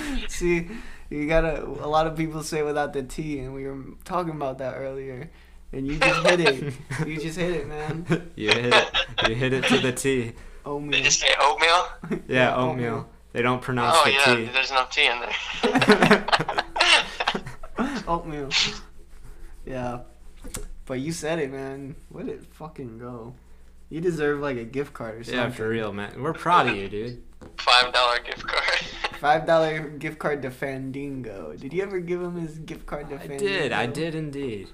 Speaker 3: oat.
Speaker 1: [LAUGHS]
Speaker 2: [LAUGHS]
Speaker 1: See? [LAUGHS] See, you gotta. A lot of people say without the T, and we were talking about that earlier. And you just hit it. You just hit it,
Speaker 3: [LAUGHS]
Speaker 1: man.
Speaker 2: you hit it. You hit it to the T.
Speaker 3: Did
Speaker 1: [LAUGHS] Oatmeal.
Speaker 3: you say oatmeal?
Speaker 2: Yeah, oatmeal. They don't pronounce
Speaker 3: Oh
Speaker 2: the
Speaker 3: yeah,
Speaker 2: T.
Speaker 3: there's no tea in
Speaker 1: [LAUGHS]
Speaker 3: [LAUGHS] there.
Speaker 1: Oatmeal. Yeah. But you said it, man. Where did it fucking go? You deserve like a gift card or something.
Speaker 2: Yeah, for real, man. We're proud of you, dude.
Speaker 3: Five dollar gift card.
Speaker 1: Five dollar gift card to Fandango. Did you ever give him his gift card to
Speaker 2: I
Speaker 1: Fandango?
Speaker 2: did. I did indeed.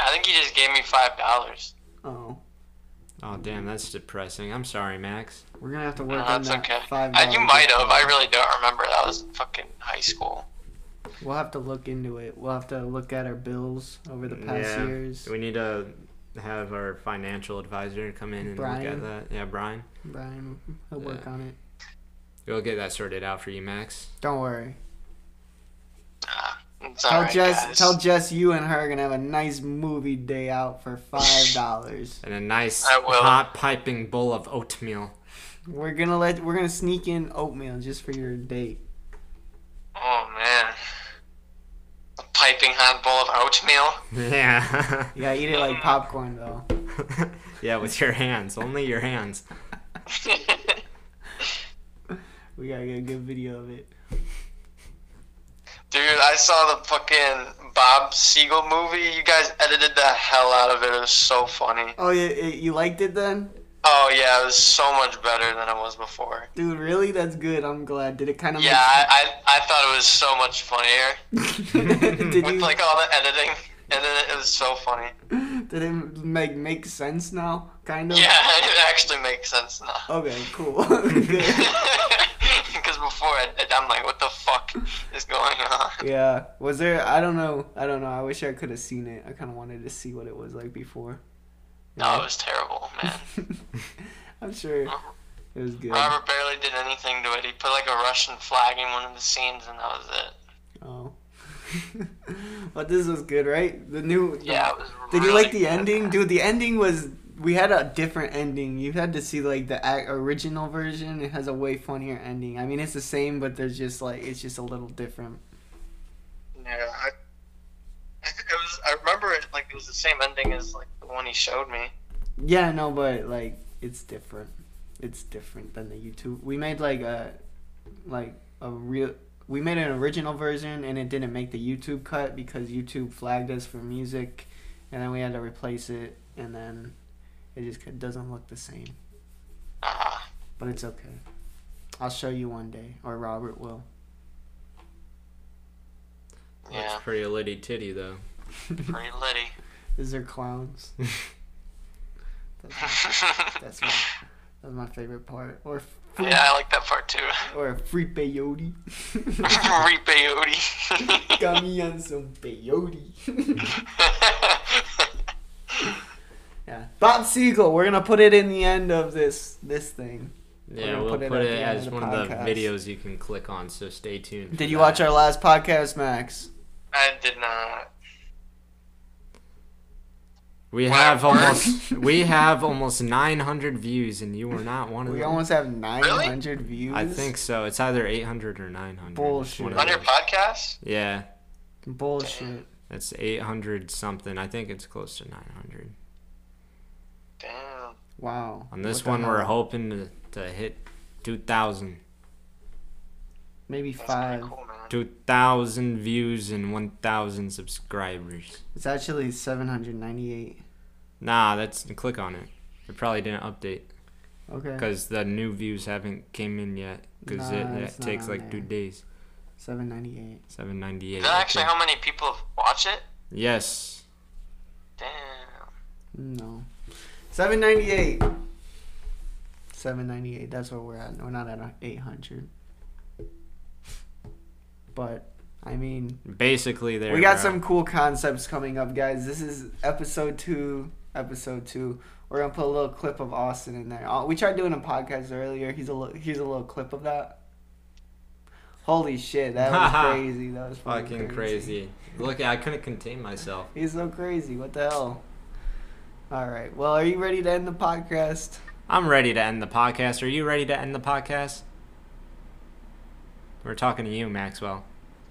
Speaker 3: I think you just gave me five dollars.
Speaker 1: Oh,
Speaker 2: Oh, damn, that's depressing. I'm sorry, Max.
Speaker 1: we're gonna have to work on
Speaker 3: No, Uh, that's
Speaker 1: that.
Speaker 3: okay.
Speaker 1: Five.
Speaker 3: I, you might have. I really don't remember. That was fucking high school.
Speaker 1: We'll have to look into it. We'll have to look at our bills over the past
Speaker 2: Yeah.
Speaker 1: years.
Speaker 2: We need to have our financial advisor come in and look
Speaker 1: Brian.
Speaker 2: at that. Yeah, Brian.
Speaker 1: Brian, he'll work
Speaker 2: Yeah.
Speaker 1: on it.
Speaker 2: We'll get that sorted out for you, Max.
Speaker 1: Don't worry.
Speaker 3: Ah, it's
Speaker 1: tell
Speaker 3: alright,
Speaker 1: Jess.
Speaker 3: guys.
Speaker 1: Tell Jess you and her are gonna have a nice movie day out for five dollars.
Speaker 2: And a nice
Speaker 3: I will.
Speaker 2: hot piping bowl of oatmeal. [LAUGHS]
Speaker 1: we're gonna let. We're gonna sneak in oatmeal just for your date.
Speaker 3: Oh man. A piping hot bowl of oatmeal.
Speaker 2: Yeah.
Speaker 1: You gotta eat it
Speaker 3: Mm.
Speaker 1: like popcorn though.
Speaker 2: [LAUGHS] yeah, with your hands. Only your hands.
Speaker 3: [LAUGHS]
Speaker 1: We gotta get a good video of it.
Speaker 3: Dude, I saw the fucking Bob Siegel movie. You guys edited the hell out of it. It was so funny.
Speaker 1: Oh, you, you liked it then?
Speaker 3: Oh yeah, it was so much better than it was before.
Speaker 1: Dude, really? That's good. I'm glad. Did it kind of
Speaker 3: Yeah, I, I, I thought it was so much funnier
Speaker 1: make, [LAUGHS] did
Speaker 3: with
Speaker 1: you
Speaker 3: like all the editing, and then it was so funny.
Speaker 1: did it make make sense now? Kind of.
Speaker 3: Yeah, [LAUGHS] it actually makes sense [LAUGHS] now.
Speaker 1: Okay, cool. [LAUGHS] Good.
Speaker 3: Because before I, I'm like, what the fuck is going on?
Speaker 1: yeah. Was there I don't know. I don't know. I wish I could have seen it. I kind of wanted to see what it was like before.
Speaker 3: No, Uh-huh. it was terrible, man.
Speaker 1: [LAUGHS] I'm sure it was good.
Speaker 3: Robert barely did anything to it. He put like a Russian flag in one of the scenes, and that was it.
Speaker 1: Oh. [LAUGHS] but this was good, right? The new
Speaker 3: Yeah, it was.
Speaker 1: Did you
Speaker 3: really
Speaker 1: like the
Speaker 3: good.
Speaker 1: ending? Dude, the ending was we had a different ending. You had to see like the ac- original version. It has a way funnier ending. I mean, it's the same, but there's just like it's just a little different.
Speaker 3: Yeah, I, it was. I remember it like it was the same ending as like the one he showed me.
Speaker 1: Yeah, no, but like it's different. It's different than the YouTube. We made like a like a real. We made an original version and it didn't make the YouTube cut because YouTube flagged us for music, and then we had to replace it, and then it just c- doesn't look the same.
Speaker 3: Ah,
Speaker 1: But it's okay. I'll show you one day, or Robert will. [LAUGHS]
Speaker 3: yeah,
Speaker 2: Looks pretty litty titty though. [LAUGHS]
Speaker 3: pretty litty. [LAUGHS]
Speaker 1: Is there clowns? that's, that's my that's my favorite part. Or fr-
Speaker 3: yeah, I like that part too. [LAUGHS]
Speaker 1: or a free [LAUGHS] peyote.
Speaker 3: Free peyote.
Speaker 1: Got me on some peyote.
Speaker 2: [LAUGHS]
Speaker 1: yeah, Bob Siegel. We're gonna put it in the end of this this thing.
Speaker 2: Yeah,
Speaker 1: gonna
Speaker 2: we'll
Speaker 1: put
Speaker 2: put
Speaker 1: it at
Speaker 2: it,
Speaker 1: the end
Speaker 2: as
Speaker 1: of the
Speaker 2: one of the
Speaker 1: podcast.
Speaker 2: videos you can click on. So stay tuned. for
Speaker 1: Did you
Speaker 2: that.
Speaker 1: watch our last podcast, Max?
Speaker 3: [LAUGHS] I did not.
Speaker 2: We
Speaker 3: Wow.
Speaker 1: [LAUGHS]
Speaker 2: have almost we have almost 900 views, and you were not one of
Speaker 1: We
Speaker 2: them.
Speaker 1: almost have 900 views.
Speaker 2: Mm-hmm. I think so. It's either 800 or 900.
Speaker 1: Bullshit.
Speaker 2: One of
Speaker 3: On your
Speaker 2: those.
Speaker 3: podcast?
Speaker 2: Yeah,
Speaker 1: bullshit.
Speaker 2: that's 800 something. I think it's close to 900.
Speaker 3: Damn.
Speaker 1: Wow.
Speaker 2: On this
Speaker 1: What the
Speaker 2: one,
Speaker 1: hell?
Speaker 2: we're hoping to, to hit 2,000.
Speaker 1: maybe
Speaker 3: That's
Speaker 1: five.
Speaker 3: pretty cool, man.
Speaker 2: 2,000 views and 1,000 subscribers.
Speaker 1: It's actually 798.
Speaker 2: Nah, that's click on it. It probably didn't update
Speaker 1: Okay.
Speaker 2: because the new views haven't came in yet. Because
Speaker 1: Nah,
Speaker 2: it,
Speaker 1: it's
Speaker 2: it
Speaker 1: not
Speaker 2: takes
Speaker 1: on
Speaker 2: like two
Speaker 1: there.
Speaker 2: days.
Speaker 1: 798.
Speaker 2: 798.
Speaker 3: Is that actually
Speaker 2: okay.
Speaker 3: how many people watch it?
Speaker 2: Yes.
Speaker 3: Damn.
Speaker 1: No. 798. 798. That's where we're at. We're not at 800. But, I mean,
Speaker 2: Basically, uh, there
Speaker 1: we got
Speaker 2: bro.
Speaker 1: some cool concepts coming up, guys. This is episode two. Episode two. We're gonna put a little clip of Austin in there. Uh, We tried doing a podcast earlier. He's a little, here's a little clip of that. Holy shit, that
Speaker 2: [LAUGHS]
Speaker 1: was crazy. That was
Speaker 2: Fucking crazy. Look, I couldn't contain myself.
Speaker 1: He's so crazy. What the hell? All right. Well, are you ready to end the podcast?
Speaker 2: I'm ready to end the podcast. Are you ready to end the podcast? We're talking to
Speaker 1: [LAUGHS]
Speaker 2: you, Maxwell.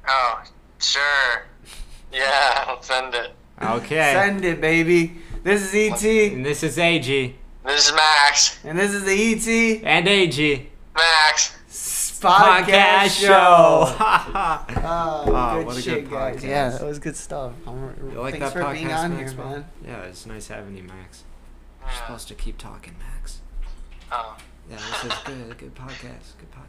Speaker 3: Oh, sure. Yeah, I'll send it.
Speaker 2: Okay.
Speaker 1: Send it, baby. This is ET,
Speaker 2: and this is AG.
Speaker 3: This is Max.
Speaker 1: and this is the E ET
Speaker 2: And AG.
Speaker 3: Max.
Speaker 1: podcast, show. [LAUGHS] Oh,
Speaker 2: Wow,
Speaker 1: good
Speaker 2: what a
Speaker 1: shit,
Speaker 2: good
Speaker 1: guys.
Speaker 2: podcast.
Speaker 1: Yeah, that was good stuff. I'm-
Speaker 2: You like
Speaker 1: Thanks
Speaker 2: that
Speaker 1: for
Speaker 2: podcast,
Speaker 1: being on here,
Speaker 2: Maxwell?
Speaker 1: man.
Speaker 2: Yeah, it's nice having you, Max. You're
Speaker 3: Yeah.
Speaker 2: supposed to keep talking, Max.
Speaker 3: Oh.
Speaker 2: Yeah, this is good. Good podcast. Good podcast.